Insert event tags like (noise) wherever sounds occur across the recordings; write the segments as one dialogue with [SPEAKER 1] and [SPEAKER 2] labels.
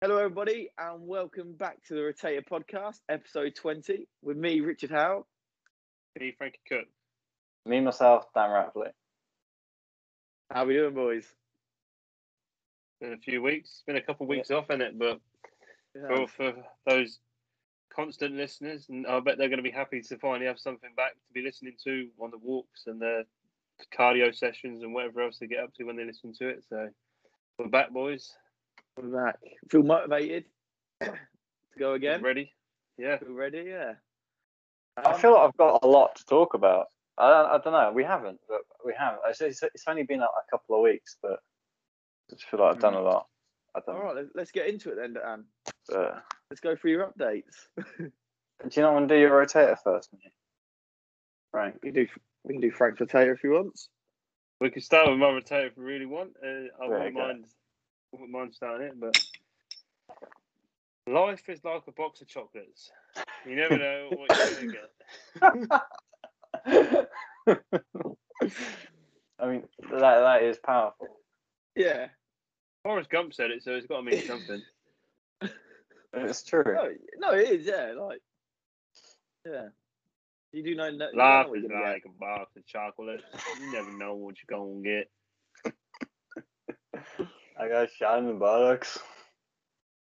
[SPEAKER 1] Hello, everybody, and welcome back to the Rotator Podcast, episode 20, with me, Richard Howe.
[SPEAKER 2] Me, Frankie Cook.
[SPEAKER 3] Me, myself, Dan Rapley.
[SPEAKER 1] How we doing, boys?
[SPEAKER 2] In a few weeks, it's been a couple of weeks off, in it? But
[SPEAKER 1] Yeah.
[SPEAKER 2] for, for those constant listeners, and I bet they're going to be happy to finally have something back to be listening to on the walks and their cardio sessions and whatever else they get up to when they listen to it. So we're back, boys.
[SPEAKER 1] We're back. Feel motivated (clears throat) to go again?
[SPEAKER 2] ready? Yeah.
[SPEAKER 1] Feel ready, yeah. Um,
[SPEAKER 3] I
[SPEAKER 2] Um,
[SPEAKER 3] feel like I've got a lot to talk about. I don't, I don't know. We haven't, but we have. It's, it's, it's only been like a couple of weeks, but I just feel like I've done
[SPEAKER 2] Hmm.
[SPEAKER 3] a lot. I don't
[SPEAKER 1] All right, let- let's get into it then, Dan.
[SPEAKER 3] know.
[SPEAKER 1] Let's go through your updates.
[SPEAKER 3] But, do you not want to do your rotator first? mate? (laughs)
[SPEAKER 2] (laughs)
[SPEAKER 3] Right.
[SPEAKER 1] We can do, we can do Frank Potato if you want.
[SPEAKER 2] We could start with my rotator if we really want. Uh, I
[SPEAKER 3] There you
[SPEAKER 2] wouldn't
[SPEAKER 3] go.
[SPEAKER 2] mind, wouldn't mind starting it, but life is like a box of chocolates. You
[SPEAKER 3] (laughs)
[SPEAKER 2] never know what you're going to get.
[SPEAKER 3] I mean, that that is powerful.
[SPEAKER 1] Yeah.
[SPEAKER 2] Forrest Gump said it, so it's got to mean something.
[SPEAKER 3] It's true.
[SPEAKER 1] No, no, it is, yeah. Like, yeah. You do know, you don't know
[SPEAKER 2] Life
[SPEAKER 1] what
[SPEAKER 2] is
[SPEAKER 1] you're gonna get.
[SPEAKER 2] like a box of chocolate. You never know what you're gonna get.
[SPEAKER 3] I got shot in the buttocks.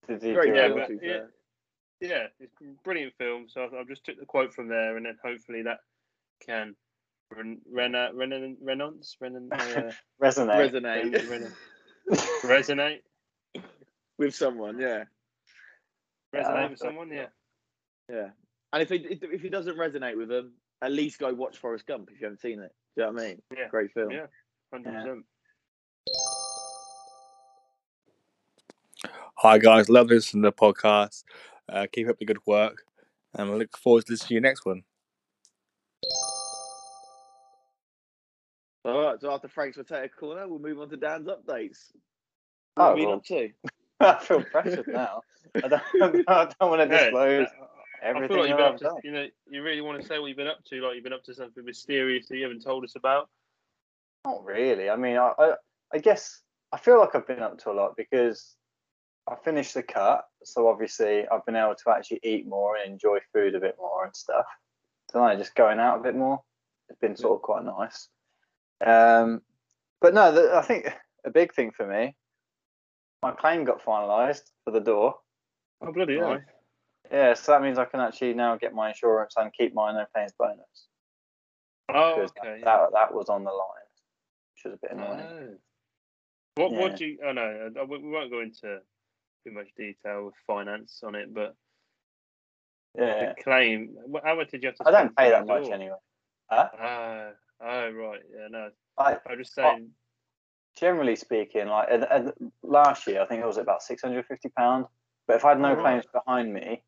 [SPEAKER 3] Did you
[SPEAKER 1] Very
[SPEAKER 3] do
[SPEAKER 2] yeah,
[SPEAKER 1] good,
[SPEAKER 3] it?
[SPEAKER 2] but-
[SPEAKER 1] to be
[SPEAKER 2] yeah.
[SPEAKER 1] fair.
[SPEAKER 2] Yeah, it's a brilliant film. So I've, I've just took the quote from there, and then hopefully that can ren- rena- rena- renonce, renon- (laughs) uh,
[SPEAKER 3] Resonate.
[SPEAKER 1] Resonate
[SPEAKER 3] (laughs)
[SPEAKER 2] resonate,
[SPEAKER 1] with someone, yeah.
[SPEAKER 2] resonate with someone. Yeah,
[SPEAKER 1] Yeah, and if it if it doesn't resonate with them, at least go watch Forrest Gump if you haven't seen it. Do you know what I mean?
[SPEAKER 2] Yeah.
[SPEAKER 1] Great film.
[SPEAKER 2] Yeah. hundred percent.
[SPEAKER 4] Hi guys, love listening to the podcast. Uh, keep up the good work, and I look forward to listening to your next one.
[SPEAKER 1] All right. So after Frank's potato corner, we'll move on to Dan's updates. What
[SPEAKER 3] Oh,
[SPEAKER 1] have you been
[SPEAKER 3] well.
[SPEAKER 1] up to?
[SPEAKER 3] (laughs) I feel pressured now. I don't, (laughs) I don't want to disclose
[SPEAKER 2] I
[SPEAKER 3] everything
[SPEAKER 2] feel like you've been
[SPEAKER 3] that I've
[SPEAKER 2] up to,
[SPEAKER 3] done.
[SPEAKER 2] you know, you really want to say what you've been up to, like you've been up to something mysterious that you haven't told us about.
[SPEAKER 3] Not really. I mean, I, I, I guess I feel like I've been up to a lot because I finished the cut, so obviously I've been able to actually eat more and enjoy food a bit more and stuff. So I just going out a bit more. It's been sort of quite nice. Um, but no, the, I think a big thing for me, my claim got finalised for the door.
[SPEAKER 2] Oh bloody
[SPEAKER 1] hell.
[SPEAKER 2] hell!
[SPEAKER 3] Yeah, so that means I can actually now get my insurance and keep my no claims bonus.
[SPEAKER 2] Oh,
[SPEAKER 3] because
[SPEAKER 2] okay.
[SPEAKER 3] that, that that was on the line, which was a bit annoying.
[SPEAKER 2] Oh. What
[SPEAKER 3] Yeah.
[SPEAKER 2] what do you? Oh no, uh, we we won't go into too much detail with finance on it, but
[SPEAKER 3] yeah,
[SPEAKER 2] the claim. wh- How much did you have to?
[SPEAKER 3] I don't
[SPEAKER 2] spend
[SPEAKER 3] pay
[SPEAKER 2] for
[SPEAKER 3] that
[SPEAKER 2] the
[SPEAKER 3] much
[SPEAKER 2] door?
[SPEAKER 3] anyway. Huh?
[SPEAKER 2] Ah, oh right, yeah, no.
[SPEAKER 3] Like
[SPEAKER 2] I'm just
[SPEAKER 3] Oh. (laughs)
[SPEAKER 2] saying.
[SPEAKER 3] generally speaking, like and, and last year I think it was about six hundred fifty pound. But if I had no
[SPEAKER 2] Alright.
[SPEAKER 3] claims behind me,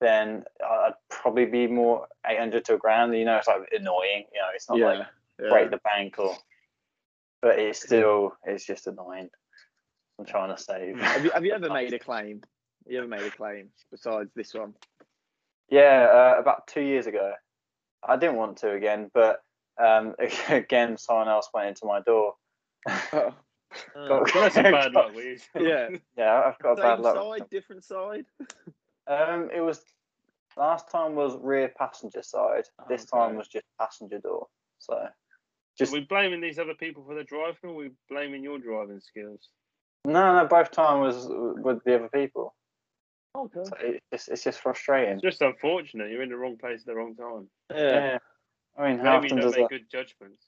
[SPEAKER 3] then I'd probably be more eight hundred to a grand. You know, it's like annoying. You know, it's not like
[SPEAKER 1] yeah.
[SPEAKER 3] break the bank or. But it's still it's just annoying. I'm trying to save.
[SPEAKER 1] (laughs) Have you, have you ever made a claim? Have you ever made a claim besides this
[SPEAKER 3] (laughs)
[SPEAKER 1] one?
[SPEAKER 3] (laughs) Yeah, uh, about two years ago. I didn't want to again, but um, (laughs) again, someone else went into my door.
[SPEAKER 1] Oh.
[SPEAKER 3] Got-
[SPEAKER 2] Well, that's
[SPEAKER 3] (laughs)
[SPEAKER 2] some bad
[SPEAKER 3] got-
[SPEAKER 2] luck. We
[SPEAKER 1] yeah.
[SPEAKER 3] Yeah, I've got a bad
[SPEAKER 1] Same
[SPEAKER 3] luck.
[SPEAKER 1] side, different side.
[SPEAKER 3] Um, it was last time was rear passenger side. This time
[SPEAKER 1] Okay.
[SPEAKER 3] was just passenger door. So, just
[SPEAKER 2] we blaming these other people for their driving, or we blaming your driving skills?
[SPEAKER 3] no, no. Both time was with the other people.
[SPEAKER 1] Okay.
[SPEAKER 3] So it, it's it's just frustrating.
[SPEAKER 2] It's just unfortunate. You're in the wrong place at the wrong time.
[SPEAKER 1] Yeah.
[SPEAKER 3] Yeah. I mean, how
[SPEAKER 2] Maybe
[SPEAKER 3] often
[SPEAKER 2] you don't
[SPEAKER 3] does
[SPEAKER 2] make
[SPEAKER 3] that?
[SPEAKER 2] good judgments.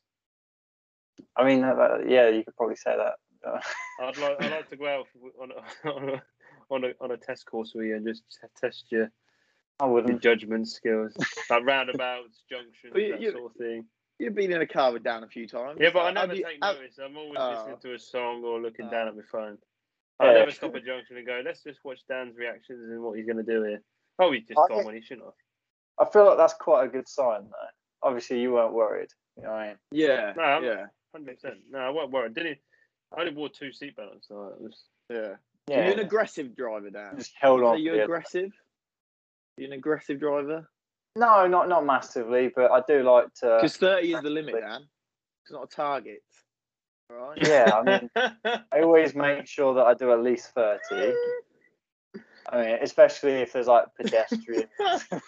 [SPEAKER 3] I mean, that, that- yeah, you could probably say that.
[SPEAKER 2] I'd like I'd like to go out (laughs) for- on a, on a on a on a test course with you and just t- test your
[SPEAKER 3] I
[SPEAKER 2] your
[SPEAKER 3] wouldn't.
[SPEAKER 2] judgment skills, like roundabouts, junctions,
[SPEAKER 1] Well, you-
[SPEAKER 2] that
[SPEAKER 1] you-
[SPEAKER 2] sort of thing.
[SPEAKER 1] You've been in a car with Dan a few times.
[SPEAKER 2] Yeah, but I
[SPEAKER 1] Have
[SPEAKER 2] never
[SPEAKER 1] you-
[SPEAKER 2] take
[SPEAKER 1] have-
[SPEAKER 2] notice. I'm always
[SPEAKER 1] Oh.
[SPEAKER 2] listening to a song or looking
[SPEAKER 1] Oh.
[SPEAKER 2] down at my phone.
[SPEAKER 3] Yeah,
[SPEAKER 2] I never
[SPEAKER 3] sure.
[SPEAKER 2] stop a junction and go, let's just watch Dan's reactions and what he's going to do here. Oh, he's just
[SPEAKER 3] I
[SPEAKER 2] gone
[SPEAKER 3] think-
[SPEAKER 2] when he shouldn't have.
[SPEAKER 3] I feel like that's quite a good sign, though. Obviously, you weren't worried. You know what I mean?
[SPEAKER 1] Yeah.
[SPEAKER 2] No, I'm-
[SPEAKER 1] yeah.
[SPEAKER 2] 100%. No, I wasn't worried. Didn't I only wore two seatbelts. So it was... (laughs)
[SPEAKER 1] Yeah.
[SPEAKER 3] Yeah.
[SPEAKER 1] You're an aggressive driver, Dan.
[SPEAKER 3] just held
[SPEAKER 1] Are
[SPEAKER 3] on.
[SPEAKER 1] you
[SPEAKER 3] for the-
[SPEAKER 1] aggressive? you an aggressive driver?
[SPEAKER 3] No, not not massively, but I do like to.
[SPEAKER 1] Because 30 is the limit,
[SPEAKER 3] but-
[SPEAKER 1] Dan. It's not a target. All right?
[SPEAKER 2] (laughs)
[SPEAKER 3] Yeah, I mean, I always make sure that I do at least thirty, I mean, especially if there's like pedestrian.
[SPEAKER 2] (laughs)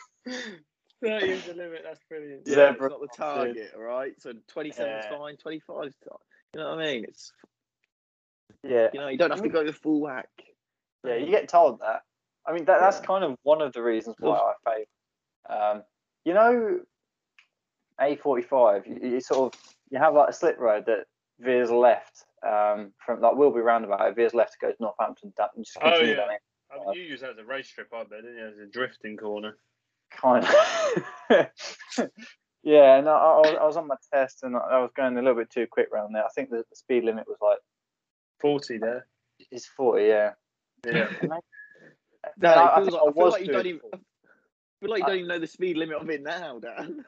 [SPEAKER 2] Thirty is the limit. That's brilliant.
[SPEAKER 3] Yeah.
[SPEAKER 1] it's not the target, all right? So 27 is
[SPEAKER 3] Yeah.
[SPEAKER 1] fine, 25 is fine. You know what I mean? It's
[SPEAKER 3] yeah,
[SPEAKER 1] you know you don't have to go the full whack. Um,
[SPEAKER 3] yeah, you get told that. I mean, that, that's kind of one of the reasons why I favour. Um, you know, A45. You, you sort of you have like a slip road that veers left um, from like Wilby roundabout. It veers left, goes Northampton. That and just
[SPEAKER 2] Oh,
[SPEAKER 3] continues
[SPEAKER 2] yeah.
[SPEAKER 3] down it,
[SPEAKER 2] I mean, you use that as a race strip, I bet, didn't you? As a drifting corner.
[SPEAKER 3] kind of. (laughs) yeah, and I, I, was, I was on my test and I, I was going a little bit too quick round there. I think the, the speed limit was like
[SPEAKER 2] Forty there.
[SPEAKER 3] it's forty. Yeah.
[SPEAKER 2] Yeah.
[SPEAKER 1] Dan,
[SPEAKER 3] I- I
[SPEAKER 1] it feels
[SPEAKER 3] think
[SPEAKER 1] like-
[SPEAKER 3] I
[SPEAKER 1] I feel
[SPEAKER 3] was
[SPEAKER 1] like you don't
[SPEAKER 3] doing
[SPEAKER 1] even. I feel like you
[SPEAKER 3] I-
[SPEAKER 1] don't even know the speed limit of it now, Dan.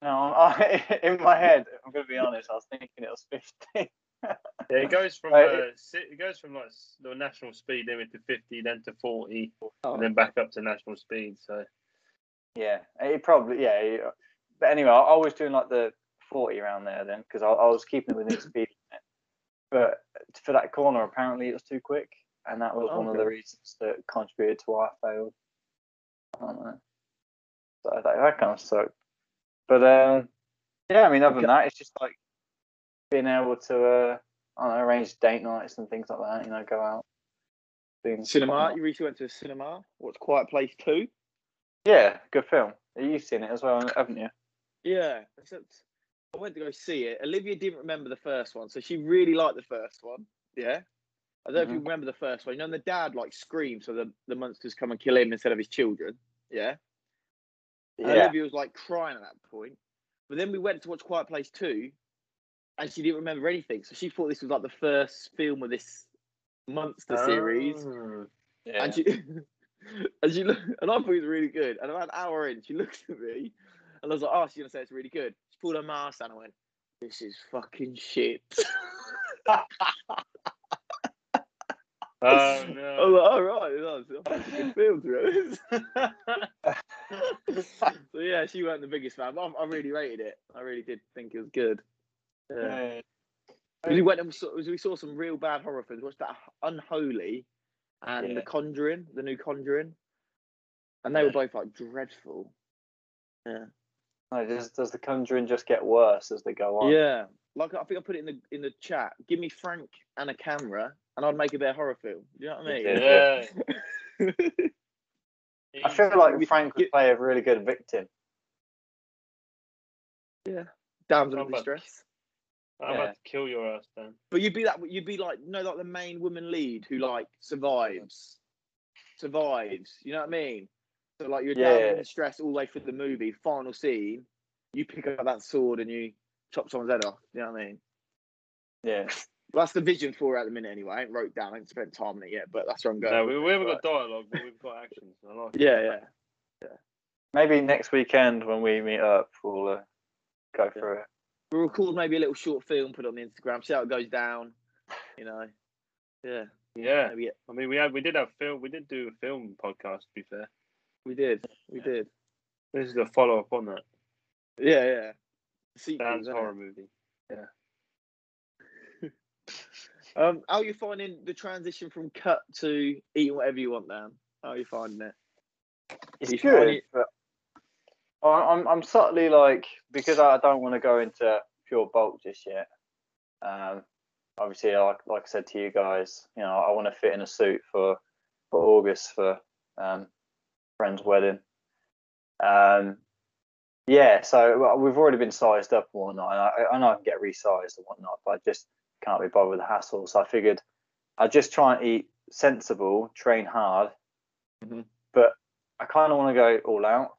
[SPEAKER 3] No, (laughs) I, in my head, if I'm going to be honest, I was thinking it was 50.
[SPEAKER 2] Yeah, it goes from
[SPEAKER 3] Right.
[SPEAKER 2] uh, si- it goes from like s- the national speed limit to fifty, then to forty,
[SPEAKER 1] Oh.
[SPEAKER 2] and then back up to national speed. So
[SPEAKER 3] Yeah, it probably, yeah. it- but anyway, I, I was doing like the 40 around there then because I, I was keeping it
[SPEAKER 1] (coughs)
[SPEAKER 3] within speed limit. But for that corner, apparently it was too quick. And that was one of the
[SPEAKER 1] Okay.
[SPEAKER 3] reasons that contributed to why I failed. I don't know. So that, that kind of sucked. But um, yeah, I mean, other than that, it's just like being able to, uh, I don't know, arrange date nights and things like that, you know, go out. doing
[SPEAKER 1] cinema.
[SPEAKER 3] fun.
[SPEAKER 1] You recently went to a cinema. What's Quiet Place Two?
[SPEAKER 3] Yeah, good film. You've seen it as well, haven't you?
[SPEAKER 1] Yeah, except I went to go see it. Olivia didn't remember the first one, so she really liked the first one. Yeah, I don't know if you
[SPEAKER 3] Mhm.
[SPEAKER 1] remember the first one. You know, and the dad like screams, so the the monsters come and kill him instead of his children. Yeah, and Olivia was like crying at that point. But then we went to watch Quiet Place Two, and she didn't remember anything. So she thought this was like the first film of this monster series.
[SPEAKER 2] Oh.
[SPEAKER 1] (laughs)
[SPEAKER 3] Yeah.
[SPEAKER 1] And she and she looked, and I thought it was really good. And about an hour in, she (laughs) looks at me and I was like, Oh, she's gonna say it's really good. She pulled her mask down and I went, This is fucking shit. (laughs)
[SPEAKER 2] Oh
[SPEAKER 1] I
[SPEAKER 2] no!
[SPEAKER 1] was like, All right, oh, it's a good film to be honest." (laughs)
[SPEAKER 3] (laughs)
[SPEAKER 1] So yeah, she weren't the biggest fan, but I, I really rated it. I really did think it was good. Yeah.
[SPEAKER 3] Yeah.
[SPEAKER 1] 'Cause We went and saw, we saw some real bad horror films. Watched that Unholy and
[SPEAKER 3] Yeah.
[SPEAKER 1] The Conjuring, the new Conjuring, and they were
[SPEAKER 3] Yeah.
[SPEAKER 1] both like dreadful.
[SPEAKER 3] No, does, does the conjuring just get worse as they go on?
[SPEAKER 1] Yeah, like I think I put it in the in the chat. Give me Frank and a camera, and I'd make a bit of horror film. Do you know what I mean?
[SPEAKER 2] Yeah.
[SPEAKER 3] I feel like
[SPEAKER 1] We-
[SPEAKER 3] Frank would
[SPEAKER 1] you-
[SPEAKER 3] play a really good victim.
[SPEAKER 1] Damsel
[SPEAKER 2] Oh,
[SPEAKER 1] in
[SPEAKER 2] but-
[SPEAKER 1] distress.
[SPEAKER 2] I'm
[SPEAKER 3] Yeah.
[SPEAKER 2] about to kill your ass, Dan.
[SPEAKER 1] But you'd be that. You'd be like, no, like the main woman lead who like survives, survives. You know what I mean? So like you're
[SPEAKER 3] Yeah.
[SPEAKER 1] down in distress all the way through the movie. Final scene, you pick up that sword and you chop someone's head off. You know what I mean?
[SPEAKER 3] Yeah.
[SPEAKER 1] Well, that's the vision for it at the minute anyway. I ain't wrote down. I ain't spent time on it yet, but that's where I'm going.
[SPEAKER 2] No, we, we haven't
[SPEAKER 1] Right.
[SPEAKER 2] got dialogue, but we've got actions. I like it.
[SPEAKER 1] Yeah, yeah.
[SPEAKER 3] Maybe next weekend when we meet up, we'll uh, go through it.
[SPEAKER 1] we'll record maybe a little short film, put it on the Instagram, see how it goes down. You know, yeah,
[SPEAKER 2] Yeah.
[SPEAKER 1] maybe it-
[SPEAKER 2] I mean, we had we did have film. We did do a film podcast. To be fair,
[SPEAKER 1] we did, we did.
[SPEAKER 2] this is a follow up on that
[SPEAKER 1] Yeah, yeah. Sequels,
[SPEAKER 2] Dan's
[SPEAKER 1] innit?
[SPEAKER 2] horror movie.
[SPEAKER 1] um, how are you finding the transition from cut to eating whatever you want, Dan? How are you finding it?
[SPEAKER 3] It's
[SPEAKER 1] If you want
[SPEAKER 3] good,
[SPEAKER 1] it-
[SPEAKER 3] but I- I'm I'm subtly like because I don't want to go into pure bulk just yet. Um, obviously, like like I said to you guys, you know, I want to fit in a suit for for August for um, friend's wedding. Um, yeah, so well, we've already been sized up and whatnot. And I, I know I can get resized and whatnot, but I just can't be bothered with the hassle. So I figured I'd just try and eat sensible, train hard,
[SPEAKER 1] Mhm.
[SPEAKER 3] but I kind of want to go all out.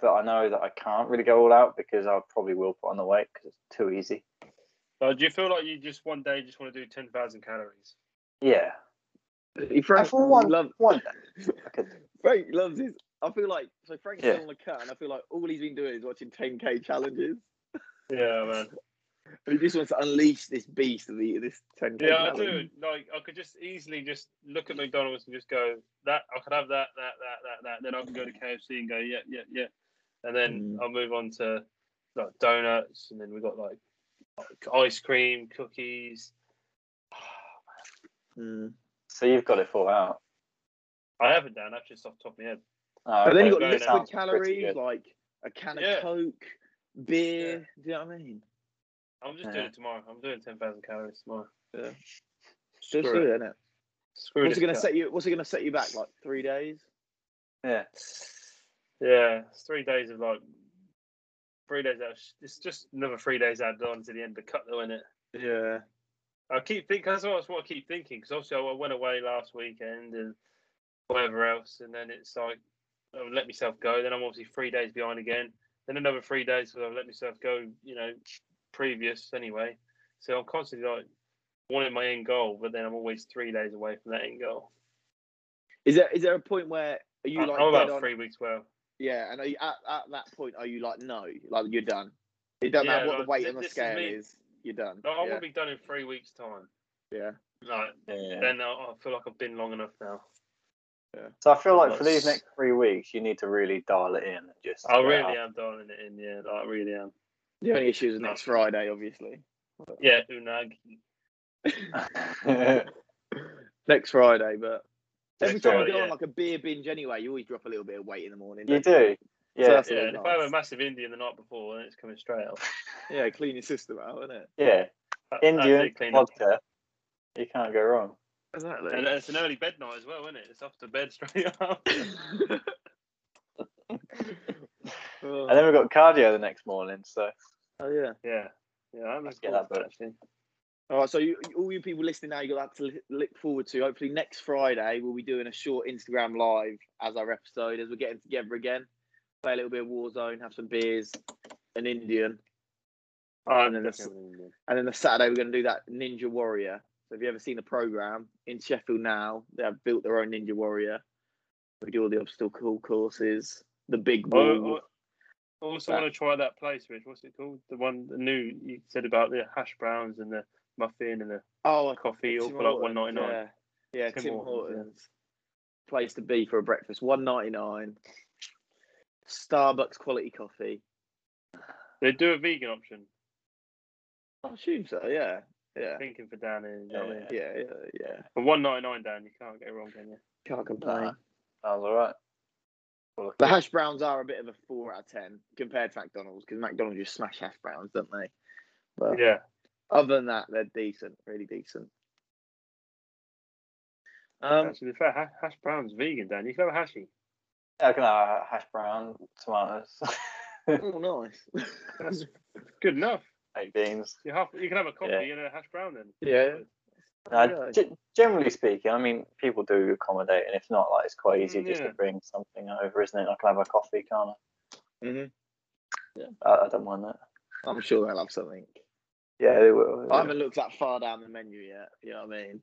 [SPEAKER 3] But I know that I can't really go all out because I probably will put on the weight because it's too easy.
[SPEAKER 2] So, Uh, do you feel like you just one day just want to do ten thousand calories?
[SPEAKER 3] Yeah.
[SPEAKER 1] He- Frank,
[SPEAKER 3] for one-
[SPEAKER 1] love,
[SPEAKER 3] One day. I could
[SPEAKER 1] (laughs) Frank loves his. I feel like so Frank's
[SPEAKER 3] Yeah.
[SPEAKER 1] still on the cut, and I feel like all he's been doing is watching 10k challenges.
[SPEAKER 2] Yeah, man.
[SPEAKER 1] He just wants to unleash this beast of the this 10k.
[SPEAKER 2] Yeah, I do.
[SPEAKER 1] challenge.
[SPEAKER 2] Like, I could just easily just look at McDonald's and just go that I could have that, that, that, that, that. Then I can go to KFC and go yeah, yeah, yeah, and then
[SPEAKER 1] Mm.
[SPEAKER 2] I'll move on to like donuts, and then we got like, like, ice cream, cookies.
[SPEAKER 1] Mm. Hmm.
[SPEAKER 3] So you've got it full out.
[SPEAKER 2] I haven't done. That's just off the top of my head.
[SPEAKER 1] But
[SPEAKER 3] Oh,
[SPEAKER 1] then
[SPEAKER 2] okay.
[SPEAKER 1] you've got
[SPEAKER 2] Going
[SPEAKER 1] liquid
[SPEAKER 3] out. Pretty
[SPEAKER 1] calories,
[SPEAKER 3] good.
[SPEAKER 1] like a can
[SPEAKER 2] Yeah.
[SPEAKER 1] of Coke, beer. Do you know what I mean?
[SPEAKER 2] I'm just
[SPEAKER 3] Yeah.
[SPEAKER 2] doing it tomorrow. I'm doing 10,000 calories tomorrow. Yeah.
[SPEAKER 1] Just
[SPEAKER 2] Screw
[SPEAKER 1] do
[SPEAKER 2] it.
[SPEAKER 1] it, innit?
[SPEAKER 2] Screw
[SPEAKER 1] What's it
[SPEAKER 2] this
[SPEAKER 1] gonna
[SPEAKER 2] cut.
[SPEAKER 1] set you? What's it gonna set you back? Like three days?
[SPEAKER 3] yeah.
[SPEAKER 2] Yeah, it's three days of like three days out. of sh- It's just another three days added on to the end of the cut, though, isn't it?
[SPEAKER 1] Yeah.
[SPEAKER 2] I keep thinking that's what, that's what I keep thinking because obviously I went away last weekend and whatever else, and then it's like I've let myself go. Then I'm obviously three days behind again. Then another three days because I've let myself go. You know, previous anyway. So I'm constantly like wanting my end goal, but then I'm always three days away from that end goal.
[SPEAKER 1] Is there is there a point where are you
[SPEAKER 2] I'm
[SPEAKER 1] like
[SPEAKER 2] I'm
[SPEAKER 1] dead
[SPEAKER 2] about
[SPEAKER 1] on?
[SPEAKER 2] three weeks well.
[SPEAKER 1] Yeah, and are you, at at that point are you like no, like you're done? It doesn't
[SPEAKER 2] Yeah,
[SPEAKER 1] matter what
[SPEAKER 2] like,
[SPEAKER 1] the weight
[SPEAKER 2] thi-
[SPEAKER 1] on the
[SPEAKER 2] this is
[SPEAKER 1] scale
[SPEAKER 2] me.
[SPEAKER 1] is, you're done.
[SPEAKER 2] Like, I
[SPEAKER 1] yeah.
[SPEAKER 2] will be done in three weeks' time.
[SPEAKER 1] yeah.
[SPEAKER 2] Like
[SPEAKER 3] yeah.
[SPEAKER 2] then I, I feel like I've been long enough now.
[SPEAKER 3] So I feel like for
[SPEAKER 2] Nice.
[SPEAKER 3] these next three weeks, you need to really dial it in. and Just
[SPEAKER 2] I
[SPEAKER 3] get
[SPEAKER 2] Oh, really
[SPEAKER 3] out.
[SPEAKER 2] am dialing it in. Yeah, like, I really am.
[SPEAKER 1] The only issue is next
[SPEAKER 2] No.
[SPEAKER 1] Friday, obviously. (laughs)
[SPEAKER 2] Yeah, Unag.
[SPEAKER 1] Next Friday, but
[SPEAKER 2] Next
[SPEAKER 1] every time
[SPEAKER 2] Friday,
[SPEAKER 1] you go on
[SPEAKER 2] yeah.
[SPEAKER 1] like a beer binge anyway, you always drop a little bit of weight in the morning.
[SPEAKER 3] (laughs) you
[SPEAKER 1] don't
[SPEAKER 3] do. Yeah,
[SPEAKER 1] that's-
[SPEAKER 2] Yeah,
[SPEAKER 1] Absolutely
[SPEAKER 2] if I have a
[SPEAKER 1] nice.
[SPEAKER 2] massive Indian the night before, then it's coming straight
[SPEAKER 1] (laughs)
[SPEAKER 2] up.
[SPEAKER 1] you? Yeah, clean your system out, isn't it?
[SPEAKER 3] yeah.
[SPEAKER 2] That- that'd
[SPEAKER 3] Indian
[SPEAKER 2] be clean up.
[SPEAKER 3] vodka. You can't go wrong.
[SPEAKER 1] Exactly.
[SPEAKER 2] And it's an early bed night as well, isn't it? It's off to bed (laughs) straight
[SPEAKER 1] (laughs)
[SPEAKER 2] up.
[SPEAKER 1] oh,
[SPEAKER 3] And then we've got cardio the next morning. So
[SPEAKER 1] oh, yeah.
[SPEAKER 2] yeah. Yeah, that looks
[SPEAKER 3] get
[SPEAKER 2] cool,
[SPEAKER 3] that, but-
[SPEAKER 2] actually.
[SPEAKER 1] All right, so you, all you people listening now, you got that to li- look forward to. Hopefully, next Friday we'll be doing a short Instagram live as our episode, as we're getting together again, play a little bit of Warzone, have some beers, an Indian,
[SPEAKER 2] Oh,
[SPEAKER 1] And then
[SPEAKER 2] that's-
[SPEAKER 1] and then the Saturday we're going to do that Ninja Warrior. So if you ever seen the program in Sheffield now, they have built their own Ninja Warrior. We do all the obstacle courses, the big
[SPEAKER 2] Oh,
[SPEAKER 1] wall.
[SPEAKER 2] oh, I also want to try that place, Rich. What's it called? The one, the new, you said about the hash browns and the muffin and the
[SPEAKER 1] Oh,
[SPEAKER 2] coffee all
[SPEAKER 1] Tim
[SPEAKER 2] for like
[SPEAKER 1] Hortons,
[SPEAKER 2] one ninety nine.
[SPEAKER 1] Yeah, yeah
[SPEAKER 2] Tim
[SPEAKER 1] Tim,
[SPEAKER 2] Hortons,
[SPEAKER 1] Hortons.
[SPEAKER 2] yeah.
[SPEAKER 1] Place to be for a breakfast. One ninety nine. Starbucks quality coffee.
[SPEAKER 2] They do a vegan option.
[SPEAKER 1] I assume so. Yeah. Yeah.
[SPEAKER 2] Thinking for Dan and yeah,
[SPEAKER 3] Yeah.
[SPEAKER 1] Yeah. Yeah. yeah.
[SPEAKER 2] for one ninety nine, Dan, you can't go wrong, can you?
[SPEAKER 1] Can't complain.
[SPEAKER 3] Nah. sounds all right. Well,
[SPEAKER 1] The hash browns are a bit of a four out of ten compared to McDonald's because McDonald's just smash hash browns, don't they? But
[SPEAKER 2] Yeah.
[SPEAKER 1] other than that, they're decent. Really decent. Um.
[SPEAKER 2] Actually, to be fair, hash, hash brown's vegan, Dan. You can have a hashy.
[SPEAKER 3] I can have hash brown, tomatoes, (laughs)
[SPEAKER 1] Oh, nice. (laughs)
[SPEAKER 2] That's good enough.
[SPEAKER 3] baked beans.
[SPEAKER 2] You have you can have a coffee
[SPEAKER 3] Yeah.
[SPEAKER 2] and a hash brown then.
[SPEAKER 1] yeah. (laughs)
[SPEAKER 3] Uh,
[SPEAKER 1] Yeah.
[SPEAKER 3] g- generally speaking, I mean, people do accommodate, and if not, like it's quite easy just
[SPEAKER 2] Yeah.
[SPEAKER 3] to bring something over, isn't it? I can have a coffee, can't I?
[SPEAKER 1] Mhm.
[SPEAKER 3] Yeah, I, I don't mind that.
[SPEAKER 1] I'm sure they'll have something.
[SPEAKER 3] Yeah, they will.
[SPEAKER 1] I
[SPEAKER 3] yeah.
[SPEAKER 1] haven't looked that far down the menu yet. You know what I mean?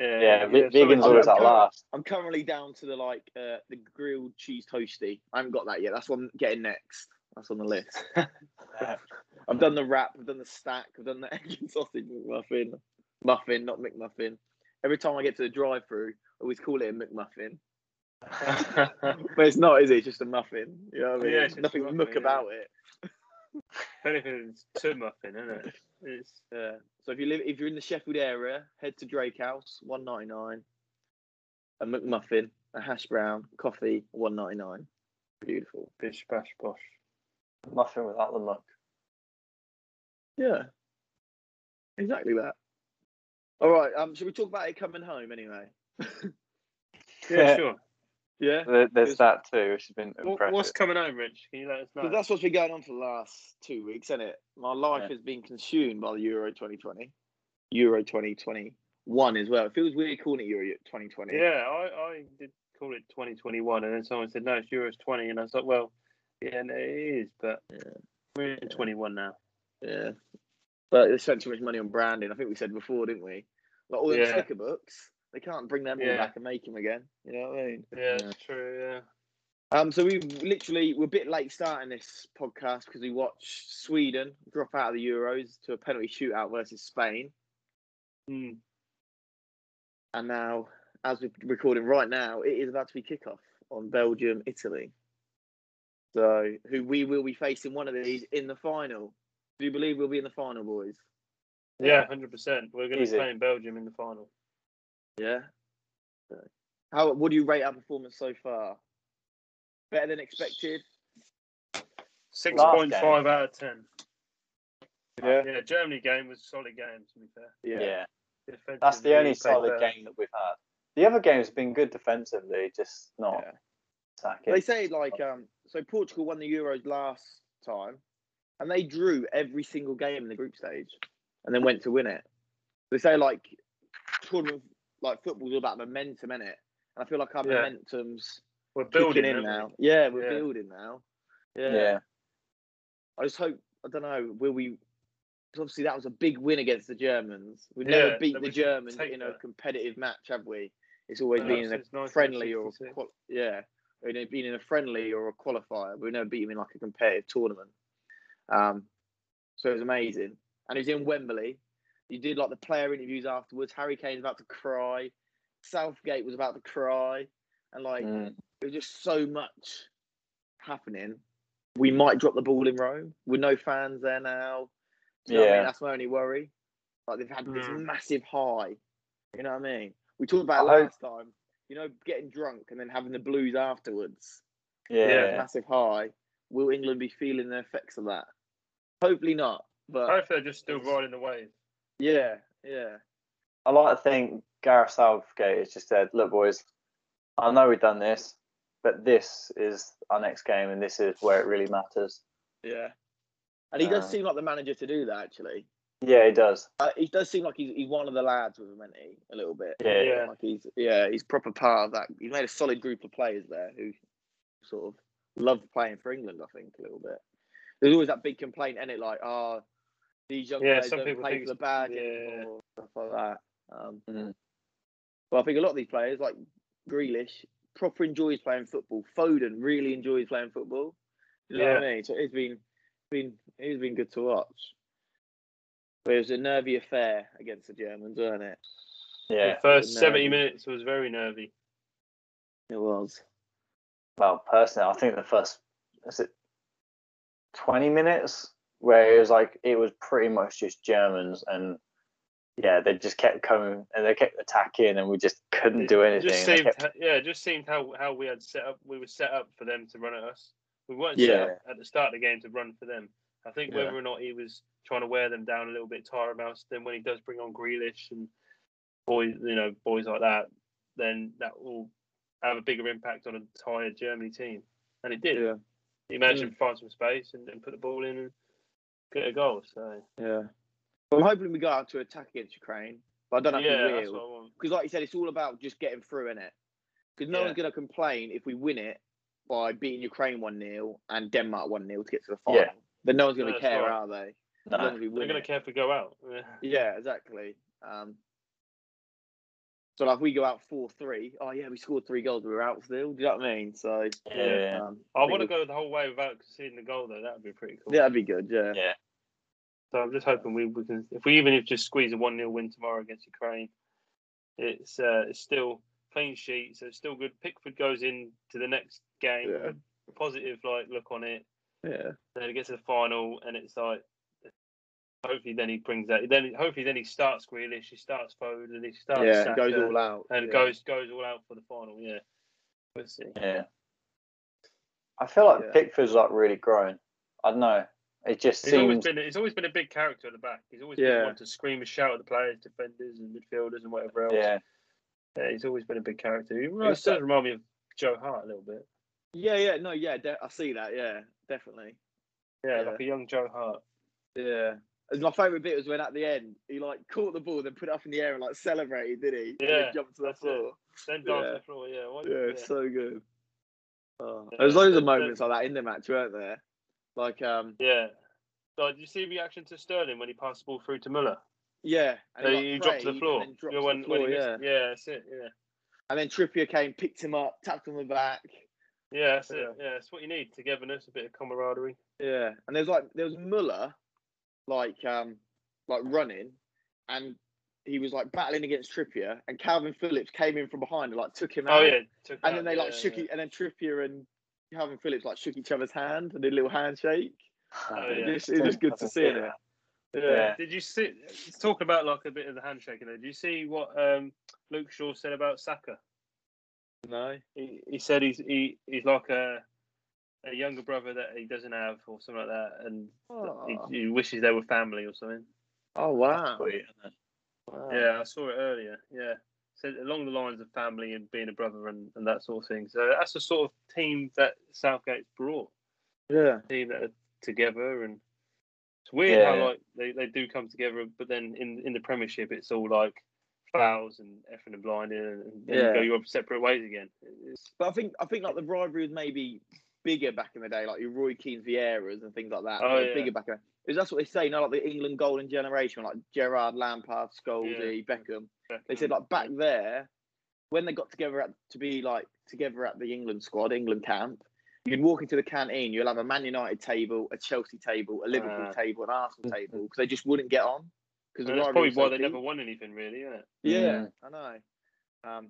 [SPEAKER 2] Yeah,
[SPEAKER 3] Yeah, ve-
[SPEAKER 2] so
[SPEAKER 3] vegans
[SPEAKER 2] it's-
[SPEAKER 3] always
[SPEAKER 1] I'm
[SPEAKER 3] at last.
[SPEAKER 1] I'm currently down to the like uh, the grilled cheese toasty. I haven't got that yet. That's what I'm getting next. That's on the list. (laughs) I've done the wrap. I've done the stack. I've done the (laughs) egg and sausage McMuffin. Muffin, not McMuffin. Every time I get to the drive-through, I always call it a McMuffin, but it's not, is it? It's just a muffin. You know what I mean?
[SPEAKER 2] Yeah, it's just a
[SPEAKER 1] Nothing
[SPEAKER 2] muffin,
[SPEAKER 1] muck
[SPEAKER 2] yeah.
[SPEAKER 1] about it.
[SPEAKER 2] (laughs) If anything, it's too muffin, isn't it? It's
[SPEAKER 1] Yeah. uh, So if you live, if you're in the Sheffield area, head to Drake House, one ninety nine, a McMuffin, a hash brown, coffee, one ninety nine. Beautiful.
[SPEAKER 2] bish bash
[SPEAKER 3] (laughs)
[SPEAKER 2] bosh.
[SPEAKER 3] (laughs) Muffin without the muck.
[SPEAKER 1] Yeah. Exactly that. All right. Um. Should we talk about it coming home anyway?
[SPEAKER 2] Yeah, sure.
[SPEAKER 1] Yeah.
[SPEAKER 3] There- There's
[SPEAKER 1] It's-
[SPEAKER 3] that too, which has been
[SPEAKER 2] What,
[SPEAKER 3] impressive.
[SPEAKER 2] what's coming home, Rich? Can you let us know?
[SPEAKER 1] Because that's what's been going on for the last two weeks, isn't it? My life
[SPEAKER 3] Yeah.
[SPEAKER 1] has been consumed by the Euro 2020, Euro 2021 as well. It feels weird calling it Euro 2020.
[SPEAKER 2] yeah, I, I did call it 2021, and then someone said no, it's Euros 20, and I was like, well, yeah, no, it is, but we're in 21 now.
[SPEAKER 1] Yeah. But they spent too much money on branding. I think we said before, didn't we? Like all the
[SPEAKER 2] Yeah.
[SPEAKER 1] sticker books, they can't bring them all
[SPEAKER 2] Yeah.
[SPEAKER 1] back and make them again. You know what I mean?
[SPEAKER 2] Yeah,
[SPEAKER 3] Yeah.
[SPEAKER 2] true. Yeah.
[SPEAKER 1] Um, so we literally we're a bit late starting this podcast because we watched Sweden drop out of the Euros to a penalty shootout versus Spain,
[SPEAKER 2] Hmm.
[SPEAKER 1] and now as we're recording right now, it is about to be kickoff on Belgium, Italy. So who we will be facing one of these in the final? Do you believe we'll be in the final, boys?
[SPEAKER 2] Yeah, hundred percent. We're going to be
[SPEAKER 3] Easy.
[SPEAKER 2] playing Belgium in the final.
[SPEAKER 1] Yeah. How what do you rate our performance so far? Better than expected.
[SPEAKER 2] Six point five out of ten.
[SPEAKER 1] Yeah.
[SPEAKER 2] Yeah, Germany game was a solid game to be fair.
[SPEAKER 1] Yeah.
[SPEAKER 3] yeah. That's the
[SPEAKER 2] Defensively,
[SPEAKER 3] only
[SPEAKER 2] we played
[SPEAKER 3] solid
[SPEAKER 2] better.
[SPEAKER 3] game that we've had. The other game's been good defensively, just not
[SPEAKER 1] Yeah.
[SPEAKER 3] attacking.
[SPEAKER 1] They say like um so Portugal won the Euros last time and they drew every single game in the group stage and then went to win it. They say like tournament like football's all about momentum, innit? And I feel like our
[SPEAKER 2] Yeah.
[SPEAKER 1] momentum's
[SPEAKER 2] We're building
[SPEAKER 1] building in
[SPEAKER 2] haven't we?
[SPEAKER 1] now. Yeah, we're
[SPEAKER 2] Yeah.
[SPEAKER 1] building now.
[SPEAKER 3] yeah.
[SPEAKER 1] yeah. I just hope I don't know. Will we? 'cause obviously, that was a big win against the Germans. We've
[SPEAKER 2] Yeah,
[SPEAKER 1] never beat
[SPEAKER 2] that
[SPEAKER 1] the
[SPEAKER 2] we should
[SPEAKER 1] Germans
[SPEAKER 2] take
[SPEAKER 1] in a
[SPEAKER 2] that.
[SPEAKER 1] competitive match, have we? It's always
[SPEAKER 2] No,
[SPEAKER 1] been in
[SPEAKER 2] since
[SPEAKER 1] a friendly or a
[SPEAKER 2] 1966.
[SPEAKER 1] qual- yeah, we've never been in a friendly or a qualifier. We've never beat them in like a competitive tournament. Um, so it was amazing, and it was in Wembley. You did like the player interviews afterwards. Harry Kane's about to cry. Southgate was about to cry, and like
[SPEAKER 3] Mm.
[SPEAKER 1] there's just so much happening. We might drop the ball in Rome with no fans there now. Do you know what I mean?
[SPEAKER 3] Yeah.
[SPEAKER 1] That's my only worry. Like they've had this
[SPEAKER 2] Mm.
[SPEAKER 1] massive high. You know what I mean? We talked about it
[SPEAKER 3] I hope-
[SPEAKER 1] last time. You know, getting drunk and then having the blues afterwards.
[SPEAKER 3] Yeah.
[SPEAKER 2] Yeah.
[SPEAKER 1] Massive high. Will England be feeling the effects of that? Hopefully not. But
[SPEAKER 2] Hopefully they're just still riding the wave.
[SPEAKER 1] yeah, yeah,
[SPEAKER 3] I like to think Gareth Southgate has just said, look, boys, I know we've done this, but this is our next game and this is where it really matters.
[SPEAKER 1] yeah. And he does
[SPEAKER 3] Uh,
[SPEAKER 1] seem like the manager to do that. Actually,
[SPEAKER 3] Yeah, he does.
[SPEAKER 1] uh, he does seem like he's, he's one of the lads with him, isn't he? A little bit.
[SPEAKER 3] Yeah.
[SPEAKER 2] Yeah.
[SPEAKER 1] Like he's yeah, he's proper part of that. He made a solid group of players there who sort of loved playing for England. I think a little bit. There's always that big complaint, and it like, oh, these young
[SPEAKER 2] Yeah,
[SPEAKER 1] players
[SPEAKER 2] some
[SPEAKER 1] don't
[SPEAKER 2] people
[SPEAKER 1] play
[SPEAKER 2] think
[SPEAKER 1] for the
[SPEAKER 2] it's-
[SPEAKER 1] badge
[SPEAKER 2] yeah.
[SPEAKER 1] anymore, stuff like that. Um,
[SPEAKER 3] Mm.
[SPEAKER 1] But I think a lot of these players, like Grealish, proper enjoys playing football. Foden really enjoys playing football. You know what I mean? So it's been, been, it's been good to watch. But it was a nervy affair against the Germans, wasn't it?
[SPEAKER 3] Yeah.
[SPEAKER 2] The first
[SPEAKER 1] Nervy.
[SPEAKER 2] seventy minutes was very nervy.
[SPEAKER 1] It was.
[SPEAKER 3] Well, personally, I think the first, is it 20 minutes where it was like, it was pretty much just Germans and yeah, they just kept coming and they kept attacking and we just couldn't do
[SPEAKER 2] It
[SPEAKER 3] anything.
[SPEAKER 2] Just
[SPEAKER 3] They
[SPEAKER 2] seemed,
[SPEAKER 3] kept-
[SPEAKER 2] yeah, it just seemed how how we had set up. We were set up for them to run at us. We weren't set
[SPEAKER 3] Yeah.
[SPEAKER 2] up at the start of the game to run for them. I think
[SPEAKER 3] Yeah.
[SPEAKER 2] whether or not he was trying to wear them down a little bit, Tyra Mouse. Then when he does bring on Grealish and boys, you know, boys like that, then that will have a bigger impact on an entire Germany team. And it did.
[SPEAKER 1] Yeah.
[SPEAKER 2] He managed
[SPEAKER 3] Hmm.
[SPEAKER 2] to find some space and, and put the ball in and get a goal. So
[SPEAKER 1] Yeah. I'm hoping we go out to attack against Ukraine, but I don't know
[SPEAKER 2] yeah,
[SPEAKER 1] if
[SPEAKER 2] that's
[SPEAKER 1] we
[SPEAKER 2] what I
[SPEAKER 1] will.
[SPEAKER 2] want.
[SPEAKER 1] Because, like you said, it's all about just getting through, innit? Because no
[SPEAKER 2] Yeah.
[SPEAKER 1] one's going to complain if we win it by beating Ukraine 1 0 and Denmark 1 0 to get to the final.
[SPEAKER 3] Yeah.
[SPEAKER 1] Then no one's going to
[SPEAKER 2] That's
[SPEAKER 1] care,
[SPEAKER 2] right.
[SPEAKER 1] are they?
[SPEAKER 3] no.
[SPEAKER 1] As long as we
[SPEAKER 2] They're
[SPEAKER 1] win
[SPEAKER 2] going
[SPEAKER 1] it.
[SPEAKER 2] to care if we go out. Yeah.
[SPEAKER 1] Yeah, exactly. Um, so, like, we go out 4 3. Oh, yeah, we scored three goals. We were out still. Do you know what I mean? So,
[SPEAKER 3] Yeah.
[SPEAKER 1] um,
[SPEAKER 2] I
[SPEAKER 1] think
[SPEAKER 2] want to
[SPEAKER 1] we-
[SPEAKER 2] go the whole way without conceding the goal, though. That would be pretty cool.
[SPEAKER 1] That'd be good, yeah.
[SPEAKER 3] Yeah.
[SPEAKER 2] So I'm just hoping we, we can, if we even if just squeeze a one 0 win tomorrow against Ukraine, it's uh, it's still clean sheet, so it's still good. Pickford goes in to the next game,
[SPEAKER 1] Yeah.
[SPEAKER 2] with a positive like look on it.
[SPEAKER 1] Yeah.
[SPEAKER 2] Then it gets to the final, and it's like hopefully then he brings that. Then hopefully then he starts Grealish, he starts Foden, and he starts
[SPEAKER 1] Yeah,
[SPEAKER 2] Saka,
[SPEAKER 1] it goes all out.
[SPEAKER 2] and
[SPEAKER 1] yeah.
[SPEAKER 2] goes goes all out for the final. Yeah, we'll see.
[SPEAKER 3] Yeah. I feel like
[SPEAKER 1] Yeah.
[SPEAKER 3] Pickford's like really grown. I don't know. It just
[SPEAKER 2] He's always
[SPEAKER 3] seems
[SPEAKER 2] been he's always been a big character at the back. He's always
[SPEAKER 1] Yeah.
[SPEAKER 2] been one to scream and shout at the players, defenders, and midfielders, and whatever else.
[SPEAKER 3] (laughs) yeah.
[SPEAKER 2] Yeah, he's always been a big character. He
[SPEAKER 1] He
[SPEAKER 2] really
[SPEAKER 1] was
[SPEAKER 2] does
[SPEAKER 1] so-
[SPEAKER 2] remind me of Joe Hart a little bit.
[SPEAKER 1] Yeah, yeah, no, yeah, de- I see that, yeah, definitely.
[SPEAKER 2] Yeah,
[SPEAKER 1] Yeah.
[SPEAKER 2] like a young Joe Hart.
[SPEAKER 1] Yeah. And my favourite bit was when at the end he like caught the ball, then put it up in the air and like celebrated, did he? And
[SPEAKER 2] Yeah,
[SPEAKER 1] then jumped to the
[SPEAKER 2] that's it.
[SPEAKER 1] floor.
[SPEAKER 2] Then dives
[SPEAKER 1] Yeah.
[SPEAKER 2] to the floor. Yeah, what,
[SPEAKER 1] Yeah, so good. Oh.
[SPEAKER 2] Yeah,
[SPEAKER 1] There was loads of
[SPEAKER 2] that-
[SPEAKER 1] moments like that in the match, weren't there? Like um
[SPEAKER 2] yeah. Like, did you see the reaction to Sterling when he passed the ball through to Muller?
[SPEAKER 1] yeah,
[SPEAKER 2] So
[SPEAKER 1] like,
[SPEAKER 2] he, dropped to
[SPEAKER 1] prayed
[SPEAKER 2] the floor.
[SPEAKER 1] And then, dropped
[SPEAKER 2] Yeah,
[SPEAKER 1] to
[SPEAKER 2] when-
[SPEAKER 1] the
[SPEAKER 2] when he
[SPEAKER 1] floor, yeah.
[SPEAKER 2] missed- yeah, that's it. Yeah,
[SPEAKER 1] and then Trippier came, picked him up, tapped him on the back.
[SPEAKER 2] yeah, that's
[SPEAKER 1] Yeah.
[SPEAKER 2] it. Yeah, that's what you need: togetherness, a bit of camaraderie.
[SPEAKER 1] Yeah. And there's like there was Muller like um like running and he was like battling against Trippier and Calvin Phillips came in from behind and like took him out.
[SPEAKER 2] Oh yeah, took
[SPEAKER 1] And
[SPEAKER 2] that,
[SPEAKER 1] then they like
[SPEAKER 2] yeah,
[SPEAKER 1] shook
[SPEAKER 2] yeah.
[SPEAKER 1] it, and then Trippier and Calvin Phillips like shook each other's hand and did a little handshake.
[SPEAKER 2] Oh,
[SPEAKER 1] It
[SPEAKER 2] yeah.
[SPEAKER 1] just- It's just good to see it. Yeah.
[SPEAKER 3] Yeah.
[SPEAKER 2] Did you see? Talking about like a bit of the handshake there. Did you see what um, Luke Shaw said about Saka?
[SPEAKER 1] No.
[SPEAKER 2] He, he said he's he, he's like a a younger brother that he doesn't have or something like that, and he,
[SPEAKER 1] Oh,
[SPEAKER 2] he wishes they were family or something.
[SPEAKER 1] oh wow.
[SPEAKER 3] Sweet, isn't it?
[SPEAKER 1] Wow.
[SPEAKER 2] Yeah, I saw it earlier. Yeah, so along the lines of family and being a brother and, and that sort of thing. So that's the sort of team that Southgate's brought.
[SPEAKER 1] Yeah.
[SPEAKER 2] team that are together and it's weird
[SPEAKER 3] Yeah,
[SPEAKER 2] how
[SPEAKER 3] yeah.
[SPEAKER 2] like they, they do come together but then in in the premiership it's all like fouls and effing and blinding and, and then
[SPEAKER 1] Yeah.
[SPEAKER 2] you go your separate ways again it's,
[SPEAKER 1] But I think I think like the rivalry was maybe bigger back in the day, like your Roy Keane's Vieiras and things like that.
[SPEAKER 2] Oh,
[SPEAKER 1] they were
[SPEAKER 2] yeah.
[SPEAKER 1] Bigger back in the day. Because that's what they say, you know, like the England golden generation, like Gerard, Lampard, Scoldy, Beckham. They said like back there, when they got together at, to be like together at the England squad, England camp, you'd walk into the canteen, you'll have a Man United table, a Chelsea table, a Liverpool
[SPEAKER 2] Ah.
[SPEAKER 1] table, an
[SPEAKER 2] (laughs)
[SPEAKER 1] Arsenal table, because they just wouldn't get on. Because
[SPEAKER 2] and that's probably why they never won anything really isn't it (laughs)
[SPEAKER 1] yeah,
[SPEAKER 2] Mm.
[SPEAKER 1] I know. Um,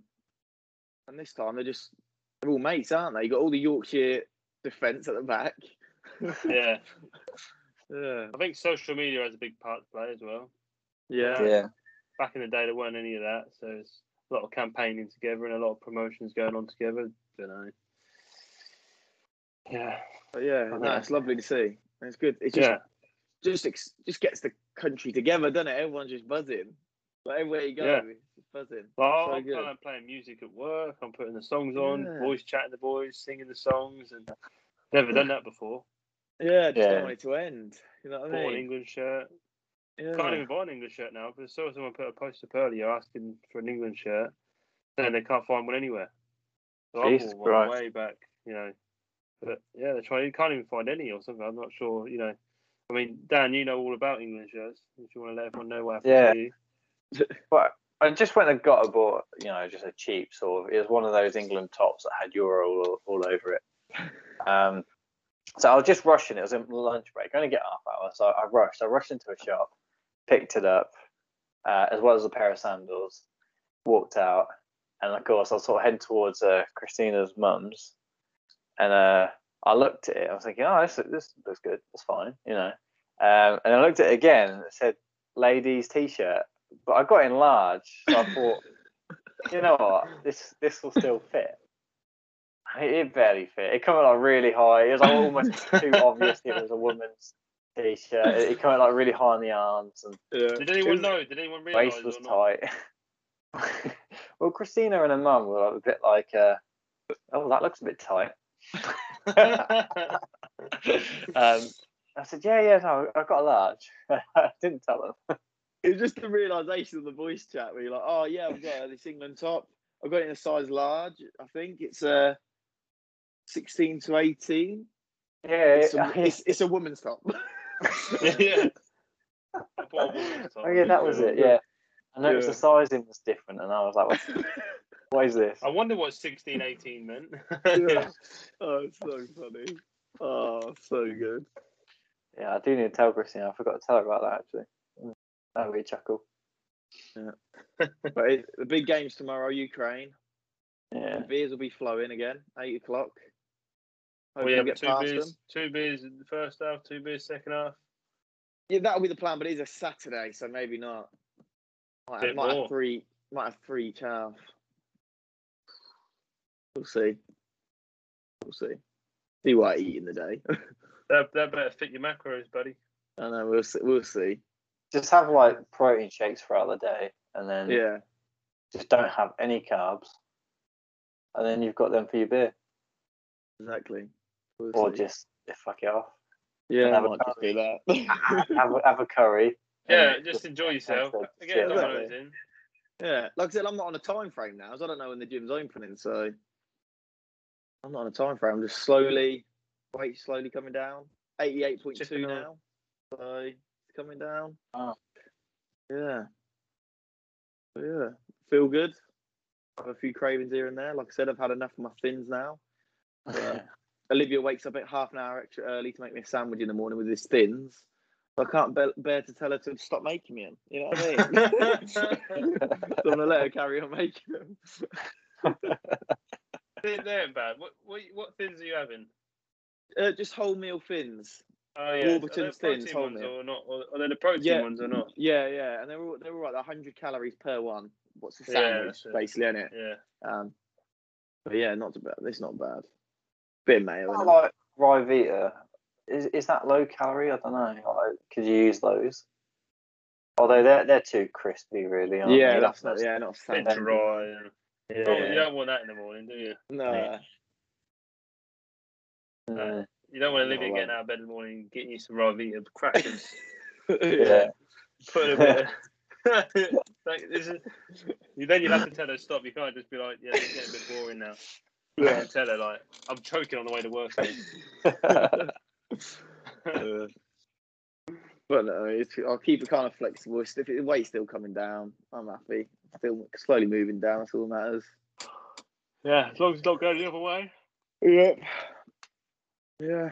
[SPEAKER 1] and this time they're just they're all mates, aren't they? You got all the Yorkshire defence at the back.
[SPEAKER 2] yeah
[SPEAKER 1] Yeah,
[SPEAKER 2] i think social media has a big part to play as well
[SPEAKER 1] yeah,
[SPEAKER 3] Yeah.
[SPEAKER 2] back in the day there weren't any of that so it's a lot of campaigning together and a lot of promotions going on together don't know Oh, yeah
[SPEAKER 1] But yeah. No, it's lovely to see. It's good. It's just
[SPEAKER 2] yeah
[SPEAKER 1] just ex- just gets the country together, doesn't it? Everyone's just buzzing. Like everywhere you go,
[SPEAKER 2] Yeah.
[SPEAKER 1] it's just buzzing.
[SPEAKER 2] Well,
[SPEAKER 1] So
[SPEAKER 2] I'm
[SPEAKER 1] good.
[SPEAKER 2] kind of playing music at work. I'm putting the songs on,
[SPEAKER 1] Yeah.
[SPEAKER 2] voice chatting the boys, singing the songs, and never done that before.
[SPEAKER 1] Yeah, just
[SPEAKER 3] Yeah.
[SPEAKER 1] don't want it to end. You know what I
[SPEAKER 2] Bought an
[SPEAKER 1] mean?
[SPEAKER 2] England shirt.
[SPEAKER 1] Yeah.
[SPEAKER 2] Can't even buy an England shirt now. But I saw someone put a post up earlier asking for an England shirt, and they can't find one anywhere. So I
[SPEAKER 3] Jesus
[SPEAKER 2] bought one
[SPEAKER 3] Christ.
[SPEAKER 2] way back, you know. But yeah, they're trying. You can't even find any or something. I'm not sure. You know, I mean, Dan, you know all about England shirts. If you want to let everyone know what happened
[SPEAKER 3] Yeah.
[SPEAKER 2] to you,
[SPEAKER 3] But I just went and got a bought, you know, just a cheap sort of. It was one of those England tops that had Euro all, all over it. Um, so I was just rushing. It was a lunch break. Only get half hour, so I rushed. I rushed into a shop, picked it up, uh, as well as a pair of sandals. Walked out, and of course I was sort of heading towards uh, Christina's mum's, and uh, I looked at it. I was thinking, oh, this this looks good. It's fine, you know. Um, and I looked at it again. and It said ladies' t-shirt but I got in large, so I thought, you know what, this this will still fit. (laughs) And It, it barely fit. It came out like really high. It was like almost too obvious it was a woman's t-shirt. It, it came out like really high on the arms, and
[SPEAKER 1] Yeah.
[SPEAKER 2] did anyone
[SPEAKER 3] Who's-
[SPEAKER 2] know? Did anyone realize?
[SPEAKER 3] waist was tight. (laughs) well, Christina and her mum were like, a bit like, uh, oh, that looks a bit tight. Um, I said, yeah, yeah, no, I got a large. (laughs) I didn't tell them.
[SPEAKER 1] It was just the realization of the voice chat where you're like, oh yeah, I've got this England top. I've got it in a size large. I think it's uh, 16 to 18.
[SPEAKER 3] Yeah,
[SPEAKER 1] It's
[SPEAKER 3] yeah,
[SPEAKER 1] (laughs) a, it's, it's a woman's (laughs) top.
[SPEAKER 2] yeah. I bought one last
[SPEAKER 3] oh
[SPEAKER 2] time.
[SPEAKER 3] yeah, that was it. Yeah, I noticed
[SPEAKER 1] Yeah.
[SPEAKER 3] the sizing was different, and I was like, what, what is this?
[SPEAKER 2] I wonder what 1618 meant. (laughs)
[SPEAKER 1] yeah. Oh, it's so funny. Oh, so good.
[SPEAKER 3] Yeah, I do need to tell Christina. I forgot to tell her about that actually. Mm, That'd be a chuckle.
[SPEAKER 1] But it, the big game's tomorrow, Ukraine.
[SPEAKER 3] Yeah,
[SPEAKER 1] The beers will be flowing again, 8 o'clock. Hope
[SPEAKER 2] we
[SPEAKER 1] we
[SPEAKER 2] have
[SPEAKER 1] get
[SPEAKER 2] two
[SPEAKER 1] past
[SPEAKER 2] beers,
[SPEAKER 1] them.
[SPEAKER 2] two beers in the first half, two beers second half.
[SPEAKER 1] Yeah, that'll be the plan, but it is a Saturday, so maybe not. Might have,
[SPEAKER 2] Bit
[SPEAKER 1] might have
[SPEAKER 2] more.
[SPEAKER 1] three, might have three each half. We'll see. We'll see. See what I eat in the day. (laughs)
[SPEAKER 2] That, that better fit your macros, buddy.
[SPEAKER 1] I know. We'll see. We'll see.
[SPEAKER 3] just have like protein shakes throughout the day, and
[SPEAKER 2] Mm.
[SPEAKER 3] then
[SPEAKER 1] Yeah.
[SPEAKER 3] just don't have any carbs, and then you've got them for your beer,
[SPEAKER 1] Exactly. We'll
[SPEAKER 3] or
[SPEAKER 1] see.
[SPEAKER 3] just yeah, fuck it off.
[SPEAKER 1] yeah, I
[SPEAKER 3] have a
[SPEAKER 1] might just do that.
[SPEAKER 3] (laughs) have a- have a curry.
[SPEAKER 2] Yeah,
[SPEAKER 3] and
[SPEAKER 2] just enjoy yourself.
[SPEAKER 3] That's it.
[SPEAKER 2] Get
[SPEAKER 3] Yeah,
[SPEAKER 2] the
[SPEAKER 1] exactly.
[SPEAKER 2] macros in.
[SPEAKER 1] Yeah, like I said, I'm not on a time frame now, so I don't know when the gym's opening. So I'm not on a time frame. I'm just slowly, weight slowly coming down. 88.2
[SPEAKER 2] Chipping away.
[SPEAKER 1] now, so it's coming down.
[SPEAKER 3] Ah.
[SPEAKER 1] Yeah, So, yeah, feel good. I have a few cravings here and there. Like I said, I've had enough of my thins now.
[SPEAKER 3] (laughs)
[SPEAKER 1] Yeah. Olivia wakes up at half an hour extra early to make me a sandwich in the morning with his thins. I can't be- bear to tell her to stop making me them. You know what I mean?
[SPEAKER 2] (laughs)
[SPEAKER 1] so I'm gonna let her carry on making them. (laughs)
[SPEAKER 2] Thin there, bad. What, what what thins are you having?
[SPEAKER 1] Uh, just wholemeal fins.
[SPEAKER 2] Oh yeah,
[SPEAKER 1] Warburton's
[SPEAKER 2] are they
[SPEAKER 1] thins,
[SPEAKER 2] protein
[SPEAKER 1] hold
[SPEAKER 2] ones
[SPEAKER 1] me.
[SPEAKER 2] or not? Or are they the protein
[SPEAKER 1] Yeah.
[SPEAKER 2] ones or not?
[SPEAKER 1] Yeah, yeah, and they're all they're all right. They're 100 calories per one. What's a
[SPEAKER 2] Yeah,
[SPEAKER 1] sandwich,
[SPEAKER 2] that's it.
[SPEAKER 1] basically, isn't it?
[SPEAKER 2] Yeah,
[SPEAKER 1] Um, But yeah, not too bad. It's not bad. Bit of mayo.
[SPEAKER 3] Not
[SPEAKER 1] innit?
[SPEAKER 2] Oh,
[SPEAKER 3] like Rivita. Is is that low calorie? I don't know. Like, could you use those? Although they're they're too crispy, really. Aren't
[SPEAKER 1] yeah,
[SPEAKER 3] they?
[SPEAKER 1] that's not. Yeah, not
[SPEAKER 2] Bit
[SPEAKER 1] standard.
[SPEAKER 2] dry. and-
[SPEAKER 3] Yeah.
[SPEAKER 2] Oh, you don't want that in the morning, do you?
[SPEAKER 1] No.
[SPEAKER 3] Mm.
[SPEAKER 2] You don't want to
[SPEAKER 1] No,
[SPEAKER 2] leave it
[SPEAKER 1] I
[SPEAKER 2] getting
[SPEAKER 1] won't.
[SPEAKER 2] out of bed in the morning, getting you some Rivita
[SPEAKER 1] (laughs)
[SPEAKER 2] crackers,
[SPEAKER 3] yeah.
[SPEAKER 2] put a bit. Of... like, this is... you- Then you'll have to tell her stop. You can't just be like, yeah, it's getting a bit boring now. You have to tell her like, I'm choking on the way to work.
[SPEAKER 1] Uh, but no, it's, I'll keep it kind of flexible. It's- If it, the weight's still coming down, I'm happy. Still slowly moving down. That's all that matters.
[SPEAKER 2] yeah, as long as it's not going the other way.
[SPEAKER 1] Yep. Yeah.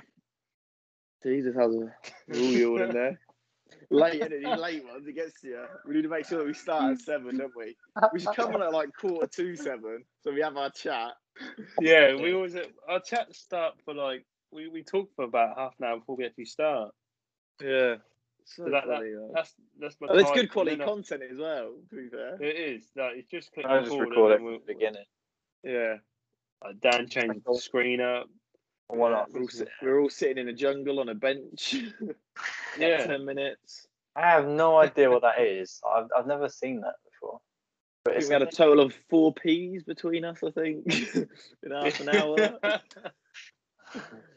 [SPEAKER 1] Jesus, how's a all
[SPEAKER 2] (laughs)
[SPEAKER 1] yawning there. Late, isn't it? These late ones, it gets to you. We need to make sure that we start at seven, don't we? We should come on at like quarter to seven, so we have our chat.
[SPEAKER 2] Yeah, we always our chats start for like we we talk for about half an hour before we actually start.
[SPEAKER 1] Yeah. So
[SPEAKER 2] So that-
[SPEAKER 1] funny, though.
[SPEAKER 2] That's that's my.
[SPEAKER 1] And Oh, it's
[SPEAKER 2] time,
[SPEAKER 1] good
[SPEAKER 2] and
[SPEAKER 1] quality
[SPEAKER 2] then I-
[SPEAKER 1] content as well, to be fair.
[SPEAKER 2] It is. Like, it's just click
[SPEAKER 3] I'll just
[SPEAKER 2] record and
[SPEAKER 3] record
[SPEAKER 2] then
[SPEAKER 3] it from
[SPEAKER 2] we'll-
[SPEAKER 3] the beginning.
[SPEAKER 1] Yeah.
[SPEAKER 2] like, Dan changed the screen up.
[SPEAKER 3] Why not?
[SPEAKER 1] We're all, si- we're all sitting in a jungle on a bench. (laughs) yeah.
[SPEAKER 2] Yeah,
[SPEAKER 1] 10 minutes.
[SPEAKER 3] I have no idea what that is. I've I've never seen that before.
[SPEAKER 1] I
[SPEAKER 3] But
[SPEAKER 1] think
[SPEAKER 3] it's
[SPEAKER 1] we had a total of four P's between us, I think, (laughs) in half an
[SPEAKER 3] (laughs)
[SPEAKER 1] hour.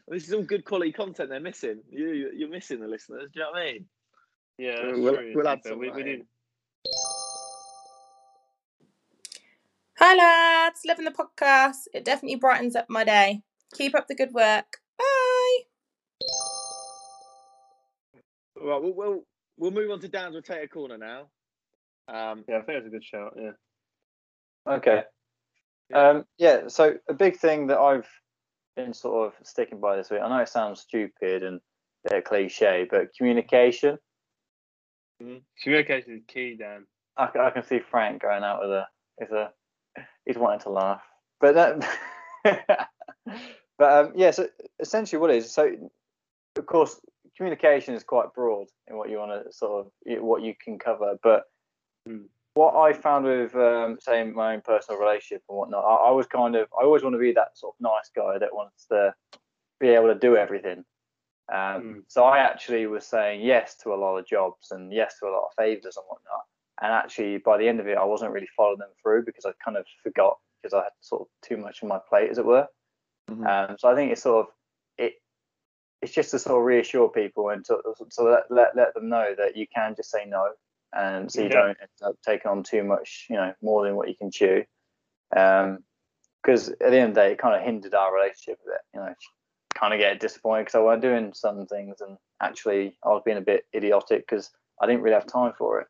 [SPEAKER 1] This is all good quality content they're missing. You, you- you're missing the listeners. Do you know what I mean?
[SPEAKER 2] (laughs) yeah, that's
[SPEAKER 1] We'll-
[SPEAKER 2] true,
[SPEAKER 1] we'll
[SPEAKER 2] to
[SPEAKER 1] add
[SPEAKER 2] be fair.
[SPEAKER 1] some
[SPEAKER 2] we,
[SPEAKER 1] of
[SPEAKER 2] we
[SPEAKER 1] that in.
[SPEAKER 2] did.
[SPEAKER 5] Hi lads, loving the podcast. It definitely brightens up my day. Keep up the good work. Bye.
[SPEAKER 1] Right, we'll, we'll, we'll move on to Dan's Rotator Corner now. Um,
[SPEAKER 2] Yeah, I think that's a good shout. Yeah,
[SPEAKER 3] Okay. Um, yeah, so a big thing that I've been sort of sticking by this week, I know it sounds stupid and a bit cliche, but communication.
[SPEAKER 2] Mm-hmm. communication is key, Dan.
[SPEAKER 3] I, c- I can see Frank going out with a, is a he's wanting to laugh. But that, (laughs) but um, yeah, so essentially what it is, so of course, communication is quite broad in what you want to sort of, y- what you can cover, but
[SPEAKER 2] Hmm.
[SPEAKER 3] what I found with um, saying my own personal relationship and whatnot, I, I was kind of I always want to be that sort of nice guy that wants to be able to do everything. Um,
[SPEAKER 2] Hmm.
[SPEAKER 3] So I actually was saying yes to a lot of jobs and yes to a lot of favors and whatnot. And actually, by the end of it, I wasn't really following them through because I kind of forgot because I had sort of too much on my plate, as it were.
[SPEAKER 2] Mm.
[SPEAKER 3] Um, so I think it's sort of it. It's just to sort of reassure people and to, to let, let let them know that you can just say no, and so you
[SPEAKER 2] Yeah.
[SPEAKER 3] don't end up taking on too much, you know, more than what you can chew. Um, because at the end of the day, it kind of hindered our relationship a bit. You know, kind of get disappointed because I was doing some things, and actually I was being a bit idiotic because I didn't really have time for it.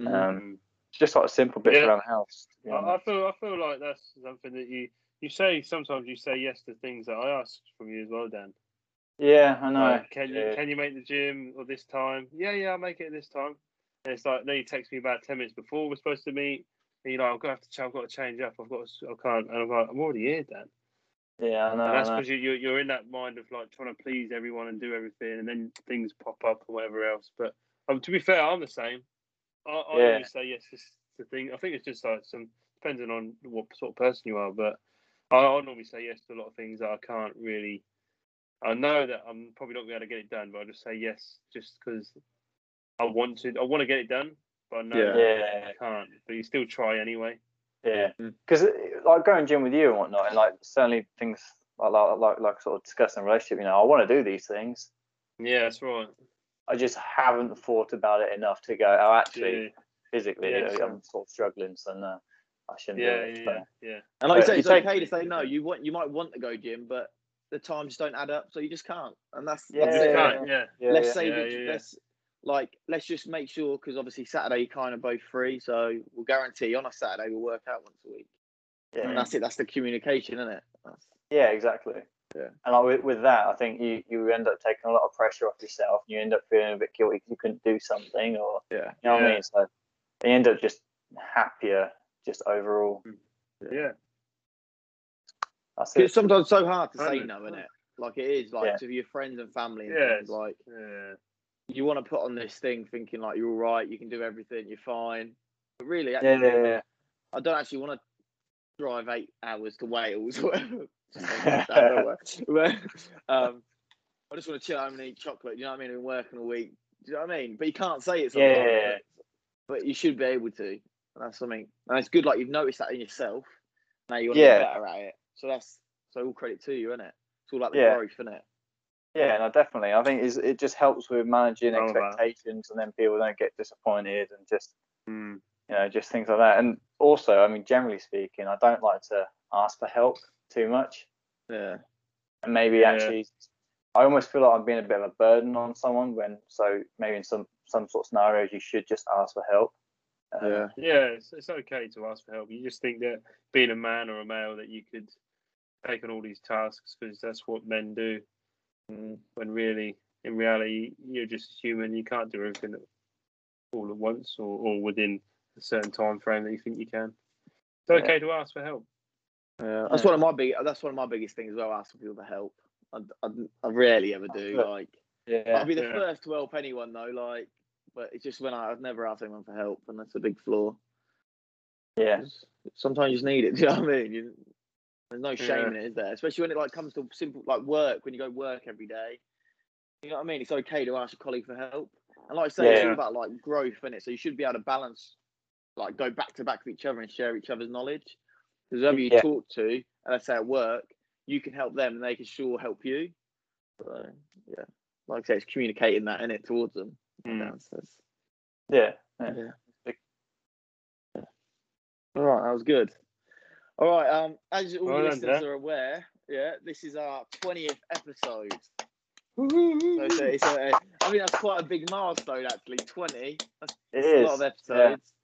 [SPEAKER 3] Um,
[SPEAKER 2] Mm.
[SPEAKER 3] just like simple bits
[SPEAKER 2] Yeah.
[SPEAKER 3] around the house. to be
[SPEAKER 2] I, I
[SPEAKER 3] honest.
[SPEAKER 2] feel I feel like that's something that you you say sometimes. You say yes to things that I ask from you as well, Dan.
[SPEAKER 3] Yeah, I know.
[SPEAKER 2] Like, can you
[SPEAKER 3] Yeah.
[SPEAKER 2] can you make the gym or this time? Yeah, yeah, I'll make it this time. And it's like, no, you text me about ten minutes before we're supposed to meet. And you know, I've got to have to, ch- I've got to change up. I've got, to, s- I can't. And I'm like, I'm already here, Dan.
[SPEAKER 3] Yeah, I
[SPEAKER 2] And
[SPEAKER 3] know. I
[SPEAKER 2] that's
[SPEAKER 3] know.
[SPEAKER 2] because you, you're you're in that mind of like trying to please everyone and do everything, and then things pop up or whatever else. But um, to be fair, I'm the same. I, I
[SPEAKER 3] Yeah.
[SPEAKER 2] always say yes to s- to things. I think it's just like some depending on what sort of person you are, but I, I normally say yes to a lot of things that I can't really. I know that I'm probably not going to be able to get it done, but I just say yes just because I want to. I want to get it done, but I know
[SPEAKER 1] Yeah.
[SPEAKER 2] that
[SPEAKER 3] Yeah.
[SPEAKER 2] I can't. But you still try anyway.
[SPEAKER 3] Yeah,
[SPEAKER 2] Hmm.
[SPEAKER 1] Mm.
[SPEAKER 3] because like going gym with you and whatnot, and like certainly things like like like, like sort of discussing relationship. You know, I want to do these things.
[SPEAKER 2] Yeah, that's right.
[SPEAKER 3] I just haven't thought about it enough to go. Oh, actually,
[SPEAKER 2] Yeah,
[SPEAKER 3] physically,
[SPEAKER 2] Yeah,
[SPEAKER 3] I'm sort of struggling, so no, I shouldn't.
[SPEAKER 2] yeah,
[SPEAKER 3] do it.
[SPEAKER 2] yeah,
[SPEAKER 3] So,
[SPEAKER 2] yeah. yeah.
[SPEAKER 1] and like you
[SPEAKER 3] but
[SPEAKER 1] say,
[SPEAKER 3] you
[SPEAKER 1] it's
[SPEAKER 3] take-
[SPEAKER 1] okay to say no. You want, you might want to go gym, but the times just don't add up, so you just can't. And that's
[SPEAKER 3] Yeah,
[SPEAKER 1] that's
[SPEAKER 2] You
[SPEAKER 1] it.
[SPEAKER 3] yeah,
[SPEAKER 2] can't, yeah.
[SPEAKER 3] yeah,
[SPEAKER 1] let's
[SPEAKER 3] yeah.
[SPEAKER 1] save
[SPEAKER 2] Yeah,
[SPEAKER 1] it.
[SPEAKER 2] yeah, yeah.
[SPEAKER 1] Let's like let's just make sure because obviously Saturday you're kind of both free, so we'll guarantee on a Saturday we'll work out once a week, and
[SPEAKER 3] yeah,
[SPEAKER 1] that's it. That's the communication, isn't it? That's,
[SPEAKER 3] yeah, exactly.
[SPEAKER 1] Yeah.
[SPEAKER 3] And like, with, with that, I think you you end up taking a lot of pressure off yourself. And you end up feeling a bit guilty 'cause you couldn't do something, or
[SPEAKER 1] yeah,
[SPEAKER 3] you know what I
[SPEAKER 2] Yeah.
[SPEAKER 3] mean. So you end up just happier, just overall.
[SPEAKER 2] yeah.
[SPEAKER 3] That's
[SPEAKER 1] 'Cause
[SPEAKER 3] it.
[SPEAKER 1] it's sometimes so hard to say
[SPEAKER 2] Hundred
[SPEAKER 1] no, isn't
[SPEAKER 2] percent.
[SPEAKER 1] it? Like it is, like
[SPEAKER 3] Yeah.
[SPEAKER 1] to your friends and family, and
[SPEAKER 2] Yeah,
[SPEAKER 1] things,
[SPEAKER 2] it's-
[SPEAKER 1] like
[SPEAKER 2] Yeah,
[SPEAKER 1] you want to put on this thing thinking like you're all right, you can do everything, you're fine, but really,
[SPEAKER 3] Yeah,
[SPEAKER 1] actually,
[SPEAKER 3] yeah, yeah.
[SPEAKER 1] I don't actually want to drive eight hours to Wales (laughs) or
[SPEAKER 3] (laughs)
[SPEAKER 1] whatever. Just don't work. But, um, I just want to chill out and eat chocolate. You know what I mean? And working all week. Do you know what I mean? But you can't say it. sometimes,
[SPEAKER 3] Yeah.
[SPEAKER 1] But, but you should be able to. And that's something. And it's good. Like you've noticed that in yourself. Now you want to
[SPEAKER 3] Yeah.
[SPEAKER 1] get better at it. So that's so all credit to you, isn't it? It's all like the
[SPEAKER 3] Yeah.
[SPEAKER 1] growth, isn't it?
[SPEAKER 3] Yeah, no, definitely. I think it's, it just helps with managing
[SPEAKER 2] Oh, wow.
[SPEAKER 3] expectations, and then people don't get disappointed, and just
[SPEAKER 1] Hmm.
[SPEAKER 2] Mm.
[SPEAKER 3] you know, just things like that. And also, I mean, generally speaking, I don't like to ask for help too much,
[SPEAKER 1] Yeah.
[SPEAKER 3] and maybe
[SPEAKER 2] Yeah.
[SPEAKER 3] actually, I almost feel like I'm being a bit of a burden on someone when. So maybe in some some sort of scenarios, you should just ask for help. Um,
[SPEAKER 1] Yeah.
[SPEAKER 2] Yeah, it's, it's okay to ask for help. You just think that being a man or a male that you could take on all these tasks because that's what men do. Mm, When really, in reality, you're just human. You can't do everything all at once or, or within a certain time frame that you think you can. It's
[SPEAKER 3] Yeah.
[SPEAKER 2] okay to ask for help.
[SPEAKER 1] Yeah. That's
[SPEAKER 3] Yeah.
[SPEAKER 1] one of my big. That's one of my biggest things as well. Asking people for help. I, I, I rarely ever do.
[SPEAKER 3] Look.
[SPEAKER 1] Like I'll
[SPEAKER 3] yeah,
[SPEAKER 1] be the
[SPEAKER 2] Yeah.
[SPEAKER 1] first to help anyone though. Like, but it's just when I, I've never asked anyone for help, and that's a big flaw.
[SPEAKER 3] yeah.
[SPEAKER 1] Because Sometimes you just need it. (laughs) Do you know what I mean? You, there's no shame
[SPEAKER 2] Yeah.
[SPEAKER 1] in it, is there? Especially when it like comes to simple like work. When you go work every day, you know what I mean. It's okay to ask a colleague for help. And like I say, it's all
[SPEAKER 2] Yeah.
[SPEAKER 1] about like growth, is it? So you should be able to balance, like go back to back with each other and share each other's knowledge. Because whoever you
[SPEAKER 3] Yeah.
[SPEAKER 1] talk to, and let's say at work, you can help them, and they can sure help you. So yeah, like I say, it's communicating that in it towards them.
[SPEAKER 2] Mm.
[SPEAKER 1] Downstairs.
[SPEAKER 3] Yeah.
[SPEAKER 1] All right, that was good. All right, um, as all
[SPEAKER 2] Well
[SPEAKER 1] the
[SPEAKER 2] done,
[SPEAKER 1] listeners
[SPEAKER 2] Dan.
[SPEAKER 1] are aware, yeah, this is our twentieth episode. So
[SPEAKER 2] Woo-hoo-hoo.
[SPEAKER 1] it's a, it's a, I mean, that's quite a big milestone, actually. Twenty, that's
[SPEAKER 3] It
[SPEAKER 1] a
[SPEAKER 3] is.
[SPEAKER 1] lot of episodes.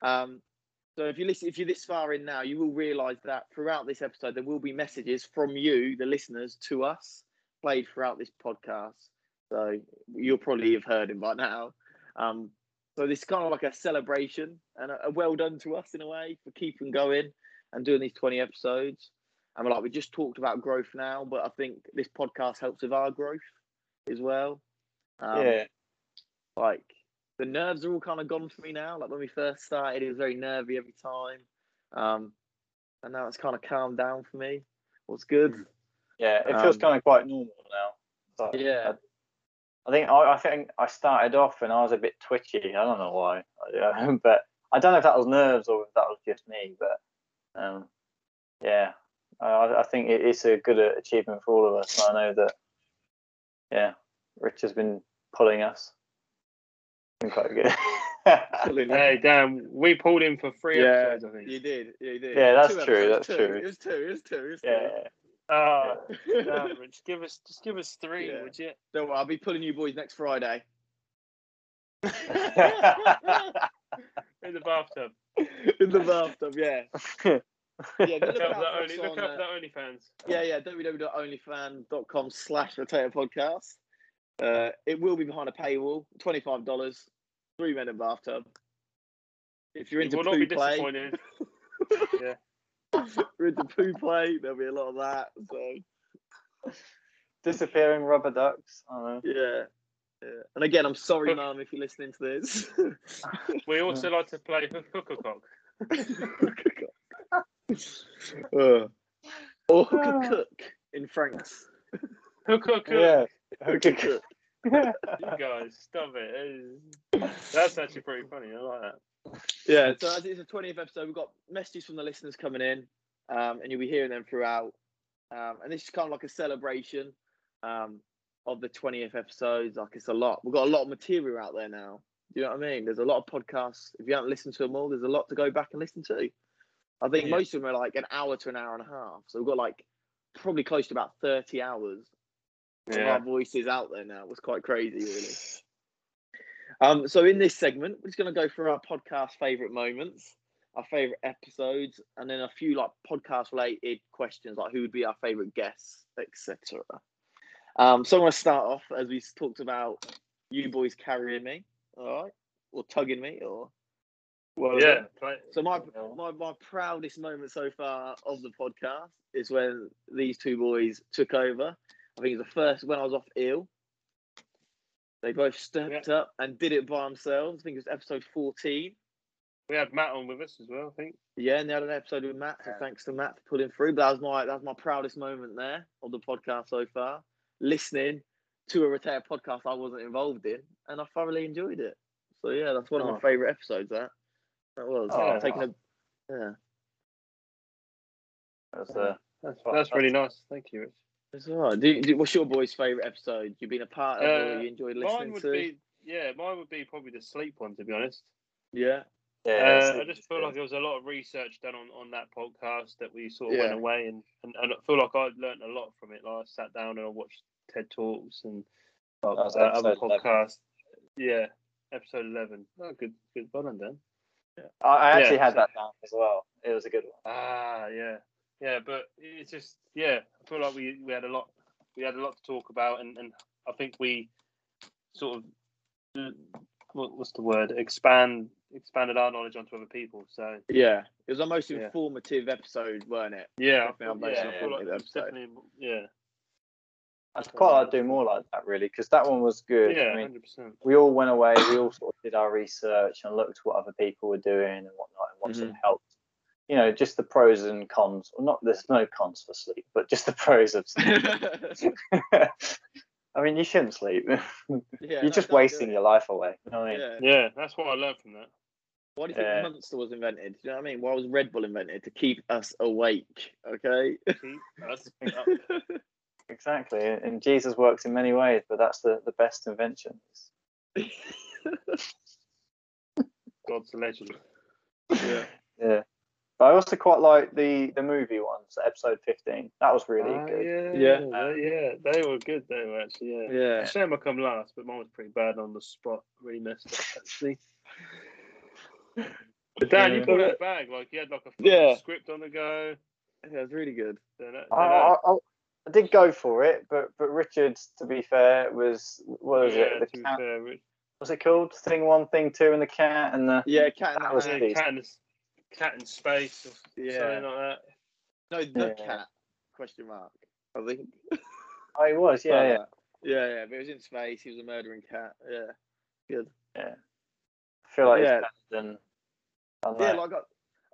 [SPEAKER 1] Um, so if you listen, if you're this far in now, you will realise that throughout this episode there will be messages from you, the listeners, to us, played throughout this podcast. So you'll probably have heard him by now. Um, so this is kind of like a celebration and a, a well done to us in a way for keeping going and doing these 20 episodes. And like we just talked about growth now, but I think this podcast helps with our growth as well. Um,
[SPEAKER 3] yeah.
[SPEAKER 1] like the nerves are all kind of gone for me now. Like when we first started, it was very nervy every time, um, and now it's kind of calmed down for me. What's good?
[SPEAKER 3] Mm. Yeah, it feels
[SPEAKER 1] Um,
[SPEAKER 3] kind of quite normal now. So,
[SPEAKER 1] Yeah.
[SPEAKER 3] I, I think I, I think I started off and I was a bit twitchy. I don't know why, (laughs) I- but I don't know if that was nerves or if that was just me. But um, yeah, I- I, I think it, it's a good uh, achievement for all of us. And I know that. Yeah, Rich has been pulling us. Been quite good. (laughs) yeah,
[SPEAKER 2] Hey, Dan, we pulled in for three
[SPEAKER 1] Yeah.
[SPEAKER 2] episodes, I think.
[SPEAKER 1] you did, you did.
[SPEAKER 3] Yeah, that's
[SPEAKER 1] Two episodes,
[SPEAKER 3] true, that's
[SPEAKER 1] two.
[SPEAKER 3] true.
[SPEAKER 1] It was two. It was two. It was two.
[SPEAKER 3] (laughs)
[SPEAKER 2] Oh,
[SPEAKER 1] Yeah.
[SPEAKER 2] (laughs) Dan, Rich, give us just give us three,
[SPEAKER 1] Yeah.
[SPEAKER 2] would you?
[SPEAKER 1] (laughs) Don't worry, I'll be pulling you boys next
[SPEAKER 3] (laughs)
[SPEAKER 1] Friday. (laughs)
[SPEAKER 2] In the bathtub.
[SPEAKER 1] In the bathtub, yeah. Yeah, go
[SPEAKER 2] Look
[SPEAKER 1] look out
[SPEAKER 2] up the
[SPEAKER 1] for
[SPEAKER 2] only.
[SPEAKER 1] us
[SPEAKER 2] Look
[SPEAKER 1] on,
[SPEAKER 2] up
[SPEAKER 1] uh,
[SPEAKER 2] the OnlyFans.
[SPEAKER 1] yeah, yeah, www.onlyfan.com slash potato podcast. Uh, it will be behind a paywall, $25, three men in bathtub. If you're
[SPEAKER 2] You
[SPEAKER 1] into
[SPEAKER 2] will not
[SPEAKER 1] poo
[SPEAKER 2] be
[SPEAKER 1] play,
[SPEAKER 2] disappointed.
[SPEAKER 1] you're into poo play, there'll be a lot of that. So,
[SPEAKER 3] Disappearing rubber ducks. I don't know.
[SPEAKER 1] yeah. yeah. And again, I'm sorry,
[SPEAKER 2] Hook-
[SPEAKER 1] mum, if you're listening to
[SPEAKER 2] (laughs)
[SPEAKER 1] this. (laughs) Oh,
[SPEAKER 2] We also like to play hook- hooker cock.
[SPEAKER 1] uh, or hook a cook in Frank's.
[SPEAKER 2] Hooker cook.
[SPEAKER 3] Yeah.
[SPEAKER 1] Hook a cook.
[SPEAKER 2] You guys, stop it. It is- That's actually pretty funny. I like that.
[SPEAKER 1] Yeah, so as it's uh, the 20th episode, we've got messages from the listeners coming in, um, and you'll be hearing them throughout. Um, and this is kind of like a celebration um, of the 20th episodes. Like, it's a lot. We've got a lot of material out there now. Do you know what I mean? There's a lot of podcasts. If you haven't listened to them all, there's a lot to go back and listen to. I think
[SPEAKER 3] Yeah.
[SPEAKER 1] most of them are like an hour to an hour and a half. So we've got like probably close to about 30 hours of our voices out there now. It was quite crazy, really. Um, so in this segment, we're just going to go through our podcast favorite moments, our favorite episodes, and then a few like podcast related questions, like who would be our favorite guests, etc. Um, so I'm going to start off as we talked about you boys carrying me, all right, or tugging me, or well,
[SPEAKER 2] Yeah. Play,
[SPEAKER 1] so my, my my proudest moment so far of the podcast is when these two boys took over. I think it was the first when I was off ill. They both stepped up and did it by themselves. I think it was episode fourteen.
[SPEAKER 2] We had Matt on with us as well, I think.
[SPEAKER 1] Yeah, and they had an episode with Matt. So
[SPEAKER 3] Yeah.
[SPEAKER 1] thanks to Matt for pulling through. But that was my that was my proudest moment there of the podcast so far. Listening to a retail podcast I wasn't involved in, and I thoroughly enjoyed it. So yeah, that's one of
[SPEAKER 2] Oh.
[SPEAKER 1] my favourite episodes. That that was
[SPEAKER 3] Oh.
[SPEAKER 1] taking a yeah.
[SPEAKER 3] That was, uh,
[SPEAKER 2] That's,
[SPEAKER 3] Well,
[SPEAKER 2] that's really nice. Thank you, Rich.
[SPEAKER 1] That's all right. Do, do, what's your boy's favourite episode you've been a part of
[SPEAKER 2] Uh,
[SPEAKER 1] or you enjoyed
[SPEAKER 2] Mine
[SPEAKER 1] listening
[SPEAKER 2] would
[SPEAKER 1] to?
[SPEAKER 2] be yeah, mine would be probably the sleep one to be honest.
[SPEAKER 1] Yeah.
[SPEAKER 3] yeah,
[SPEAKER 2] Uh, I just feel like there was a lot of research done on, on that podcast that we sort of went
[SPEAKER 1] Yeah.
[SPEAKER 2] away and, and, and I feel like I learned a lot from it. Like I sat down and I watched TED Talks and uh,
[SPEAKER 3] That was
[SPEAKER 2] other
[SPEAKER 3] episode 11.
[SPEAKER 2] podcasts. Yeah, episode 11. Oh, good, good. Well done, Dan.
[SPEAKER 3] I, I actually
[SPEAKER 2] yeah.
[SPEAKER 3] had that down as well. It was a good one.
[SPEAKER 2] Ah, yeah, yeah, but it's just yeah. I feel like we we had a lot we had a lot to talk about, and and I think we sort of uh, what, what's the word expand expanded our knowledge onto other people. So
[SPEAKER 1] Yeah. It was our most
[SPEAKER 2] Yeah.
[SPEAKER 1] informative episode, weren't (laughs) it?
[SPEAKER 2] yeah, I
[SPEAKER 1] Definitely
[SPEAKER 2] feel, yeah,
[SPEAKER 3] on
[SPEAKER 2] I feel like
[SPEAKER 1] Basement
[SPEAKER 2] it's
[SPEAKER 1] episode.
[SPEAKER 2] definitely yeah,
[SPEAKER 3] I'd quite like to do more like that, really, because that one was good.
[SPEAKER 2] yeah,
[SPEAKER 3] I mean,
[SPEAKER 2] hundred percent.
[SPEAKER 3] we all went away, we all sort of did our research and looked what other people were doing and whatnot and what
[SPEAKER 2] Mm-hmm.
[SPEAKER 3] sort of helped. You know, just the pros and cons. Well, not there's no cons for sleep, but just the pros of
[SPEAKER 2] (laughs)
[SPEAKER 3] sleep. I mean, you shouldn't sleep. (laughs)
[SPEAKER 1] yeah,
[SPEAKER 3] You're just wasting your life away. You know what I mean?
[SPEAKER 1] Yeah.
[SPEAKER 2] Yeah, that's what I learned from that.
[SPEAKER 1] Why do you think
[SPEAKER 3] Yeah.
[SPEAKER 1] Monster was invented? Do you know what I mean? Why was Red Bull invented? To keep us awake,
[SPEAKER 3] (laughs)
[SPEAKER 1] okay?
[SPEAKER 2] Keep us up.
[SPEAKER 3] Exactly. And Jesus works in many ways, but that's the, the best invention.
[SPEAKER 2] God's a legend.
[SPEAKER 1] yeah.
[SPEAKER 3] Yeah. But I also quite like the the movie ones, episode 15. That was really
[SPEAKER 2] Ah,
[SPEAKER 3] good.
[SPEAKER 2] yeah,
[SPEAKER 1] Yeah.
[SPEAKER 2] yeah, yeah, they were good. They were actually yeah.
[SPEAKER 1] Yeah.
[SPEAKER 2] Shame I come last, but mine was pretty bad on the spot. Really messed up, actually. But Dan, you
[SPEAKER 1] Yeah.
[SPEAKER 2] pulled out a bag. Like you had like a full
[SPEAKER 1] Yeah.
[SPEAKER 2] script on the go.
[SPEAKER 1] Yeah, it was really good.
[SPEAKER 2] Then, then,
[SPEAKER 3] I, I, I, I did go for it, but but Richards, to be fair, was what was
[SPEAKER 2] yeah,
[SPEAKER 3] it?
[SPEAKER 2] to
[SPEAKER 3] The
[SPEAKER 2] be
[SPEAKER 3] cat,
[SPEAKER 2] fair, Rich-
[SPEAKER 3] was it called Thing One, Thing Two, and the cat and the
[SPEAKER 1] Yeah, Cat in
[SPEAKER 3] That
[SPEAKER 1] the
[SPEAKER 3] was
[SPEAKER 1] Hat.
[SPEAKER 2] yeah, uh, cat in the- cat in space or
[SPEAKER 1] Yeah.
[SPEAKER 2] something like that.
[SPEAKER 1] No, the
[SPEAKER 3] Yeah.
[SPEAKER 1] cat? Question mark. I think.
[SPEAKER 3] oh, it was yeah
[SPEAKER 1] Like
[SPEAKER 3] yeah.
[SPEAKER 1] that. yeah, yeah. But it was in space. He was a murdering cat. Yeah.
[SPEAKER 3] I feel like
[SPEAKER 1] Yeah.
[SPEAKER 3] it's better than. than
[SPEAKER 1] Yeah,
[SPEAKER 3] that.
[SPEAKER 1] like I,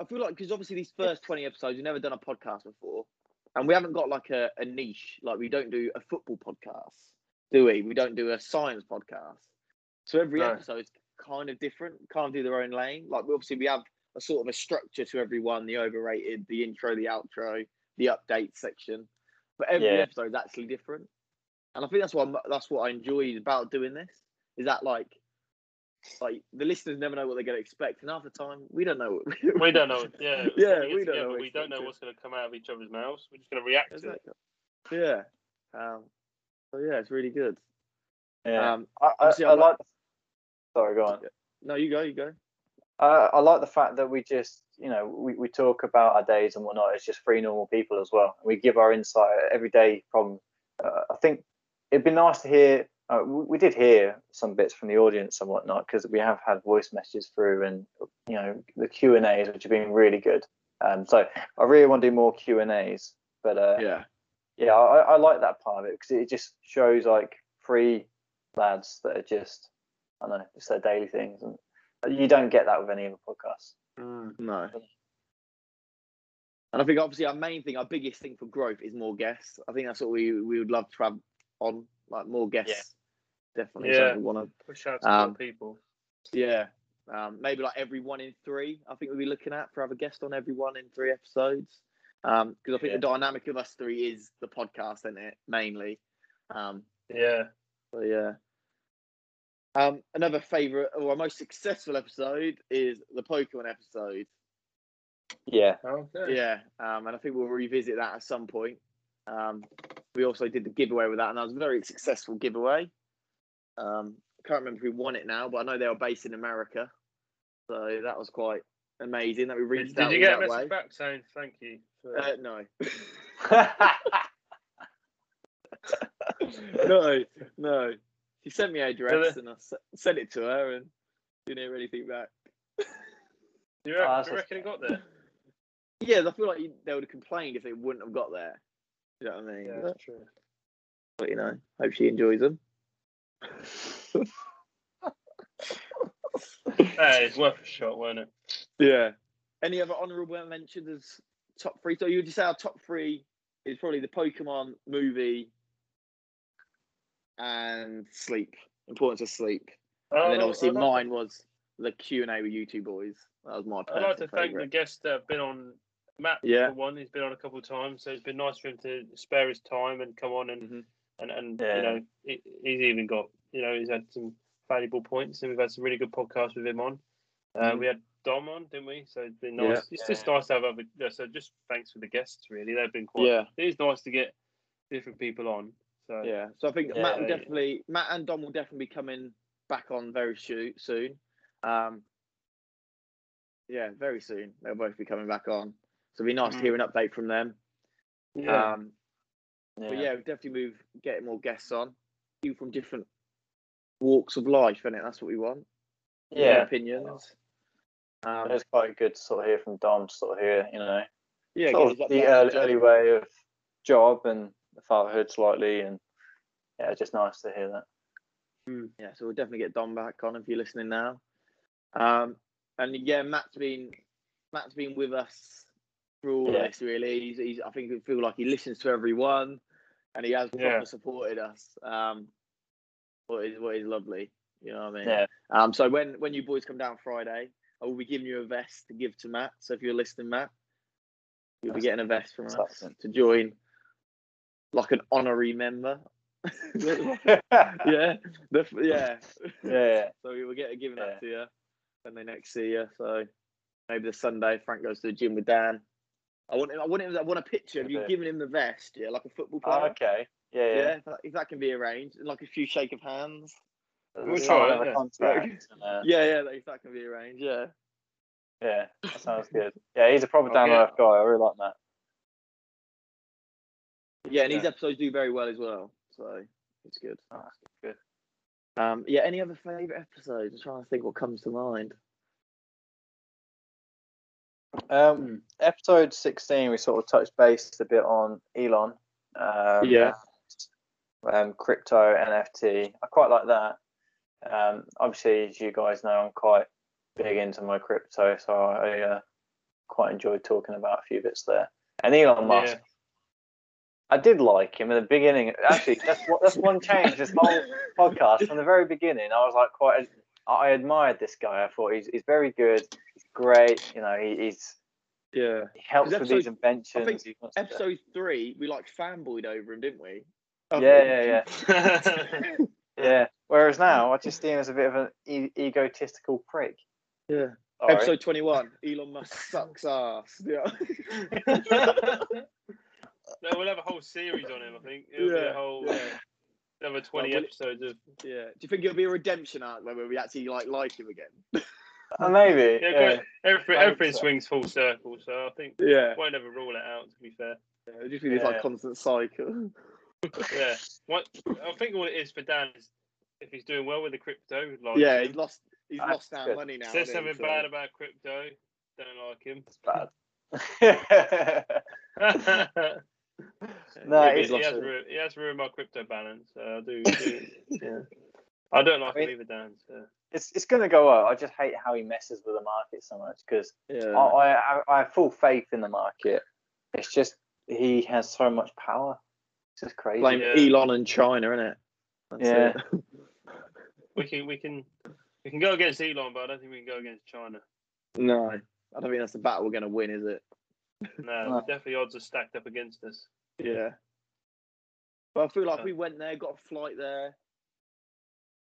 [SPEAKER 1] I feel like because obviously these first twenty episodes, we've never done a podcast before, and we haven't got like a, a niche. Like we don't do a football podcast, do we? We don't do a science podcast. So every
[SPEAKER 2] No.
[SPEAKER 1] episode's kind of different. Kind of do their own lane. Like we obviously we have a sort of a structure to everyone: the overrated, the intro, the outro, the update section. But every
[SPEAKER 3] Yeah.
[SPEAKER 1] episode's actually different, and I think that's what I'm, that's what I enjoyed about doing this. Is that like like the listeners never know what they're going to expect, and half the time we don't know. What
[SPEAKER 2] We
[SPEAKER 1] (laughs)
[SPEAKER 2] don't know. Yeah,
[SPEAKER 1] Yeah,
[SPEAKER 2] when get
[SPEAKER 1] we don't know
[SPEAKER 2] together,
[SPEAKER 1] what
[SPEAKER 2] We don't know
[SPEAKER 1] to-
[SPEAKER 2] what's going to come out of each other's mouths. We're just going to react to it.
[SPEAKER 1] Exactly. Yeah. Um, so yeah, it's really good.
[SPEAKER 3] yeah.
[SPEAKER 1] Um,
[SPEAKER 3] I, I,
[SPEAKER 1] obviously,
[SPEAKER 3] I
[SPEAKER 1] I'm not-
[SPEAKER 3] like. Sorry, go on.
[SPEAKER 1] no, you go, you go.
[SPEAKER 3] Uh, I like the fact that we just, you know, we, we talk about our days and whatnot. It's just three normal people as well. We give our insight everyday problem. Uh, I think it'd be nice to hear. Uh, we, we did hear some bits from the audience and whatnot because we have had voice messages through and you know the Q and A's, which have been really good. Um, so I really want to do more Q and A's, but uh,
[SPEAKER 1] Yeah.
[SPEAKER 3] yeah, I, I like that part of it because it just shows like three lads that are just, I don't know, it's their daily things, and you don't get that with any other podcast.
[SPEAKER 1] No. And I think obviously our main thing, our biggest thing for growth is more guests. I think that's what we we would love to have on, like more guests. Definitely.
[SPEAKER 2] Yeah.
[SPEAKER 1] something we want
[SPEAKER 2] Push out to
[SPEAKER 1] Um,
[SPEAKER 2] more people.
[SPEAKER 1] to. Yeah. Um, maybe like every one in three. I think we'll be looking at for have a guest on every one in three episodes. Because I think
[SPEAKER 3] Yeah.
[SPEAKER 1] the dynamic of us three is the podcast, isn't it? Mainly. Um,
[SPEAKER 2] Yeah.
[SPEAKER 1] So yeah. Um, another favourite or our most successful episode is the Pokemon episode.
[SPEAKER 3] Yeah,
[SPEAKER 2] Okay.
[SPEAKER 1] Yeah. Um, and I think we'll revisit that at some point. Um, we also did the giveaway with that, and that was a very successful giveaway. Um, I can't remember who won it now, but I know they were based in America, so that was quite amazing that we
[SPEAKER 2] Did,
[SPEAKER 1] reached
[SPEAKER 2] did
[SPEAKER 1] out
[SPEAKER 2] you
[SPEAKER 1] all
[SPEAKER 2] get a
[SPEAKER 1] that
[SPEAKER 2] message
[SPEAKER 1] way.
[SPEAKER 2] back saying thank you? For,
[SPEAKER 1] Uh, no,
[SPEAKER 2] (laughs)
[SPEAKER 3] yeah,
[SPEAKER 1] no, (laughs) no. She sent me her address, and I s- sent it to her, and didn't hear anything back.
[SPEAKER 2] do you reckon,
[SPEAKER 3] that's
[SPEAKER 2] do you
[SPEAKER 3] a-
[SPEAKER 2] reckon it got there?
[SPEAKER 1] Yeah, I feel like you- they would have complained if they wouldn't have got there. You know what I mean? But,
[SPEAKER 2] that's true.
[SPEAKER 1] but, you know, hope she enjoys them.
[SPEAKER 2] Hey, it's worth a shot, wasn't it?
[SPEAKER 1] Yeah. (laughs) Any other honourable mentions as top three? So you would say our top three is probably the Pokemon movie and sleep. Importance of sleep. and then
[SPEAKER 2] I'd-
[SPEAKER 1] obviously
[SPEAKER 2] Uh, I'd Oh, like to-
[SPEAKER 1] mine was the Q and A with you two boys. That was my
[SPEAKER 2] I'd
[SPEAKER 1] personal
[SPEAKER 2] like to thank the
[SPEAKER 1] favourite.
[SPEAKER 2] guests that have been on. Matt,
[SPEAKER 1] Yeah.
[SPEAKER 2] for one, he's been on a couple of times, so it's been nice for him to spare his time and come on and
[SPEAKER 1] Mhm.
[SPEAKER 2] and and
[SPEAKER 3] Yeah.
[SPEAKER 2] you know he- he's even got you know he's had some valuable points, and we've had some really good podcasts with him on. Uh,
[SPEAKER 1] Mhm.
[SPEAKER 2] We had Dom on, didn't we? So it's been nice. It's just nice to have other. yeah, So just thanks for the guests, really. They've been quite.
[SPEAKER 1] Yeah,
[SPEAKER 2] It is nice to get different people on. So
[SPEAKER 1] yeah. So I think
[SPEAKER 3] Yeah.
[SPEAKER 1] Matt will definitely, Matt and Dom will definitely be coming back on very shoo- soon. Um, yeah, very soon. They'll both be coming back on. So it'd be nice to hear an update from them.
[SPEAKER 2] yeah,
[SPEAKER 1] Um, But yeah, we definitely move getting more guests on. People from different walks of life, and it that's what we want. Different
[SPEAKER 3] yeah.
[SPEAKER 1] opinions. Um,
[SPEAKER 3] It's quite good to sort of hear from Dom, to sort of hear, you know,
[SPEAKER 1] yeah,
[SPEAKER 3] sort of
[SPEAKER 1] get us
[SPEAKER 3] the
[SPEAKER 1] updated
[SPEAKER 3] early,
[SPEAKER 1] on
[SPEAKER 3] early
[SPEAKER 1] general-
[SPEAKER 3] way of job and the fatherhood slightly, and yeah, just nice to hear that.
[SPEAKER 1] Yeah, so we'll definitely get Don back on if you're listening now. Um, and yeah, Matt's been Matt's been with us through all
[SPEAKER 3] Yeah.
[SPEAKER 1] this. Really, he's, he's I think we feel like he listens to everyone, and he has proper
[SPEAKER 2] Yeah.
[SPEAKER 1] supported us. Um, what is what is lovely, you know what I mean?
[SPEAKER 3] Yeah.
[SPEAKER 1] Um, so when when you boys come down Friday, I will be giving you a vest to give to Matt. So if you're listening, Matt, you'll be
[SPEAKER 3] That's-
[SPEAKER 1] getting a vest from us
[SPEAKER 3] that's excellent.
[SPEAKER 1] to join, like an honorary
[SPEAKER 3] (laughs)
[SPEAKER 1] member. (laughs)
[SPEAKER 3] yeah.
[SPEAKER 1] yeah, the, yeah.
[SPEAKER 3] yeah,
[SPEAKER 1] So we will get given
[SPEAKER 3] Yeah.
[SPEAKER 1] that to you when they next see you. So maybe the Sunday Frank goes to the gym with Dan. I want him, I want him, I want a picture of you
[SPEAKER 3] Okay.
[SPEAKER 1] giving him the vest, yeah, like a football player.
[SPEAKER 3] Oh, okay. Yeah,
[SPEAKER 1] Yeah,
[SPEAKER 3] yeah.
[SPEAKER 1] if, that, if that can be arranged, and like a few shake of hands.
[SPEAKER 2] We'll
[SPEAKER 3] Sign
[SPEAKER 2] try
[SPEAKER 3] of
[SPEAKER 2] it,
[SPEAKER 3] a
[SPEAKER 2] yeah.
[SPEAKER 3] contract and, uh,
[SPEAKER 1] Yeah, yeah, if that can be arranged, yeah.
[SPEAKER 3] yeah, that sounds good. Yeah, he's a proper
[SPEAKER 2] Okay.
[SPEAKER 3] down earth guy. I really like that.
[SPEAKER 1] Yeah, and these
[SPEAKER 3] Yeah.
[SPEAKER 1] episodes do very well as well, so it's good.
[SPEAKER 3] Oh, that's good.
[SPEAKER 1] Um, yeah, any other favourite episodes? I'm trying to think what comes to mind.
[SPEAKER 3] Um, episode 16, we sort of touched base a bit on Elon. Um,
[SPEAKER 1] Yeah.
[SPEAKER 3] and, Um, crypto, NFT. I quite like that. Um, obviously, as you guys know, I'm quite big into my crypto, so I uh, quite enjoyed talking about a few bits there. And Elon Musk, I did like him in the beginning. Actually, that's what that's one change. This whole podcast from the very beginning, I was like quite. I admired this guy. I thought he's he's very good. He's great. You know, he, he's
[SPEAKER 1] (laughs)
[SPEAKER 3] (laughs)
[SPEAKER 1] Yeah.
[SPEAKER 3] he helps with
[SPEAKER 1] Episode-
[SPEAKER 3] these inventions.
[SPEAKER 1] I think
[SPEAKER 3] He wants to-
[SPEAKER 1] Episode three, we like fanboyed over him, didn't we?
[SPEAKER 3] yeah, yeah, yeah,
[SPEAKER 1] (laughs)
[SPEAKER 2] yeah.
[SPEAKER 3] yeah. Whereas now, I just see him as a bit of an e- egotistical prick.
[SPEAKER 1] Yeah.
[SPEAKER 3] Sorry.
[SPEAKER 1] Episode 21, Elon Musk sucks ass. (laughs) Yeah. Um,
[SPEAKER 2] (laughs) no, we'll have a whole series on him. I think it'll be
[SPEAKER 1] Yeah,
[SPEAKER 2] a whole
[SPEAKER 1] yeah.
[SPEAKER 2] uh, another twenty
[SPEAKER 1] Well,
[SPEAKER 2] episodes of.
[SPEAKER 1] Yeah. Do you think it'll be a redemption arc though, where we actually like like him again?
[SPEAKER 3] Uh, maybe.
[SPEAKER 2] Yeah,
[SPEAKER 3] Yeah,
[SPEAKER 2] great. Everything,
[SPEAKER 3] I hope
[SPEAKER 2] everything
[SPEAKER 3] so.
[SPEAKER 2] swings full circle, so I think
[SPEAKER 1] Yeah.
[SPEAKER 2] won't ever rule it out. To be fair,
[SPEAKER 1] It'll just be this like
[SPEAKER 3] Yeah.
[SPEAKER 1] constant cycle.
[SPEAKER 2] yeah. What I think all it is for Dan is if he's doing well with the crypto, like
[SPEAKER 1] Yeah,
[SPEAKER 2] him.
[SPEAKER 1] he's lost he's
[SPEAKER 3] Oh, That's
[SPEAKER 1] lost our
[SPEAKER 3] good.
[SPEAKER 1] money now.
[SPEAKER 2] says
[SPEAKER 1] hasn't he?
[SPEAKER 2] something
[SPEAKER 1] So-
[SPEAKER 2] bad about crypto, don't like him. (laughs)
[SPEAKER 3] it's bad. (laughs) No,
[SPEAKER 2] Yeah,
[SPEAKER 3] he's
[SPEAKER 2] he,
[SPEAKER 1] lost
[SPEAKER 2] has
[SPEAKER 1] it.
[SPEAKER 2] ru- he has ruined my crypto balance. So I do, do- yeah. I don't like
[SPEAKER 3] I mean-
[SPEAKER 2] him either, Dan. So.
[SPEAKER 3] it's it's going to go up. I just hate how he messes with the market so much because
[SPEAKER 1] Yeah.
[SPEAKER 3] I, I, I have full faith in the market. It's just he has so much power. It's just crazy. (laughs)
[SPEAKER 1] Blame
[SPEAKER 2] Yeah.
[SPEAKER 1] Elon and China, innit? That's
[SPEAKER 3] Yeah.
[SPEAKER 1] it. (laughs)
[SPEAKER 2] We can, we can, we can go against Elon, but I don't think we can go against China.
[SPEAKER 1] no. I don't think that's the battle we're gonna win, is it?
[SPEAKER 2] No,
[SPEAKER 3] No.
[SPEAKER 2] definitely odds are stacked up against us.
[SPEAKER 1] Yeah. But I feel like
[SPEAKER 2] Yeah.
[SPEAKER 1] we went there, got a flight there.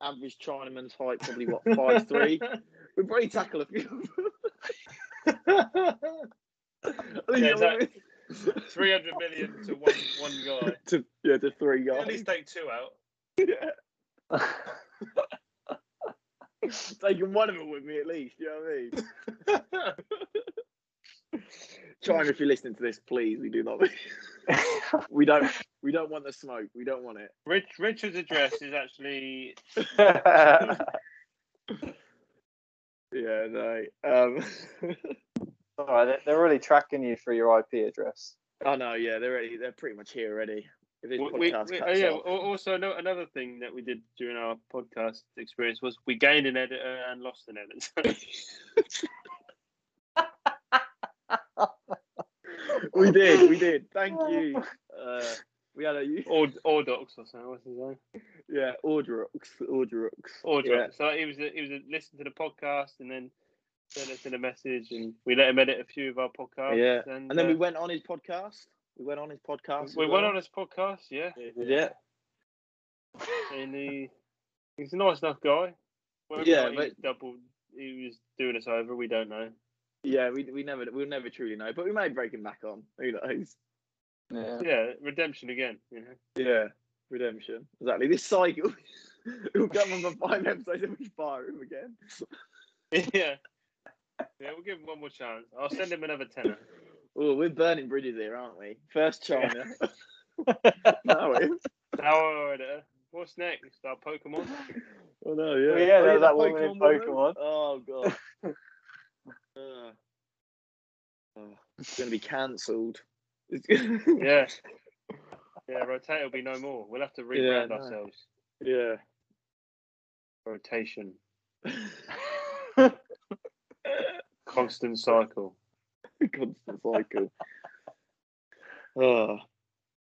[SPEAKER 1] Average Chinaman's height probably what
[SPEAKER 2] (laughs)
[SPEAKER 1] five three. We probably tackle a few. (laughs) of them.
[SPEAKER 2] Yeah, it's like-
[SPEAKER 1] Yeah,
[SPEAKER 2] (laughs) 300 million to one, one guy.
[SPEAKER 1] (laughs) to, yeah, to three guys.
[SPEAKER 2] At least take two out.
[SPEAKER 1] (laughs) Taking one of them with me at least. You know what I mean? China, if you're listening to this, please, we do not. we don't. We don't want the smoke. We don't want it.
[SPEAKER 2] Rich, Richard's address is actually.
[SPEAKER 1] Yeah, no. Um, (laughs)
[SPEAKER 3] Sorry, they're, they're really tracking you through your IP address.
[SPEAKER 1] oh no, yeah, they're already. They're pretty much here already. If (laughs) this
[SPEAKER 2] We- we-
[SPEAKER 1] podcast
[SPEAKER 2] we-
[SPEAKER 1] cuts
[SPEAKER 2] oh, yeah.
[SPEAKER 1] off.
[SPEAKER 2] al- Also, ano- another thing that we did during our podcast experience was we gained an editor and lost an
[SPEAKER 1] (laughs)
[SPEAKER 2] editor.
[SPEAKER 1] we did, we did. Thank you. Uh, we had a
[SPEAKER 2] or or docs or something. What's his name?
[SPEAKER 1] yeah, Orderux, Orderux,
[SPEAKER 2] Or
[SPEAKER 1] Yeah.
[SPEAKER 2] docs. So he was a, he was a, listened to the podcast and then sent us in a message and we let him edit a few of our podcasts.
[SPEAKER 1] Yeah.
[SPEAKER 2] and,
[SPEAKER 1] And then
[SPEAKER 2] uh,
[SPEAKER 1] we went on his podcast. We went on his podcast. as
[SPEAKER 2] we
[SPEAKER 1] well.
[SPEAKER 2] went on his podcast. Yeah,
[SPEAKER 1] Yeah,
[SPEAKER 2] and he he's a nice enough guy. Whether
[SPEAKER 1] Yeah,
[SPEAKER 2] yeah, he
[SPEAKER 1] but-
[SPEAKER 2] was double. He was doing us over. We don't know.
[SPEAKER 1] yeah. We, we never we'll never truly know, but we may break him back on. Who knows? (laughs)
[SPEAKER 3] Yeah.
[SPEAKER 2] Yeah, redemption again. You know.
[SPEAKER 1] Yeah, redemption. Exactly. This cycle. (laughs) We'll come on for five episodes and we fire him again.
[SPEAKER 2] (laughs) yeah. Yeah, we'll give him one more chance. I'll send him another tenner.
[SPEAKER 1] Oh, we're burning bridges here, aren't we? First China. (laughs) now it is.
[SPEAKER 2] Our editor. What's next? Our Pokemon?
[SPEAKER 1] Oh no, yeah.
[SPEAKER 3] Well, yeah,
[SPEAKER 1] oh,
[SPEAKER 3] there's that woman in
[SPEAKER 1] woman.
[SPEAKER 3] Pokemon.
[SPEAKER 1] Oh
[SPEAKER 3] (laughs)
[SPEAKER 1] god. uh, oh, it's gonna be cancelled. It's (laughs) gonna-
[SPEAKER 2] Yeah. Yeah, rotate will be no more. We'll have to rebrand
[SPEAKER 1] no.
[SPEAKER 2] ourselves.
[SPEAKER 1] yeah.
[SPEAKER 2] Rotation. Constant cycle.
[SPEAKER 1] (laughs) Constant
[SPEAKER 3] (laughs)
[SPEAKER 1] cycle. oh.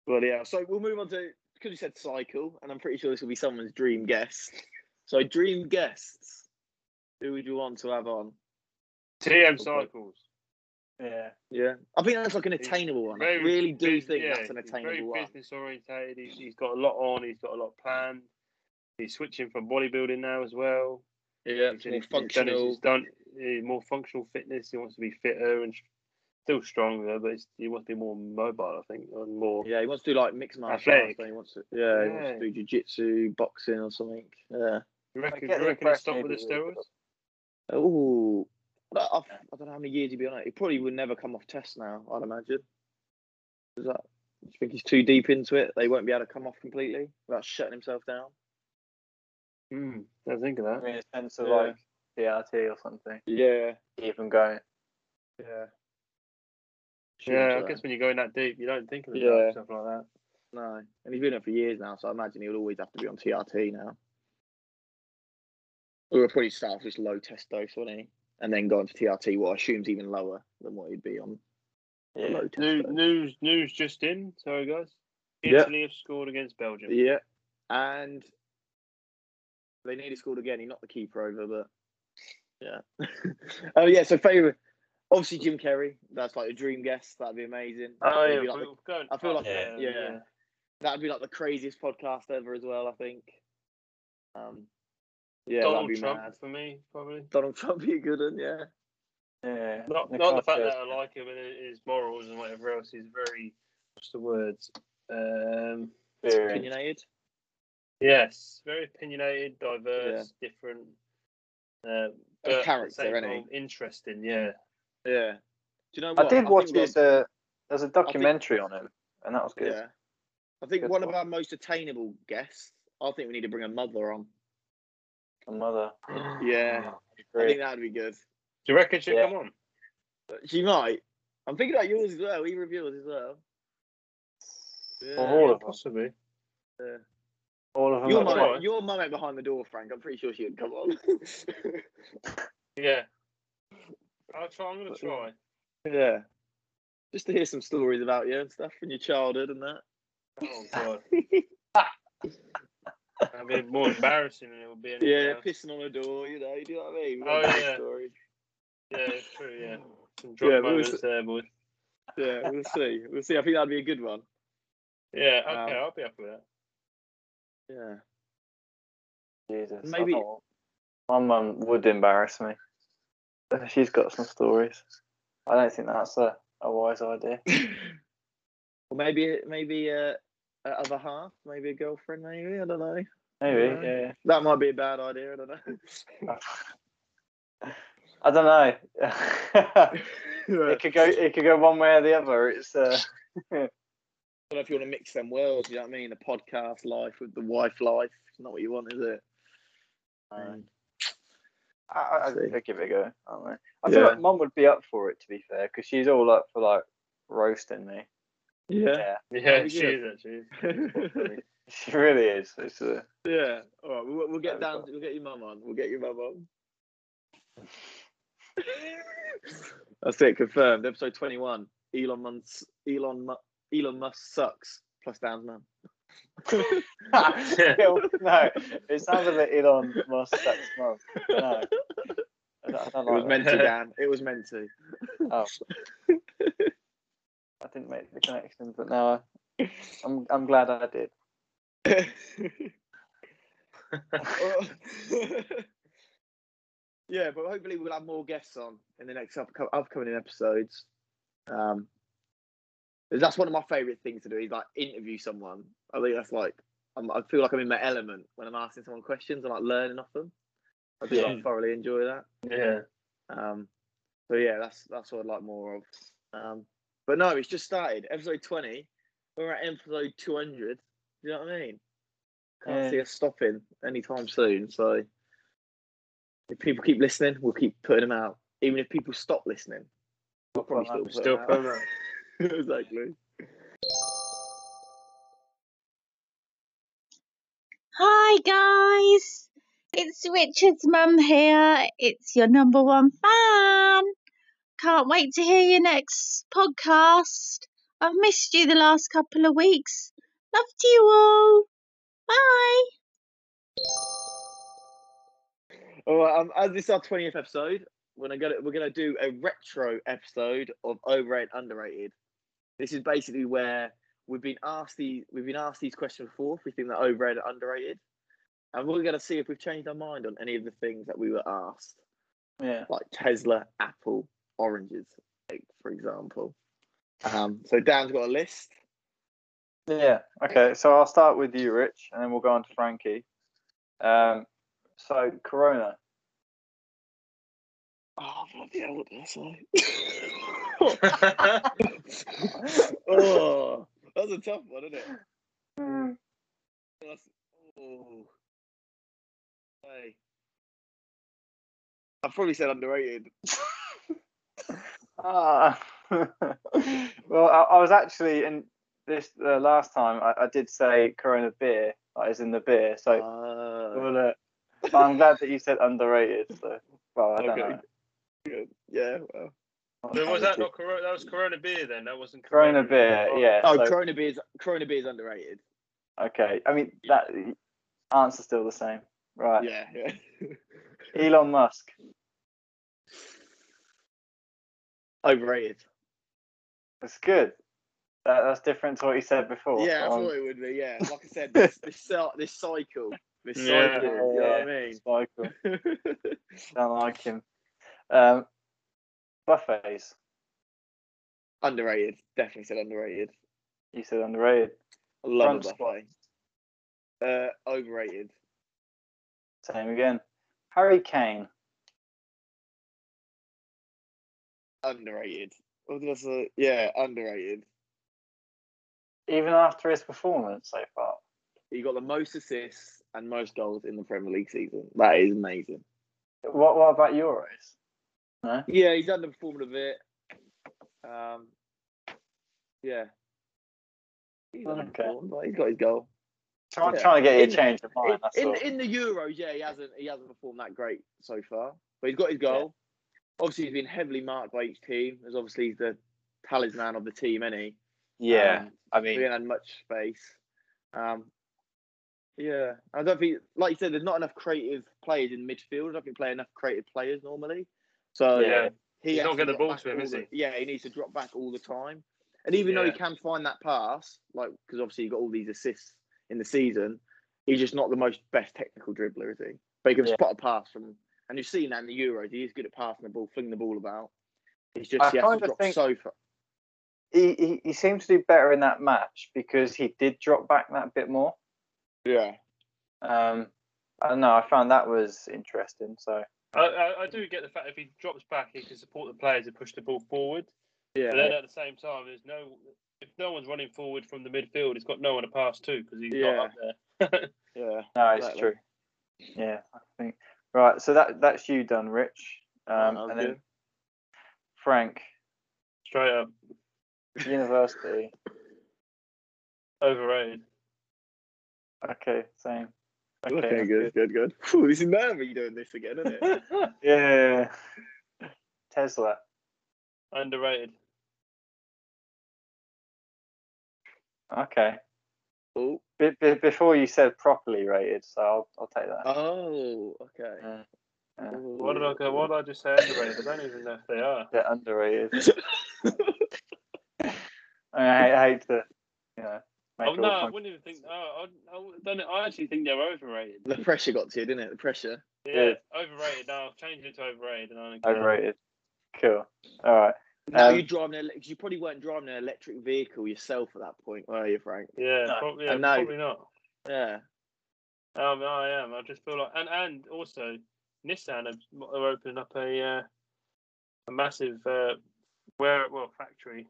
[SPEAKER 1] Well, yeah. So we'll move on to because you said cycle, and I'm pretty sure this will be someone's dream guest. So dream guests. Who would you want to have on?
[SPEAKER 2] TM cycles.
[SPEAKER 3] yeah.
[SPEAKER 1] Yeah, I think that's like an
[SPEAKER 2] He's
[SPEAKER 1] attainable one. I
[SPEAKER 2] very
[SPEAKER 1] really do
[SPEAKER 2] bus-
[SPEAKER 1] think
[SPEAKER 2] yeah,
[SPEAKER 1] that's an
[SPEAKER 2] he's
[SPEAKER 1] attainable one.
[SPEAKER 2] Very business orientated. He's, he's got a lot on. He's got a lot planned. He's switching from bodybuilding now as well.
[SPEAKER 1] Yeah,
[SPEAKER 2] He's
[SPEAKER 1] it's more
[SPEAKER 2] he's done his-
[SPEAKER 1] functional.
[SPEAKER 2] He's done eh, more functional fitness. He wants to be fitter and s- still stronger, but he's, he wants to be more mobile, I think, and more.
[SPEAKER 1] Yeah, he wants to do like mixed martial arts.
[SPEAKER 2] Athletic.
[SPEAKER 1] don't He wants to, yeah, he wants
[SPEAKER 2] Yeah.
[SPEAKER 1] to do jiu-jitsu, boxing, or something. Yeah.
[SPEAKER 2] You
[SPEAKER 3] I
[SPEAKER 2] reckon,
[SPEAKER 3] get
[SPEAKER 2] you reckon
[SPEAKER 3] the
[SPEAKER 2] he
[SPEAKER 3] impression
[SPEAKER 2] stopped with the
[SPEAKER 3] he'd be really
[SPEAKER 2] steroids?
[SPEAKER 1] Oh, I, I I don't know how many years he'd be on it. He probably would never come off test now. I'd imagine. Is that? Do you think he's too deep into it? They won't be able to come off completely without shutting himself down.
[SPEAKER 2] Mm, don't think of
[SPEAKER 3] I
[SPEAKER 2] that.
[SPEAKER 3] mean, it's sense of
[SPEAKER 1] Yeah.
[SPEAKER 3] like DRT or something.
[SPEAKER 1] Yeah.
[SPEAKER 3] Keep them going.
[SPEAKER 1] Yeah.
[SPEAKER 2] Yeah, I guess when you're going that deep, you don't think of the
[SPEAKER 1] Yeah.
[SPEAKER 2] yeah. stuff like that.
[SPEAKER 1] No, and he's been there for years now, so I imagine he'll always have to be on TRT now. We will probably start off with low test dose, wouldn't he? And then go on to TRT, what I assume's even lower than what he'd be on
[SPEAKER 3] Yeah.
[SPEAKER 1] low test
[SPEAKER 2] New,
[SPEAKER 1] dose.
[SPEAKER 2] news, news just in. Sorry, guys.
[SPEAKER 1] Yeah.
[SPEAKER 2] Italy have scored against Belgium.
[SPEAKER 1] Yeah, and they nearly scored again. He knocked the keeper over, but yeah. (laughs) Oh yeah, so favorite, obviously Jim Kerry. That's like a dream guest. That'd be amazing.
[SPEAKER 2] Oh
[SPEAKER 1] It'd
[SPEAKER 2] yeah,
[SPEAKER 1] be like
[SPEAKER 2] we'll go and-
[SPEAKER 1] I feel like-
[SPEAKER 3] Yeah,
[SPEAKER 1] yeah. that'd be like the craziest podcast ever as well. I think. Um, yeah,
[SPEAKER 2] Donald
[SPEAKER 1] that'd be
[SPEAKER 2] Trump
[SPEAKER 1] mad.
[SPEAKER 2] for me, probably.
[SPEAKER 1] Donald Trump (laughs) be a good one, yeah.
[SPEAKER 3] Yeah.
[SPEAKER 2] Not,
[SPEAKER 3] They
[SPEAKER 2] not the
[SPEAKER 3] can't
[SPEAKER 2] fact
[SPEAKER 3] just-
[SPEAKER 2] that I like him and his morals and whatever else. He's very, what's the words? Um,
[SPEAKER 3] experience.
[SPEAKER 1] Opinionated.
[SPEAKER 2] Yes, very opinionated, diverse, different. Uh, but at the
[SPEAKER 1] character,
[SPEAKER 2] same
[SPEAKER 1] isn't he?
[SPEAKER 2] time, Interesting, yeah.
[SPEAKER 1] Yeah. Do you know
[SPEAKER 3] I
[SPEAKER 1] what?
[SPEAKER 3] did watch
[SPEAKER 1] think we're-
[SPEAKER 3] his. Uh, there's a documentary on him, and that was good.
[SPEAKER 1] Yeah. I think
[SPEAKER 3] Good
[SPEAKER 1] one of
[SPEAKER 3] one.
[SPEAKER 1] our most attainable guests. I think we need to bring a mother
[SPEAKER 2] (sighs)
[SPEAKER 1] on.
[SPEAKER 3] The mother. Oh,
[SPEAKER 1] Yeah. I think that'd be good.
[SPEAKER 2] Do you reckon she'll
[SPEAKER 3] Yeah.
[SPEAKER 2] come on?
[SPEAKER 1] She might. I'm thinking about yours as well. We review yours as well.
[SPEAKER 3] Well, all
[SPEAKER 1] Yeah.
[SPEAKER 3] of them.
[SPEAKER 2] Possibly.
[SPEAKER 3] All of them.
[SPEAKER 1] Your mum,
[SPEAKER 3] are
[SPEAKER 2] That's
[SPEAKER 3] great.
[SPEAKER 2] right.
[SPEAKER 1] your mum ain't behind the door, Frank. I'm pretty sure she would come on. (laughs)
[SPEAKER 2] Yeah. I'll try. I'm gonna try.
[SPEAKER 1] yeah. Just to hear some stories about you and stuff and your childhood and that.
[SPEAKER 2] Oh god. (laughs) That'd be more embarrassing than it would be. anything
[SPEAKER 1] Yeah,
[SPEAKER 2] else.
[SPEAKER 1] pissing on a door, you know, do you know what I mean?
[SPEAKER 2] Oh,
[SPEAKER 1] Those
[SPEAKER 2] yeah.
[SPEAKER 1] stories.
[SPEAKER 2] Yeah, it's true. Yeah. Some drop
[SPEAKER 1] Yeah, but
[SPEAKER 2] moments
[SPEAKER 1] also-
[SPEAKER 2] there, boy.
[SPEAKER 1] Yeah, we'll see. We'll see. I think that'd be a good one.
[SPEAKER 2] Yeah.
[SPEAKER 1] Um,
[SPEAKER 2] Okay, I'll be up with that.
[SPEAKER 1] Yeah.
[SPEAKER 2] (laughs)
[SPEAKER 3] Jesus. I
[SPEAKER 1] Maybe-
[SPEAKER 3] don't- My mum would embarrass me. She's got some stories. I don't think that's a, a wise idea.
[SPEAKER 1] Or maybe maybe uh, a other half, maybe a girlfriend, maybe I don't know.
[SPEAKER 3] Maybe.
[SPEAKER 1] Yeah.
[SPEAKER 3] Yeah.
[SPEAKER 1] That might be a bad idea. I don't
[SPEAKER 2] (laughs)
[SPEAKER 1] know.
[SPEAKER 3] I don't
[SPEAKER 1] (laughs)
[SPEAKER 3] know. (laughs) it could go. It could go one way or the other. It's. Uh,
[SPEAKER 1] I don't know if you want to mix them worlds. You know what I mean? The podcast life with the wife life. It's not what you want, is it?
[SPEAKER 2] Mm.
[SPEAKER 1] Uh,
[SPEAKER 3] I, I, I
[SPEAKER 1] See.
[SPEAKER 3] I'd give it a go. Aren't we? I feel
[SPEAKER 1] Yeah.
[SPEAKER 3] like Mum would be up for it. To be fair, because she's all up for like roasting me.
[SPEAKER 1] Yeah.
[SPEAKER 3] Yeah, (laughs)
[SPEAKER 2] Yeah,
[SPEAKER 1] we
[SPEAKER 2] she
[SPEAKER 1] good?
[SPEAKER 2] is actually.
[SPEAKER 3] she really is.
[SPEAKER 1] (laughs)
[SPEAKER 3] It's a,
[SPEAKER 1] yeah. All right. We'll, we'll get
[SPEAKER 3] There we
[SPEAKER 1] down.
[SPEAKER 3] go.
[SPEAKER 1] We'll get your mum on. We'll get your mum on. That's it. Confirmed. Episode twenty-one. Elon Musk. Elon. Mu- Elon Musk sucks. Plus Dan's mum.
[SPEAKER 3] (laughs) no, it sounds a bit Elon Musk. That's mum. No, I don't, I don't
[SPEAKER 1] It was
[SPEAKER 3] like
[SPEAKER 1] meant to, Dan. It was meant to.
[SPEAKER 3] that. Oh. I didn't make the connection, but now I- I'm I'm glad I
[SPEAKER 1] (laughs)
[SPEAKER 3] did.
[SPEAKER 1] (laughs) yeah, but hopefully we'll have more guests on in the next upco- upcoming episodes. Um, 'cause that's one of my favourite things to do is like interview someone. I think that's like I'm, I feel like I'm in my element when I'm asking someone questions and like learning off them. I do like, thoroughly enjoy that.
[SPEAKER 2] yeah.
[SPEAKER 1] Um, so yeah, that's that's what I'd like more of. Um, but no, it's just started. Episode twenty. We're at episode two hundred. Do you know what I mean? Can't
[SPEAKER 3] Yeah.
[SPEAKER 1] see us stopping anytime soon. So if people keep listening, we'll keep putting them out. Even if people stop listening, we'll probably
[SPEAKER 3] Well,
[SPEAKER 1] still
[SPEAKER 3] I'm
[SPEAKER 1] put
[SPEAKER 2] Still
[SPEAKER 1] them out. (laughs)
[SPEAKER 2] promo.
[SPEAKER 1] exactly.
[SPEAKER 6] Hi guys, it's Richard's mum here. It's your number one fan. Can't wait to hear your next podcast. I've missed you the last couple of weeks. Love to you all. Bye.
[SPEAKER 1] All right. Um, as this is our twentieth episode, we're gonna we're gonna do a retro episode of overrated underrated. This is basically where we've been asked the we've been asked these questions before. If we think they're overrated or underrated, and we're gonna see if we've changed our mind on any of the things that we were asked,
[SPEAKER 3] Yeah,
[SPEAKER 1] like Tesla, Apple, oranges, like, for example. Um, so Dan's got a list.
[SPEAKER 3] yeah. Okay, so I'll start with you, Rich, and then we'll go on to Frankie. Um, so Corona.
[SPEAKER 1] Oh bloody hell! What did I say? oh, that's a tough one, isn't it? That's, oh. Hey. I probably said underrated.
[SPEAKER 3] Ah. (laughs) well, I, I was actually in this the last time I, I did say Corona beer, like, as in the beer. So
[SPEAKER 1] Uh,
[SPEAKER 3] well, uh, but I'm glad that you said underrated. So, well, I don't
[SPEAKER 2] Okay.
[SPEAKER 3] know.
[SPEAKER 1] (laughs) yeah. Well.
[SPEAKER 2] So was that not Corona? That was Corona beer then. That wasn't
[SPEAKER 3] Corona beer?
[SPEAKER 2] Oh,
[SPEAKER 3] Yeah.
[SPEAKER 1] Oh,
[SPEAKER 3] so-
[SPEAKER 1] Corona beer's Corona beer's underrated.
[SPEAKER 3] okay. I mean, that answer's still the same, right?
[SPEAKER 1] Yeah, yeah. (laughs)
[SPEAKER 3] Elon Musk.
[SPEAKER 1] Overrated.
[SPEAKER 3] That's good. That, that's different to what you said before.
[SPEAKER 1] yeah, I
[SPEAKER 3] so I'm-
[SPEAKER 1] thought it would be. Yeah, like I said, this this, cy- this cycle, this cycle. you
[SPEAKER 2] Yeah.
[SPEAKER 1] know what I mean?
[SPEAKER 3] it's Michael. Don't like him. Um, buffets.
[SPEAKER 1] (laughs) underrated. Definitely said underrated.
[SPEAKER 3] You said underrated.
[SPEAKER 1] I love
[SPEAKER 3] Front
[SPEAKER 1] a buffet. Uh, overrated.
[SPEAKER 3] Same again. Harry Kane.
[SPEAKER 1] Underrated. What did I say? Yeah, underrated.
[SPEAKER 3] Even after his performance so far.
[SPEAKER 1] He got the most assists and most goals in the Premier League season. That is amazing.
[SPEAKER 3] What What about Euros? No.
[SPEAKER 1] Yeah, he's underperformed a bit. Um, yeah. He's
[SPEAKER 3] Okay.
[SPEAKER 1] underperformed, but he's got his goal.
[SPEAKER 3] Trying,
[SPEAKER 1] Yeah.
[SPEAKER 3] trying to get you
[SPEAKER 1] In-
[SPEAKER 3] to change of mind. That's
[SPEAKER 1] in,
[SPEAKER 3] all.
[SPEAKER 1] in, in the Euros, yeah, he hasn't he hasn't performed that great so far, but he's got his goal. Obviously, he's been heavily marked by each team, as obviously he's the talisman of the team, any.
[SPEAKER 3] yeah,
[SPEAKER 1] Um,
[SPEAKER 3] I
[SPEAKER 1] we
[SPEAKER 3] mean,
[SPEAKER 1] haven't had much space. Um, yeah, I don't think, like you said, there's not enough creative players in midfield. I don't think play enough creative players normally. So
[SPEAKER 2] Yeah.
[SPEAKER 1] he
[SPEAKER 2] He's
[SPEAKER 1] has
[SPEAKER 2] not
[SPEAKER 1] to
[SPEAKER 2] getting
[SPEAKER 1] drop
[SPEAKER 2] the ball
[SPEAKER 1] back
[SPEAKER 2] to him,
[SPEAKER 1] all
[SPEAKER 2] is
[SPEAKER 1] the-
[SPEAKER 2] he?
[SPEAKER 1] Yeah, he needs to drop back all the time. And even though he
[SPEAKER 2] Yeah.
[SPEAKER 1] can find that pass, like because obviously he got all these assists in the season, he's just not the most best technical dribbler, is he? But he can
[SPEAKER 3] Yeah.
[SPEAKER 1] spot a pass from, and you've seen that in the Euros. He is good at passing the ball, flinging the ball about. It's just
[SPEAKER 3] I
[SPEAKER 1] he has to
[SPEAKER 3] kinda
[SPEAKER 1] drop
[SPEAKER 3] think-
[SPEAKER 1] so far.
[SPEAKER 3] he, he he seemed to do better in that match because he did drop back that bit more.
[SPEAKER 1] Yeah,
[SPEAKER 3] Um, I don't know. I found that was interesting. So
[SPEAKER 2] I, I, I do get the fact if he drops back, he can support the players and push the ball forward.
[SPEAKER 1] yeah.
[SPEAKER 2] But then at the same time, there's no if no one's running forward from the midfield, he's got no one to pass to because he's
[SPEAKER 1] Yeah.
[SPEAKER 2] not up there.
[SPEAKER 1] Yeah.
[SPEAKER 3] no, it's
[SPEAKER 1] Exactly.
[SPEAKER 3] true. Yeah, I think right. So that that's you done, Rich. Um,
[SPEAKER 1] Sounds
[SPEAKER 3] and then
[SPEAKER 1] Oh, good.
[SPEAKER 3] Frank,
[SPEAKER 2] Straight up,
[SPEAKER 3] university. (laughs)
[SPEAKER 2] Overrated.
[SPEAKER 1] (laughs)
[SPEAKER 3] Okay, same.
[SPEAKER 1] Okay, good, good, good. Phew, this is nervy doing this again, isn't (laughs) it?
[SPEAKER 3] Yeah. Tesla.
[SPEAKER 2] Underrated.
[SPEAKER 3] Okay.
[SPEAKER 1] oh,
[SPEAKER 3] Be- be- before you said properly rated, so I'll, I'll take that.
[SPEAKER 1] oh, okay.
[SPEAKER 3] Yeah,
[SPEAKER 1] Uh,
[SPEAKER 3] yeah.
[SPEAKER 2] What did I go? What did I just say? Underrated. I don't even know if they are.
[SPEAKER 3] They're underrated. I, mean, I, I hate to, you know, make
[SPEAKER 2] Oh
[SPEAKER 3] it
[SPEAKER 2] no,
[SPEAKER 3] all
[SPEAKER 2] I
[SPEAKER 3] fun.
[SPEAKER 2] wouldn't even think. Oh, I, I don't. know. I actually think they're overrated.
[SPEAKER 1] The pressure got to you, didn't it? The pressure.
[SPEAKER 2] Yeah, overrated. No, I've changed it to overrated. And I don't care.
[SPEAKER 3] overrated. Cool. All right.
[SPEAKER 1] Now
[SPEAKER 3] Um,
[SPEAKER 1] you're driving, an ele- 'cause you probably weren't driving an electric vehicle yourself at that point, were you, Frank?
[SPEAKER 2] Yeah,
[SPEAKER 3] No,
[SPEAKER 2] prob- yeah
[SPEAKER 1] I know.
[SPEAKER 2] probably not.
[SPEAKER 1] Yeah.
[SPEAKER 2] Um, I am. I just feel like, and and also, Nissan have- are opening up a uh, a massive uh, where well factory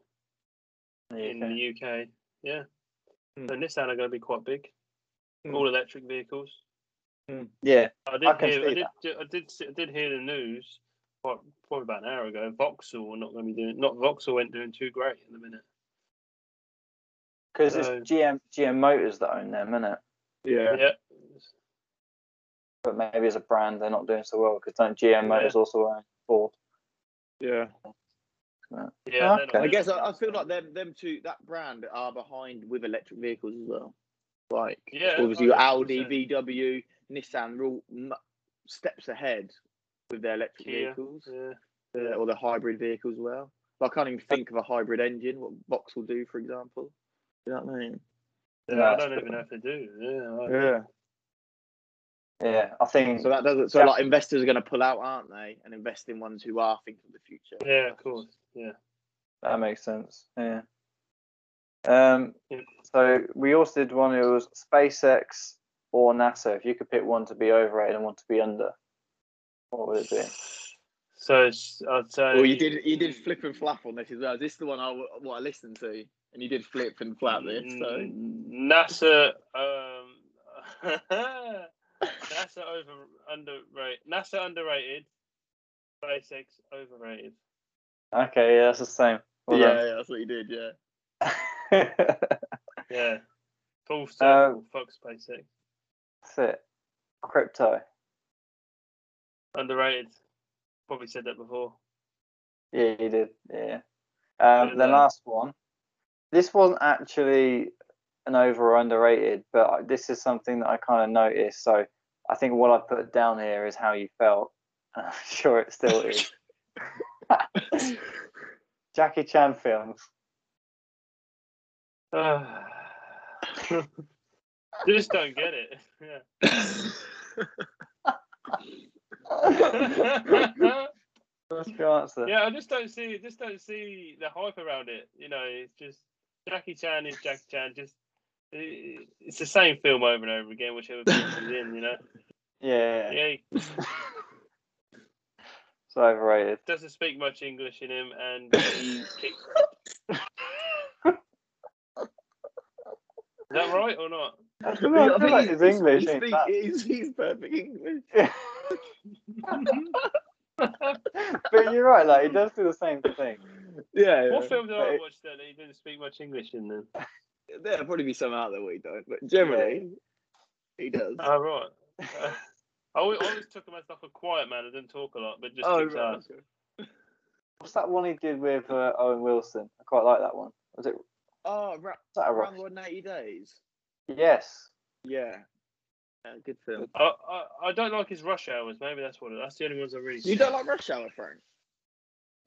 [SPEAKER 2] in
[SPEAKER 3] okay.
[SPEAKER 2] the UK. Yeah,
[SPEAKER 1] Hmm.
[SPEAKER 2] so Nissan are going to be quite big.
[SPEAKER 1] Hmm.
[SPEAKER 2] All electric vehicles.
[SPEAKER 3] Yeah.
[SPEAKER 2] I did
[SPEAKER 3] I can
[SPEAKER 2] hear.
[SPEAKER 3] see
[SPEAKER 2] I did, I did. see- I did hear the news. What, probably about an hour ago. Vauxhall are not going to be doing. Not Vauxhall ain't doing too great in the minute.
[SPEAKER 3] Because
[SPEAKER 2] So-
[SPEAKER 3] it's GM GM Motors that own them, isn't it?
[SPEAKER 1] Yeah.
[SPEAKER 2] Yeah.
[SPEAKER 3] But maybe as a brand, they're not doing so well because don't GM Motors also own Ford?
[SPEAKER 1] Yeah.
[SPEAKER 2] Yeah. they're not
[SPEAKER 3] Okay.
[SPEAKER 1] I
[SPEAKER 2] doing
[SPEAKER 1] guess
[SPEAKER 2] that
[SPEAKER 1] I, I
[SPEAKER 2] great.
[SPEAKER 1] feel like them, them two, that brand are behind with electric vehicles as well. Like,
[SPEAKER 2] Yeah.
[SPEAKER 1] obviously, your
[SPEAKER 2] 100%.
[SPEAKER 1] Audi, VW, Nissan, are all m- steps ahead with their electric
[SPEAKER 2] Kia,
[SPEAKER 1] vehicles
[SPEAKER 2] Yeah.
[SPEAKER 1] uh, or their hybrid vehicles as well. I can't even think of a hybrid engine. What Box will do, for example. You know what I mean?
[SPEAKER 2] Yeah,
[SPEAKER 3] Yeah.
[SPEAKER 2] I don't even know if they do. Yeah. I-
[SPEAKER 3] Yeah, I think
[SPEAKER 1] So that doesn't. So
[SPEAKER 3] Yeah.
[SPEAKER 1] like investors are going to pull out, aren't they? And invest in ones who are thinking of the future.
[SPEAKER 2] Yeah, of course. Yeah.
[SPEAKER 3] that makes sense. Yeah. Um.
[SPEAKER 2] Yep.
[SPEAKER 3] So we also did one who was SpaceX or NASA. If you could pick one to be overrated and one to be under, what would it be?
[SPEAKER 2] So it's- I'd say.
[SPEAKER 1] Well, you did. You did flip and flap on this as well. This is the one I w- what I listened to, and you did flip and flap this.
[SPEAKER 2] Mm.
[SPEAKER 1] So
[SPEAKER 2] NASA. Um, (laughs) NASA over underrated. NASA underrated. SpaceX overrated.
[SPEAKER 3] Okay, yeah, that's the same. Well
[SPEAKER 1] yeah,
[SPEAKER 3] done.
[SPEAKER 1] yeah, that's what you did.
[SPEAKER 3] (laughs)
[SPEAKER 1] Yeah.
[SPEAKER 3] that's
[SPEAKER 2] Yeah. Full circle.
[SPEAKER 1] Uh,
[SPEAKER 2] fuck SpaceX.
[SPEAKER 3] it. Crypto.
[SPEAKER 2] Underrated. Probably said that before.
[SPEAKER 3] Yeah, you did. Yeah.
[SPEAKER 2] Yeah,
[SPEAKER 3] Um, the
[SPEAKER 2] no.
[SPEAKER 3] last one. This wasn't actually an over or underrated, but I- this is something that I kind of noticed. So I think what I put down here is how you felt. (laughs) I'm sure it still is. Jackie Chan
[SPEAKER 1] (laughs)
[SPEAKER 3] films.
[SPEAKER 2] Ah. (laughs) just don't get it. Yeah. (laughs)
[SPEAKER 3] What's your answer?
[SPEAKER 2] yeah, I just don't see, just don't see the hype around it. You know, it's just Jackie Chan is Jackie Chan. Just it, it's the same film over and over again, whichever person is in. You know,
[SPEAKER 3] Yeah,
[SPEAKER 2] yeah, he
[SPEAKER 3] it's overrated.
[SPEAKER 2] doesn't speak much English in him, and he kicks. Is that right or not?
[SPEAKER 3] (laughs) I
[SPEAKER 1] (laughs)
[SPEAKER 3] feel like- I feel like it's English.
[SPEAKER 1] He's,
[SPEAKER 3] ain't
[SPEAKER 1] speak-
[SPEAKER 3] that?
[SPEAKER 1] he's, he's perfect English.
[SPEAKER 3] (laughs) but you're right, like he does do the
[SPEAKER 1] (laughs)
[SPEAKER 3] same thing.
[SPEAKER 1] Yeah. yeah.
[SPEAKER 2] What film did I
[SPEAKER 3] But-
[SPEAKER 2] watch that he didn't speak much English in? Then
[SPEAKER 1] There'll probably be some out there we don't, but generally, he does.
[SPEAKER 2] oh right. Uh, I always, I always took him as like a quiet man. I didn't talk a lot, but just
[SPEAKER 1] oh,
[SPEAKER 2] kicks
[SPEAKER 1] right,
[SPEAKER 2] ass.
[SPEAKER 1] okay.
[SPEAKER 3] What's that one he did with uh, Owen Wilson? I quite like that one. Was it? Was
[SPEAKER 1] oh ra-
[SPEAKER 3] that a rock?
[SPEAKER 1] around 180 days.
[SPEAKER 3] Yes.
[SPEAKER 1] Yeah. yeah. Good film.
[SPEAKER 2] I, I I don't like his rush hours. Maybe that's what. it- That's the only ones I really.
[SPEAKER 1] You don't like Rush Hour, Frank?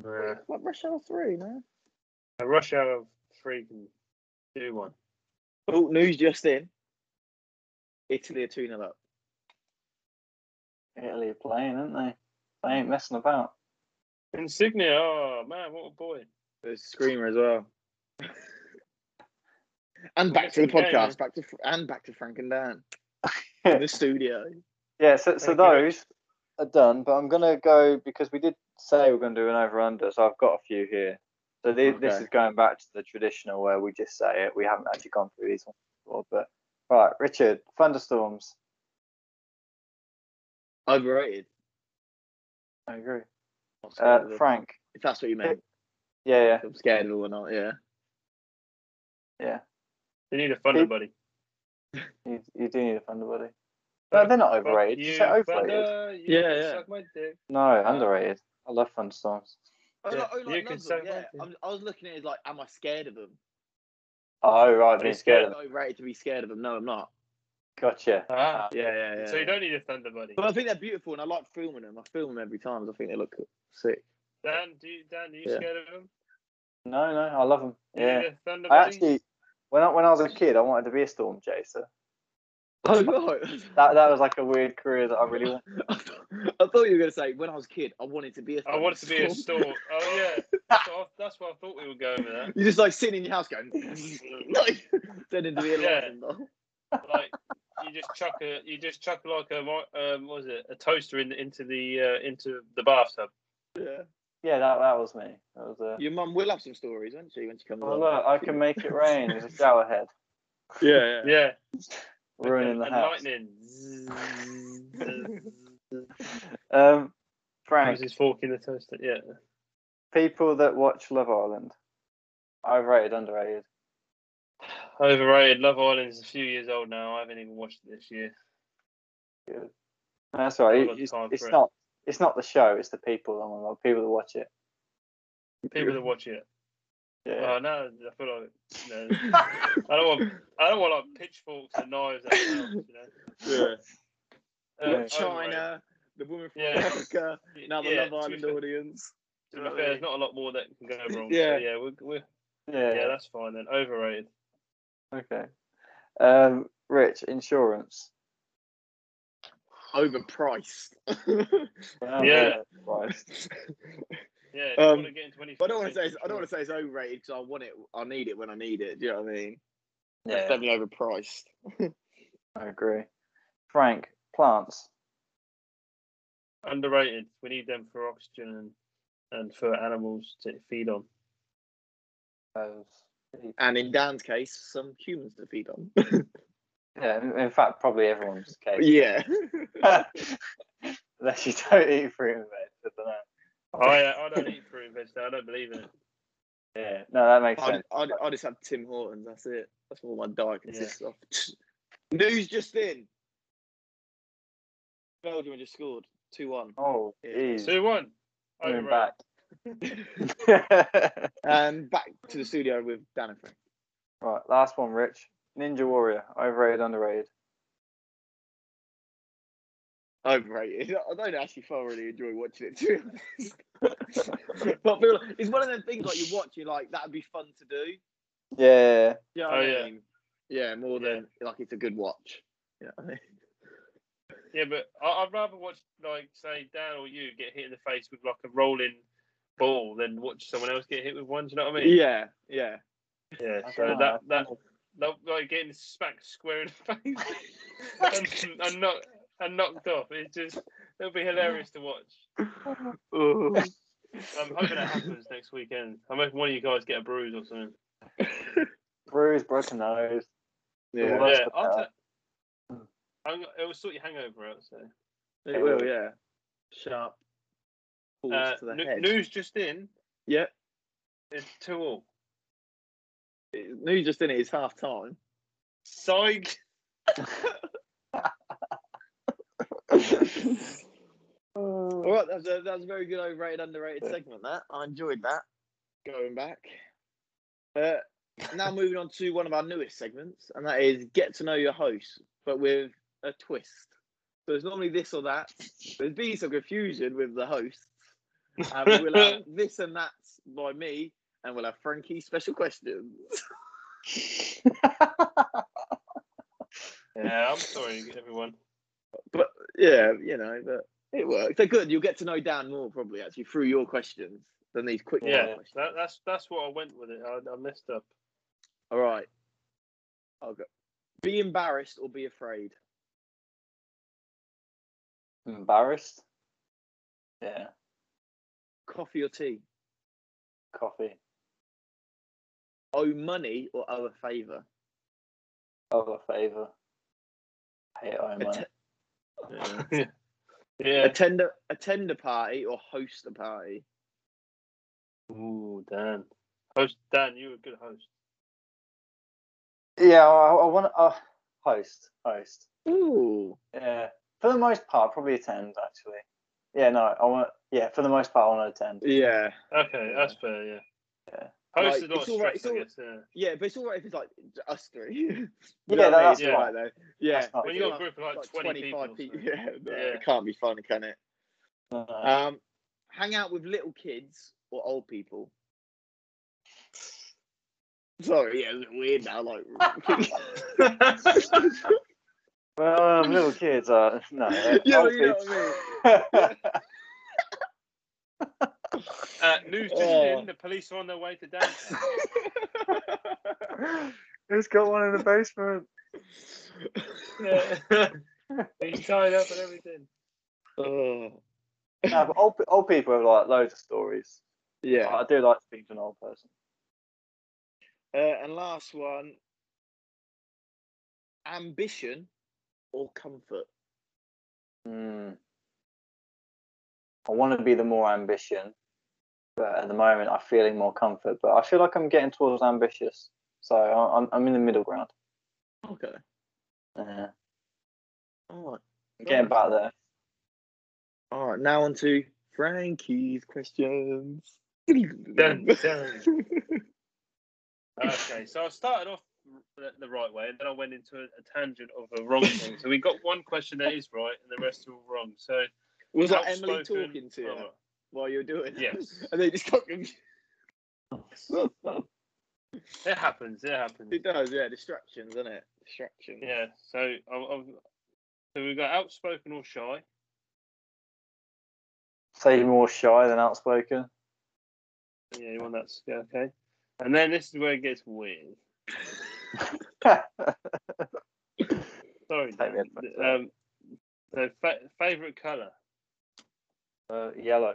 [SPEAKER 2] Yeah.
[SPEAKER 1] Like Rush Hour 3, man.
[SPEAKER 2] A rush hour three can do one.
[SPEAKER 1] Oh, news just in. Italy are 2 0 up.
[SPEAKER 3] Italy are playing, aren't they? They ain't messing about.
[SPEAKER 2] Insignia. Oh man, what a boy.
[SPEAKER 1] There's a screamer as well. (laughs) and back to the
[SPEAKER 2] Missing game,
[SPEAKER 1] podcast,
[SPEAKER 2] man.
[SPEAKER 1] back to Fr- and back to Frank and
[SPEAKER 2] (laughs)
[SPEAKER 1] Dan in the studio.
[SPEAKER 3] Yeah, so, so
[SPEAKER 2] Thank you.
[SPEAKER 3] those are done, but I'm going to go because we did say we're going to do an over under, so I've got a few here. So the, this
[SPEAKER 1] Okay.
[SPEAKER 3] is going back to the traditional where we just say it. We haven't actually gone through these ones before, but right, Richard, thunderstorms.
[SPEAKER 1] Overrated.
[SPEAKER 3] I agree.
[SPEAKER 1] Not scared
[SPEAKER 3] Uh,
[SPEAKER 1] of them.
[SPEAKER 3] Frank.
[SPEAKER 1] If that's what you meant,
[SPEAKER 3] Yeah, yeah,
[SPEAKER 1] if I'm scared of them or not, yeah.
[SPEAKER 3] yeah.
[SPEAKER 2] They need a thunder buddy.
[SPEAKER 3] You, you do need a thunder buddy. No, they're not
[SPEAKER 2] Fuck
[SPEAKER 3] overrated.
[SPEAKER 2] you, uh,
[SPEAKER 3] They're overrated.
[SPEAKER 2] thunder, you
[SPEAKER 1] Yeah,
[SPEAKER 2] can
[SPEAKER 1] yeah.
[SPEAKER 2] Suck my dick.
[SPEAKER 3] No, underrated. I love thunderstorms.
[SPEAKER 1] Oh,
[SPEAKER 2] Yeah,
[SPEAKER 1] like, oh,
[SPEAKER 2] you
[SPEAKER 1] like
[SPEAKER 2] can
[SPEAKER 1] loves
[SPEAKER 2] say
[SPEAKER 1] them, yeah.
[SPEAKER 2] that, yeah.
[SPEAKER 1] I'm, I was looking at it like, am I scared of them?
[SPEAKER 3] Oh right, being
[SPEAKER 2] He's
[SPEAKER 3] scared of
[SPEAKER 1] I'm
[SPEAKER 3] them.
[SPEAKER 1] overrated to be scared of them. No, I'm not.
[SPEAKER 3] Gotcha.
[SPEAKER 2] Ah,
[SPEAKER 1] Yeah, yeah, yeah.
[SPEAKER 2] so
[SPEAKER 1] yeah.
[SPEAKER 2] you don't need a thunder buddy.
[SPEAKER 1] But I think they're beautiful, and I like filming them. I film them every time. 'cause I think they look sick. (laughs)
[SPEAKER 2] Dan, do you, Dan, are you
[SPEAKER 1] Yeah.
[SPEAKER 2] scared of them?
[SPEAKER 3] No, no, I love them.
[SPEAKER 2] You
[SPEAKER 3] Yeah.
[SPEAKER 2] need a thunder
[SPEAKER 3] I
[SPEAKER 2] buddy?
[SPEAKER 3] actually, when I, when I was a kid, I wanted to be a storm chaser.
[SPEAKER 1] Oh no!
[SPEAKER 3] That that was like a weird career that I really wanted.
[SPEAKER 1] I thought I thought you were gonna say when I was a kid, I wanted to be a.
[SPEAKER 2] I wanted
[SPEAKER 1] (laughs)
[SPEAKER 2] to be a
[SPEAKER 1] thunderstorm."
[SPEAKER 2] storm. Oh yeah, that's what, I, that's what I thought we were going with that.
[SPEAKER 1] You're just like sitting in your house going, (laughs) like, turning to be a
[SPEAKER 2] Yeah.
[SPEAKER 1] lightning bolt.
[SPEAKER 2] Like you just chuck a, you just chuck like a, mi- um, what was it, a toaster in, into the uh, into the bathtub.
[SPEAKER 1] Yeah.
[SPEAKER 3] Yeah, that that was me. That was a.
[SPEAKER 1] Your mum will have some stories, won't she, when she comes
[SPEAKER 3] Oh,
[SPEAKER 1] on?
[SPEAKER 3] look, I can make it rain. It's a shower head
[SPEAKER 1] (laughs) Yeah, yeah.
[SPEAKER 2] Yeah, and,
[SPEAKER 3] ruining the
[SPEAKER 2] and
[SPEAKER 3] house.
[SPEAKER 1] (laughs)
[SPEAKER 2] lightning.
[SPEAKER 3] Um,
[SPEAKER 2] Use
[SPEAKER 3] Frank,
[SPEAKER 2] his fork in the toaster. Yeah,
[SPEAKER 3] people that watch Love Island, overrated, underrated.
[SPEAKER 2] overrated. Love Island's a few years old now. I haven't even watched it this year.
[SPEAKER 3] Good. That's all right.
[SPEAKER 2] Not
[SPEAKER 3] It's,
[SPEAKER 2] enough time
[SPEAKER 3] it's
[SPEAKER 2] for it.
[SPEAKER 3] not. It's not the show. It's the people. that want- people that watch it.
[SPEAKER 2] People that watch it.
[SPEAKER 3] Yeah.
[SPEAKER 2] Oh no, I feel like no, I don't want. I don't want like pitchforks and knives. Out the house, you know?
[SPEAKER 1] yeah.
[SPEAKER 2] Uh,
[SPEAKER 1] Look,
[SPEAKER 2] overrated.
[SPEAKER 3] (laughs) Yeah.
[SPEAKER 1] China, the woman from
[SPEAKER 2] Yeah.
[SPEAKER 1] America, now the
[SPEAKER 2] Yeah,
[SPEAKER 1] Love
[SPEAKER 2] to be
[SPEAKER 1] Island
[SPEAKER 2] fair-
[SPEAKER 1] audience.
[SPEAKER 2] To be fair, there's not a lot more that can go wrong.
[SPEAKER 1] Yeah.
[SPEAKER 2] So, yeah, we're, we're,
[SPEAKER 3] Yeah.
[SPEAKER 2] yeah, that's fine then. Overrated.
[SPEAKER 3] Okay. Um, Rich, insurance.
[SPEAKER 2] (laughs)
[SPEAKER 1] Overpriced.
[SPEAKER 3] Well,
[SPEAKER 2] Yeah.
[SPEAKER 3] Right.
[SPEAKER 2] Yeah, if
[SPEAKER 1] Um,
[SPEAKER 2] you want to get into any.
[SPEAKER 1] But I don't want to say it's, I don't want to say it's overrated because I want it. I need it when I need it. Do you know what I mean? It's
[SPEAKER 3] Yeah,
[SPEAKER 1] definitely overpriced.
[SPEAKER 3] I agree. Frank, plants.
[SPEAKER 2] underrated. We need them for oxygen and, and for animals to feed on.
[SPEAKER 3] Those.
[SPEAKER 1] And in Dan's case, some humans to feed on. (laughs)
[SPEAKER 3] Yeah, in- in fact, probably everyone's case.
[SPEAKER 1] yeah.
[SPEAKER 3] (laughs) Unless you don't eat fruit and veg, I don't know.
[SPEAKER 2] I uh, I don't eat fruit and vegetables. I don't believe in it.
[SPEAKER 3] Yeah, no, that makes
[SPEAKER 1] I
[SPEAKER 3] sense.
[SPEAKER 1] I just have Tim Hortons. That's it. That's all my diet consists of. (laughs) News just in. Belgium just scored two one.
[SPEAKER 3] Oh,
[SPEAKER 1] Yeah.
[SPEAKER 3] geez,
[SPEAKER 2] Two one.
[SPEAKER 3] coming
[SPEAKER 2] Overrated.
[SPEAKER 3] back. right,
[SPEAKER 1] (laughs)
[SPEAKER 3] (laughs)
[SPEAKER 1] And Um, back to the studio with Dan and Frank.
[SPEAKER 3] last one, Rich. Ninja Warrior, overrated, underrated.
[SPEAKER 1] Overrated. (laughs) I don't actually thoroughly enjoy watching it too. (laughs) but I feel like- it's one of them things like you watch, you're like, that'd be fun to do.
[SPEAKER 3] Yeah,
[SPEAKER 1] Yeah,
[SPEAKER 2] Oh,
[SPEAKER 1] I
[SPEAKER 2] yeah.
[SPEAKER 1] mean, yeah, more than like it's a good watch. Yeah, I mean,
[SPEAKER 2] Yeah, but I, I'd rather watch like say Dan or you get hit in the face with like a rolling ball than watch someone else get hit with one. Do
[SPEAKER 1] (laughs)
[SPEAKER 2] you know what I mean?
[SPEAKER 1] yeah, yeah.
[SPEAKER 2] Yeah.
[SPEAKER 3] I
[SPEAKER 2] So
[SPEAKER 3] dunno,
[SPEAKER 2] that
[SPEAKER 3] I
[SPEAKER 2] that
[SPEAKER 3] dunno.
[SPEAKER 2] that like getting smacked square in the (laughs)
[SPEAKER 3] (laughs)
[SPEAKER 2] face and, and knocked and knocked off. It's just it'll be hilarious to watch.
[SPEAKER 1] (laughs)
[SPEAKER 2] I'm hoping that happens next weekend. I'm hoping one of you guys get a bruise or something.
[SPEAKER 3] bruise, broken nose.
[SPEAKER 1] yeah,
[SPEAKER 3] Well,
[SPEAKER 2] Yeah,
[SPEAKER 3] that's the
[SPEAKER 2] I'll
[SPEAKER 3] plan.
[SPEAKER 2] ta- I'm, it'll sort your hangover out. So.
[SPEAKER 1] it will. Yeah, sharp balls
[SPEAKER 2] Uh,
[SPEAKER 1] to the
[SPEAKER 2] nu-
[SPEAKER 1] head.
[SPEAKER 2] news just in.
[SPEAKER 1] yeah,
[SPEAKER 2] It's two all.
[SPEAKER 1] it- news just in it is half time.
[SPEAKER 2] Psych.
[SPEAKER 1] All right, that's a that's a very good overrated underrated
[SPEAKER 3] Yeah.
[SPEAKER 1] segment. That I enjoyed that. Going back. Uh, now moving on to one of our newest segments, and that is get to know your host, but with a twist. So it's normally this or that. There's been some confusion with the hosts. And we'll have this and that by me, and we'll have Frankie's special questions. (laughs)
[SPEAKER 2] Yeah, I'm sorry, everyone.
[SPEAKER 1] yeah, you know, but it works. They're good. You'll get to know Dan more probably actually through your questions than these quick fire
[SPEAKER 2] Yeah,
[SPEAKER 1] questions.
[SPEAKER 2] that, that's that's what I went with it. I, I messed
[SPEAKER 1] (laughs)
[SPEAKER 2] up.
[SPEAKER 1] All right. I'll go. Be embarrassed or be afraid.
[SPEAKER 3] (laughs) Embarrassed? Yeah,
[SPEAKER 1] Coffee or tea.
[SPEAKER 3] coffee.
[SPEAKER 1] Owe money or owe a favour.
[SPEAKER 3] Other favour. Hate owing money.
[SPEAKER 1] Att- Yeah.
[SPEAKER 2] Yeah.
[SPEAKER 1] Attend a, attend a party or host a party.
[SPEAKER 2] Ooh, Dan. Host Dan, you were a good host.
[SPEAKER 3] Yeah, I, I want to uh, host, host.
[SPEAKER 1] Ooh.
[SPEAKER 3] Yeah, for the most part, probably attend actually. Yeah, no, I want. Yeah, for the most part, I want to attend.
[SPEAKER 1] Yeah.
[SPEAKER 2] Okay, that's fair. Yeah.
[SPEAKER 3] Yeah.
[SPEAKER 2] Host
[SPEAKER 1] Like,
[SPEAKER 2] is not
[SPEAKER 1] it's
[SPEAKER 2] a
[SPEAKER 1] all right,
[SPEAKER 2] stress,
[SPEAKER 1] it's all-
[SPEAKER 2] I guess. Yeah.
[SPEAKER 1] Yeah, but it's all right if it's like us three. (laughs) You
[SPEAKER 3] Yeah,
[SPEAKER 1] know what I mean?
[SPEAKER 3] that's
[SPEAKER 1] It's all right though. Yeah.
[SPEAKER 3] That's not-
[SPEAKER 1] Oh,
[SPEAKER 2] When
[SPEAKER 1] It's
[SPEAKER 2] you got a
[SPEAKER 1] like-
[SPEAKER 2] group of like,
[SPEAKER 1] like
[SPEAKER 2] 20 people,
[SPEAKER 1] 25 people. (laughs) Yeah,
[SPEAKER 2] so-
[SPEAKER 1] no,
[SPEAKER 2] Yeah.
[SPEAKER 1] It can't be fun, can it?
[SPEAKER 3] No, no.
[SPEAKER 1] Um, hang out with little kids or old
[SPEAKER 3] (laughs)
[SPEAKER 1] people. Sorry, yeah, it's weird now. Like, (laughs)
[SPEAKER 3] (laughs)
[SPEAKER 2] (laughs)
[SPEAKER 3] well, um, little kids are (laughs) no. uh,
[SPEAKER 1] Yeah,
[SPEAKER 3] old
[SPEAKER 1] you know
[SPEAKER 3] people.
[SPEAKER 2] Uh, news just
[SPEAKER 1] Oh.
[SPEAKER 2] in: the police are on their way to (laughs) downtown.
[SPEAKER 3] Who's got one in the basement?
[SPEAKER 2] yeah. He's tied up and everything.
[SPEAKER 1] oh,
[SPEAKER 3] (laughs) No, but old, pe- old people have like loads of stories.
[SPEAKER 1] yeah.
[SPEAKER 3] I do like speaking to an old person.
[SPEAKER 1] Uh, and last one ambition or comfort?
[SPEAKER 3] Mm. I want to be the more ambition, but at the moment I'm feeling more comfort. But I feel like I'm getting towards ambitious, so I- I'm I'm in the middle ground.
[SPEAKER 1] Okay.
[SPEAKER 3] Yeah,
[SPEAKER 1] All right.
[SPEAKER 3] I'm getting back there.
[SPEAKER 1] All right. Now on to Frankie's questions.
[SPEAKER 2] Dun, dun. Okay, so I started off the, the right way, and then I went into a, a tangent of a wrong thing. So we got one question that is right, and the rest are all wrong. So
[SPEAKER 1] (laughs) Was that Emily
[SPEAKER 2] outspoken
[SPEAKER 1] talking to you
[SPEAKER 2] plumber.
[SPEAKER 1] while you were doing it?
[SPEAKER 2] Yes.
[SPEAKER 1] (laughs) and they just got confused.
[SPEAKER 2] It happens. It happens.
[SPEAKER 1] It does, yeah. Distractions, isn't it? Distractions.
[SPEAKER 2] Yeah. So I, I, so we got outspoken or shy.
[SPEAKER 3] Say more shy than outspoken.
[SPEAKER 2] Yeah, you want that? s- yeah, Okay. And then this is where it gets weird.
[SPEAKER 3] Take
[SPEAKER 2] Sorry.
[SPEAKER 3] me
[SPEAKER 2] Dan.
[SPEAKER 3] advice, yeah.
[SPEAKER 2] Um, so fa- favorite color.
[SPEAKER 3] uh, yellow.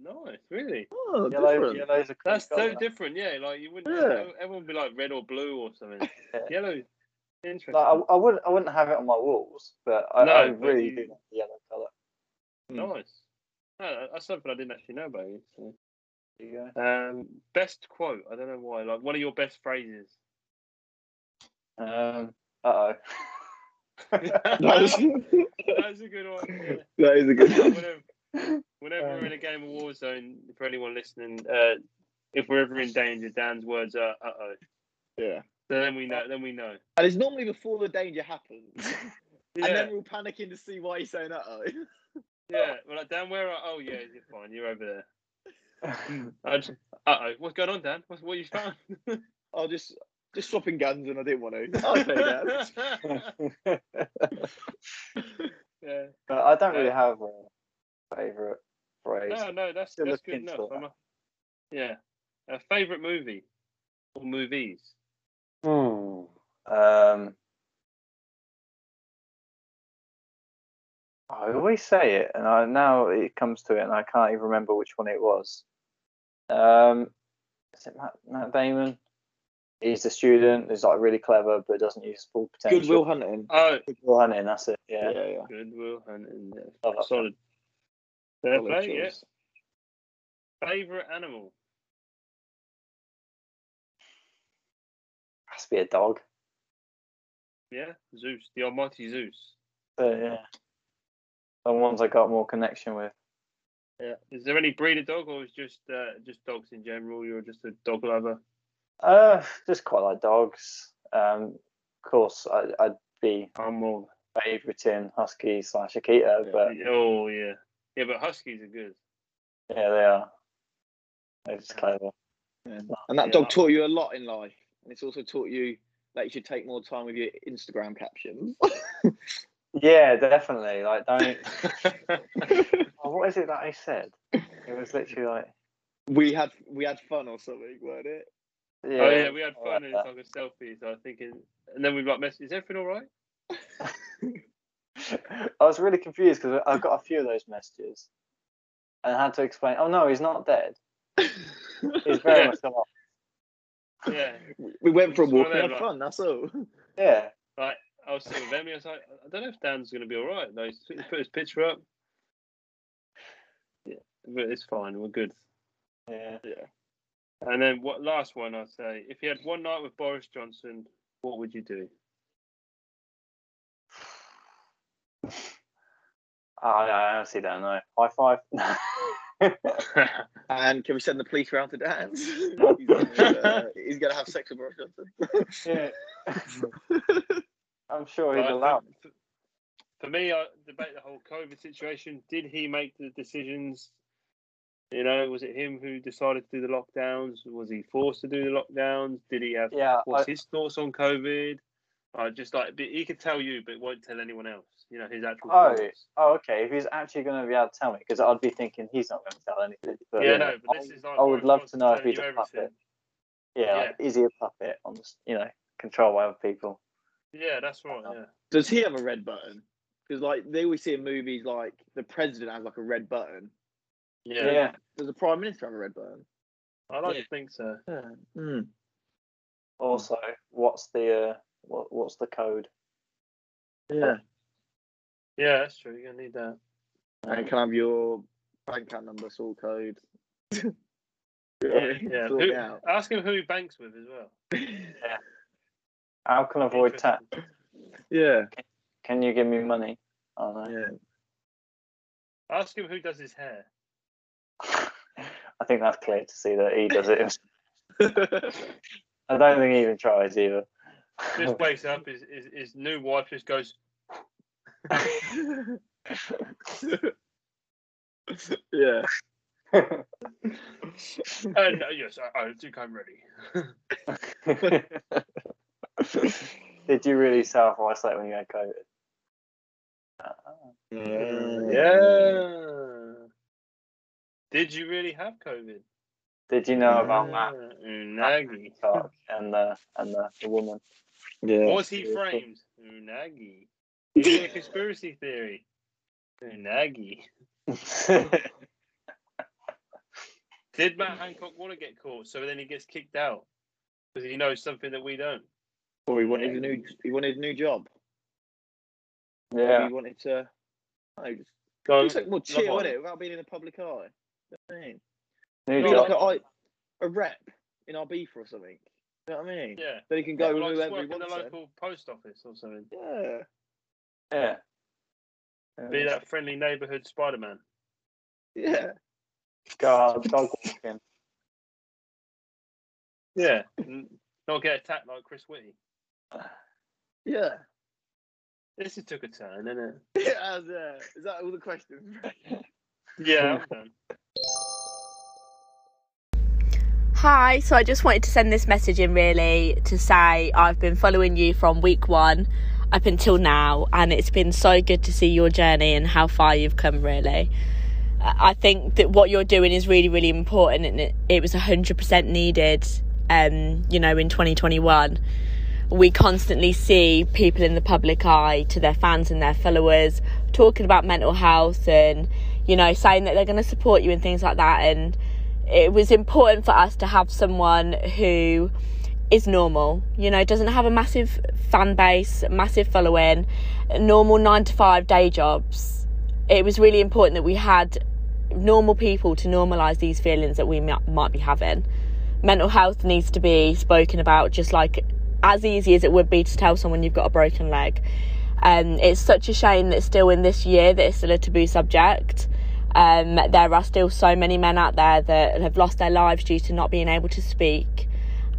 [SPEAKER 2] Nice, really.
[SPEAKER 1] Oh,
[SPEAKER 3] Yellow.
[SPEAKER 1] different.
[SPEAKER 3] Yellow's a cool
[SPEAKER 2] That's so
[SPEAKER 3] colour.
[SPEAKER 2] different. Yeah, like you wouldn't.
[SPEAKER 1] Yeah.
[SPEAKER 2] Everyone would be like red or blue or something.
[SPEAKER 3] Yeah.
[SPEAKER 2] Yellow. Interesting.
[SPEAKER 3] Like, I, I wouldn't I wouldn't have it on my walls, but I,
[SPEAKER 2] No,
[SPEAKER 3] I
[SPEAKER 2] but
[SPEAKER 3] really
[SPEAKER 2] you-
[SPEAKER 3] do like the yellow color.
[SPEAKER 1] Mm.
[SPEAKER 2] Nice. No, that's something I didn't actually know about you. so.
[SPEAKER 3] There you go.
[SPEAKER 2] Um, best quote. I don't know why. Like one of your best phrases. (laughs)
[SPEAKER 3] Um, uh
[SPEAKER 1] That is, (laughs)
[SPEAKER 2] that's a good one. yeah.
[SPEAKER 1] that is a good
[SPEAKER 2] (laughs) Yeah,
[SPEAKER 1] one.
[SPEAKER 2] whenever, whenever we're in a game of Warzone, for anyone listening, uh, if we're ever in danger, Dan's words are "uh oh."
[SPEAKER 1] Yeah.
[SPEAKER 2] So then we know. Then we know.
[SPEAKER 1] And it's normally before the danger happens. (laughs)
[SPEAKER 2] Yeah,
[SPEAKER 1] And then we're all panicking to see why he's saying that. (laughs)
[SPEAKER 2] yeah. We're like, Dan, where are? Oh, yeah, you're fine. You're over there.
[SPEAKER 3] oh.
[SPEAKER 2] Uh oh, what's going on, Dan? What, what you found?
[SPEAKER 1] Oh, just just swapping guns and (laughs) I didn't want to. (laughs) I'll take that.
[SPEAKER 2] (laughs) yeah.
[SPEAKER 3] (laughs) But I don't really have a favorite phrase.
[SPEAKER 2] No, no, that's
[SPEAKER 3] Still
[SPEAKER 2] that's good
[SPEAKER 3] looking
[SPEAKER 2] enough.
[SPEAKER 3] for
[SPEAKER 2] I'm a, yeah. A favorite movie or movies? Hmm.
[SPEAKER 3] Um, I always say it, and I now it comes to it, and I can't even remember which one it was. Um, is it Matt, Matt Damon? He's the student who's like really clever, but doesn't use his full potential.
[SPEAKER 1] Goodwill hunting.
[SPEAKER 2] Oh,
[SPEAKER 3] Goodwill Hunting. That's it. Yeah.
[SPEAKER 1] yeah. yeah.
[SPEAKER 2] Goodwill Hunting. yeah.
[SPEAKER 3] Love that
[SPEAKER 2] Solid. Fair
[SPEAKER 1] Oh, Solid
[SPEAKER 2] play. Yeah.
[SPEAKER 1] choice.
[SPEAKER 2] Favorite animal?
[SPEAKER 3] Has to be a dog.
[SPEAKER 2] Yeah, Zeus, the almighty Zeus.
[SPEAKER 3] So yeah. The ones I got more connection with.
[SPEAKER 2] Yeah. Is there any breed of dog, or is just uh, just dogs in general? You're just a dog lover.
[SPEAKER 3] Uh, just quite like dogs. Um, of course, I, I'd be
[SPEAKER 2] I'm more.
[SPEAKER 3] favouriting husky slash Akita,
[SPEAKER 1] Yeah.
[SPEAKER 3] but
[SPEAKER 2] Oh yeah, yeah, but huskies are good.
[SPEAKER 3] yeah, they are. They're just clever.
[SPEAKER 1] Yeah. And that
[SPEAKER 2] Yeah,
[SPEAKER 1] dog
[SPEAKER 2] that-
[SPEAKER 1] taught you a lot in life. And it's also taught you that you should take more time with your Instagram captions.
[SPEAKER 2] (laughs)
[SPEAKER 3] Yeah, definitely. Like, don't. oh, what is it that I said? It was literally like.
[SPEAKER 1] we had we had fun or something, weren't it?
[SPEAKER 2] (laughs)
[SPEAKER 3] Yeah,
[SPEAKER 2] oh yeah, we had fun
[SPEAKER 3] I
[SPEAKER 2] and
[SPEAKER 3] like
[SPEAKER 2] it's like a selfie. So I think, it, and then we like message. Is everything all right?
[SPEAKER 3] that. (laughs) I was really confused because I got a few of those messages, and had to explain. Oh no, he's not dead. He's very
[SPEAKER 2] Yeah.
[SPEAKER 3] much alive.
[SPEAKER 2] Yeah.
[SPEAKER 1] We- We went for a
[SPEAKER 2] It's one
[SPEAKER 1] walk
[SPEAKER 2] of
[SPEAKER 1] and had
[SPEAKER 2] them,
[SPEAKER 1] fun, that's all.
[SPEAKER 3] Yeah.
[SPEAKER 2] Like I was sitting with Emily. I was like, I don't know if Dan's gonna be all right. No, he's, he put his picture up. Yeah, but it's fine. We're good.
[SPEAKER 3] Yeah.
[SPEAKER 1] Yeah.
[SPEAKER 2] And then what last one I'd say, if you had one night with Boris Johnson, what would you do?
[SPEAKER 3] Oh, no, I honestly don't know. High five.
[SPEAKER 1] And can we send the police round to
[SPEAKER 2] (laughs)
[SPEAKER 1] dance? he's, gonna, uh, he's gonna have sex with Boris Johnson.
[SPEAKER 3] (laughs) yeah.
[SPEAKER 1] (laughs)
[SPEAKER 3] I'm
[SPEAKER 2] (laughs)
[SPEAKER 3] sure
[SPEAKER 2] But
[SPEAKER 3] he'd
[SPEAKER 2] I
[SPEAKER 3] allow.
[SPEAKER 2] think f- For me, I debate the whole COVID situation. Did he make the decisions? You know, was it him who decided to do the lockdowns? Was he forced to do the lockdowns? Did he have?
[SPEAKER 3] Yeah, I,
[SPEAKER 2] What's his thoughts on COVID? I just like but he could tell you, but won't tell anyone else. You know his actual
[SPEAKER 3] Oh,
[SPEAKER 2] thoughts.
[SPEAKER 3] Oh, okay. If he's actually going to be able to tell me, because I'd be thinking he's not going to tell anything. But
[SPEAKER 2] yeah, no, but this
[SPEAKER 3] I,
[SPEAKER 2] is like
[SPEAKER 3] I would
[SPEAKER 2] Boris
[SPEAKER 3] love to
[SPEAKER 2] Johnson
[SPEAKER 3] know if
[SPEAKER 2] telling
[SPEAKER 3] he's
[SPEAKER 2] you
[SPEAKER 3] a puppet.
[SPEAKER 2] everything.
[SPEAKER 3] Yeah, like, is he a puppet on this, you know, controlled by other people?
[SPEAKER 2] Yeah, that's right.
[SPEAKER 3] Um,
[SPEAKER 2] Yeah.
[SPEAKER 1] Does he have a red button? Because like they always see in movies, like the president has like a red button.
[SPEAKER 2] Yeah,
[SPEAKER 1] Does the prime minister have a red button?
[SPEAKER 2] I like to think so.
[SPEAKER 1] Yeah. Mm.
[SPEAKER 3] Also, what's the uh, what, what's the code?
[SPEAKER 1] Yeah.
[SPEAKER 2] Yeah, that's true. You're gonna need that.
[SPEAKER 1] And can I have your bank account number, sort code? (laughs)
[SPEAKER 2] Yeah, yeah.
[SPEAKER 1] Sort
[SPEAKER 2] Who-
[SPEAKER 1] it out. (laughs)
[SPEAKER 2] ask him who he banks with as well.
[SPEAKER 3] How can I avoid tax?
[SPEAKER 2] Interesting.
[SPEAKER 1] Yeah.
[SPEAKER 3] Can you give me money? I don't (laughs) know.
[SPEAKER 1] Yeah.
[SPEAKER 2] Ask him who does his hair.
[SPEAKER 1] (laughs)
[SPEAKER 3] (laughs) I think that's clear to see that he does it. (laughs) himself. I don't think he even tries either.
[SPEAKER 2] Just wakes up, his, his, his new wife just goes,
[SPEAKER 1] yeah.
[SPEAKER 2] uh, no, yes, I, I think I'm ready.
[SPEAKER 3] (laughs) Did you really self isolate when you had COVID? Uh,
[SPEAKER 2] Yeah. Did you really have COVID?
[SPEAKER 3] Did you know about
[SPEAKER 2] Ah,
[SPEAKER 3] Matt
[SPEAKER 2] Unagi.
[SPEAKER 3] Clark and the and the, the woman? (laughs)
[SPEAKER 1] Yeah.
[SPEAKER 2] Was he framed? Unagi.
[SPEAKER 1] (laughs)
[SPEAKER 2] Is it a conspiracy theory? Unagi. Did Matt Hancock want to get caught so then he gets kicked out? Because he knows something that we don't.
[SPEAKER 1] Or he wanted a new he wanted a new job.
[SPEAKER 3] yeah,
[SPEAKER 1] He wanted to I just
[SPEAKER 2] Go
[SPEAKER 1] It's like more chill,
[SPEAKER 2] on.
[SPEAKER 1] isn't it, without being in the public eye. You know what I mean?
[SPEAKER 3] new
[SPEAKER 1] Be
[SPEAKER 2] No,
[SPEAKER 1] like
[SPEAKER 3] job.
[SPEAKER 1] a, like a rep in Ibiza or something. You know what I mean?
[SPEAKER 2] Yeah.
[SPEAKER 1] Then he can
[SPEAKER 2] Go
[SPEAKER 1] go
[SPEAKER 2] like,
[SPEAKER 1] with
[SPEAKER 2] just
[SPEAKER 1] whoever he
[SPEAKER 2] work in the
[SPEAKER 1] wants. to.
[SPEAKER 2] local post office or something.
[SPEAKER 1] Yeah.
[SPEAKER 3] Yeah.
[SPEAKER 2] Be that friendly neighborhood Spider Man.
[SPEAKER 1] Yeah.
[SPEAKER 3] God, dog walking.
[SPEAKER 2] Yeah. N- Not get attacked like Chris Whitty.
[SPEAKER 1] Yeah. (laughs)
[SPEAKER 2] This has took a turn, isn't
[SPEAKER 1] Yeah, as, uh, is that all the questions? (laughs)
[SPEAKER 2] it? Yeah, I'm done.
[SPEAKER 7] Hi, so I just wanted to send this message in really to say I've been following you from week one up until now, and it's been so good to see your journey and how far you've come, really. I I think that what you're doing is really, really important, and it, it was 100% needed, um, you know, in 2021. We constantly see people in the public eye to their fans and their followers talking about mental health and, you know, saying that they're going to support you and things like that. And it was important for us to have someone who is normal, you know, doesn't have a massive fan base, massive following, normal nine to five day jobs. It was really important that we had normal people to normalise these feelings that we m- might be having. Mental health needs to be spoken about just like as easy as it would be to tell someone you've got a broken leg. Um, it's such a shame that still in this year that it's still a taboo subject. Um, there are still so many men out there that have lost their lives due to not being able to speak,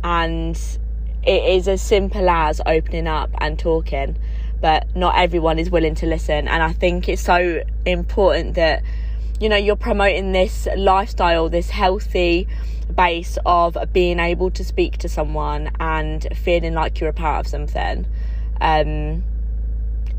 [SPEAKER 7] and it is as simple as opening up and talking, but not everyone is willing to listen. And I think it's so important that you know you're promoting this lifestyle, this healthy base of being able to speak to someone and feeling like you're a part of something. Um,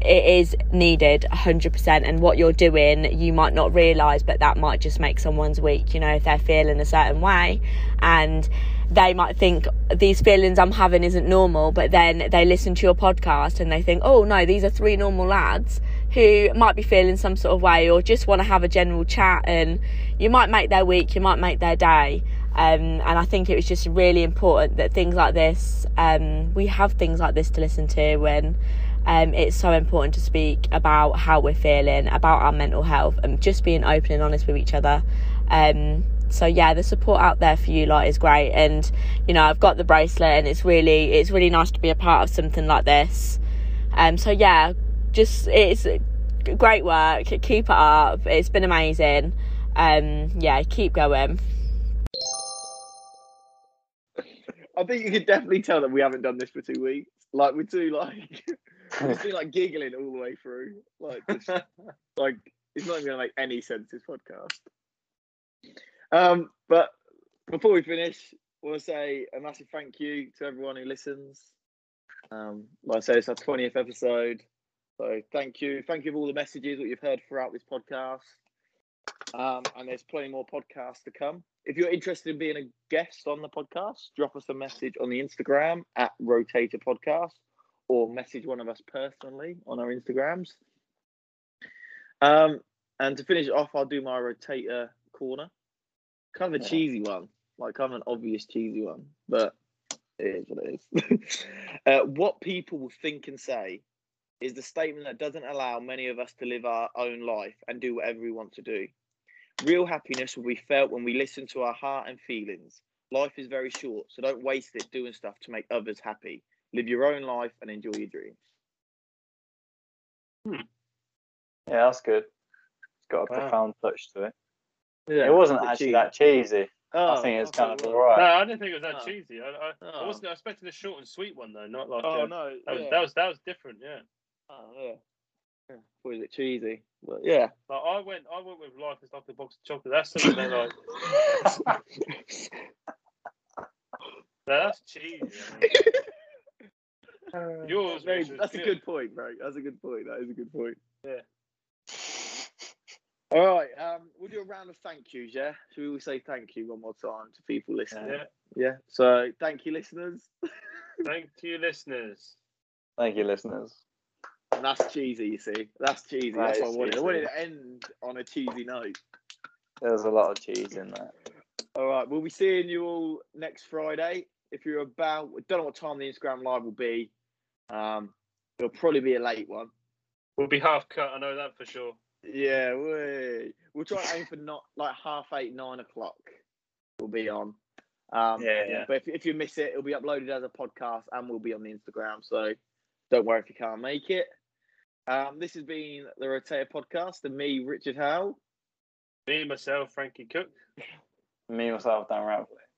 [SPEAKER 7] it is needed 100% and what you're doing you might not realize but that might just make someone's week you know if they're feeling a certain way and they might think these feelings i'm having isn't normal but then they listen to your podcast and they think oh no these are three normal lads who might be feeling some sort of way or just want to have a general chat and you might make their week you might make their day um, and I think it was just really important that things like this, um, we have things like this to listen to, and um, it's so important to speak about how we're feeling, about our mental health, and just being open and honest with each other. Um, so yeah the support out there for you lot is great and you know i've got the bracelet and it's really it's really nice to be a part of something like this um so yeah just it's great work keep it up it's been amazing um yeah keep going
[SPEAKER 1] I think you can definitely tell that we haven't done this for two weeks. Like we're too like (laughs) we've been like giggling all the way through. Like just, like it's not even gonna make any sense this podcast. Um, but before we finish, we'll say a massive thank you to everyone who listens. Um, like I said, it's our twentieth episode. So thank you. Thank you for all the messages that you've heard throughout this podcast. Um, and there's plenty more podcasts to come. If you're interested in being a guest on the podcast, drop us a message on the Instagram at Rotator Podcast or message one of us personally on our Instagrams. Um, and to finish off, I'll do my Rotator corner. Kind of a cheesy one, like kind of an obvious cheesy one, but it is what it is. (laughs) uh, what people will think and say is the statement that doesn't allow many of us to live our own life and do whatever we want to do. Real happiness will be felt when we listen to our heart and feelings. Life is very short, so don't waste it doing stuff to make others happy. Live your own life and enjoy your dreams.
[SPEAKER 3] Yeah, that's good. It's got a
[SPEAKER 2] Wow.
[SPEAKER 3] profound touch to it.
[SPEAKER 1] Yeah,
[SPEAKER 3] it wasn't
[SPEAKER 1] but
[SPEAKER 3] actually
[SPEAKER 1] cheap.
[SPEAKER 3] that cheesy.
[SPEAKER 1] Oh,
[SPEAKER 3] I think it's
[SPEAKER 1] thought
[SPEAKER 3] kind of
[SPEAKER 1] it was.
[SPEAKER 2] No,
[SPEAKER 3] alright.
[SPEAKER 2] I didn't think it was that
[SPEAKER 1] Oh.
[SPEAKER 2] cheesy. I, I, I
[SPEAKER 1] Oh.
[SPEAKER 2] wasn't I expecting a short and sweet one though, not like
[SPEAKER 1] Oh
[SPEAKER 2] uh,
[SPEAKER 1] no,
[SPEAKER 2] that, was,
[SPEAKER 1] yeah.
[SPEAKER 2] that was that was different. Yeah,
[SPEAKER 1] Oh, yeah. Yeah, thought it was a bit cheesy, but
[SPEAKER 3] (laughs)
[SPEAKER 1] yeah.
[SPEAKER 2] like I went I went with life is like a box of chocolate. That's something that
[SPEAKER 1] (laughs)
[SPEAKER 2] like (laughs) no, that's cheesy. I mean.
[SPEAKER 1] Uh,
[SPEAKER 2] Yours,
[SPEAKER 1] Very-
[SPEAKER 2] which was
[SPEAKER 1] that's a good point, bro. That's a good point. That is a good point.
[SPEAKER 2] Yeah.
[SPEAKER 1] All right. Um, we'll do a round of thank yous. Yeah. Should we all say thank you one more time to people listening?
[SPEAKER 2] Yeah.
[SPEAKER 1] yeah. So thank you, listeners.
[SPEAKER 2] Thank you, listeners.
[SPEAKER 3] Thank you, listeners.
[SPEAKER 1] And that's cheesy, you see. That's cheesy.
[SPEAKER 3] That
[SPEAKER 1] That's
[SPEAKER 3] is
[SPEAKER 1] what I wanted. I
[SPEAKER 3] cheesy.
[SPEAKER 1] wanted to end on a cheesy note.
[SPEAKER 3] There's a lot of cheese in there.
[SPEAKER 1] All right. We'll be seeing you all next Friday. If you're about, don't know what time the Instagram live will be. Um, it'll probably be a late one.
[SPEAKER 2] We'll be half cut. I know that for sure.
[SPEAKER 1] Yeah, we we'll try and aim for not like half eight, nine o'clock. We'll be on. Um,
[SPEAKER 3] Yeah, yeah.
[SPEAKER 1] But if, if you miss it, it'll be uploaded as a podcast and we'll be on the Instagram. So don't worry if you can't make it. Um, this has been the Rotator Podcast and me, Richard Howe.
[SPEAKER 2] Me, myself, Frankie Cook.
[SPEAKER 3] Me, myself, Dan Radcliffe.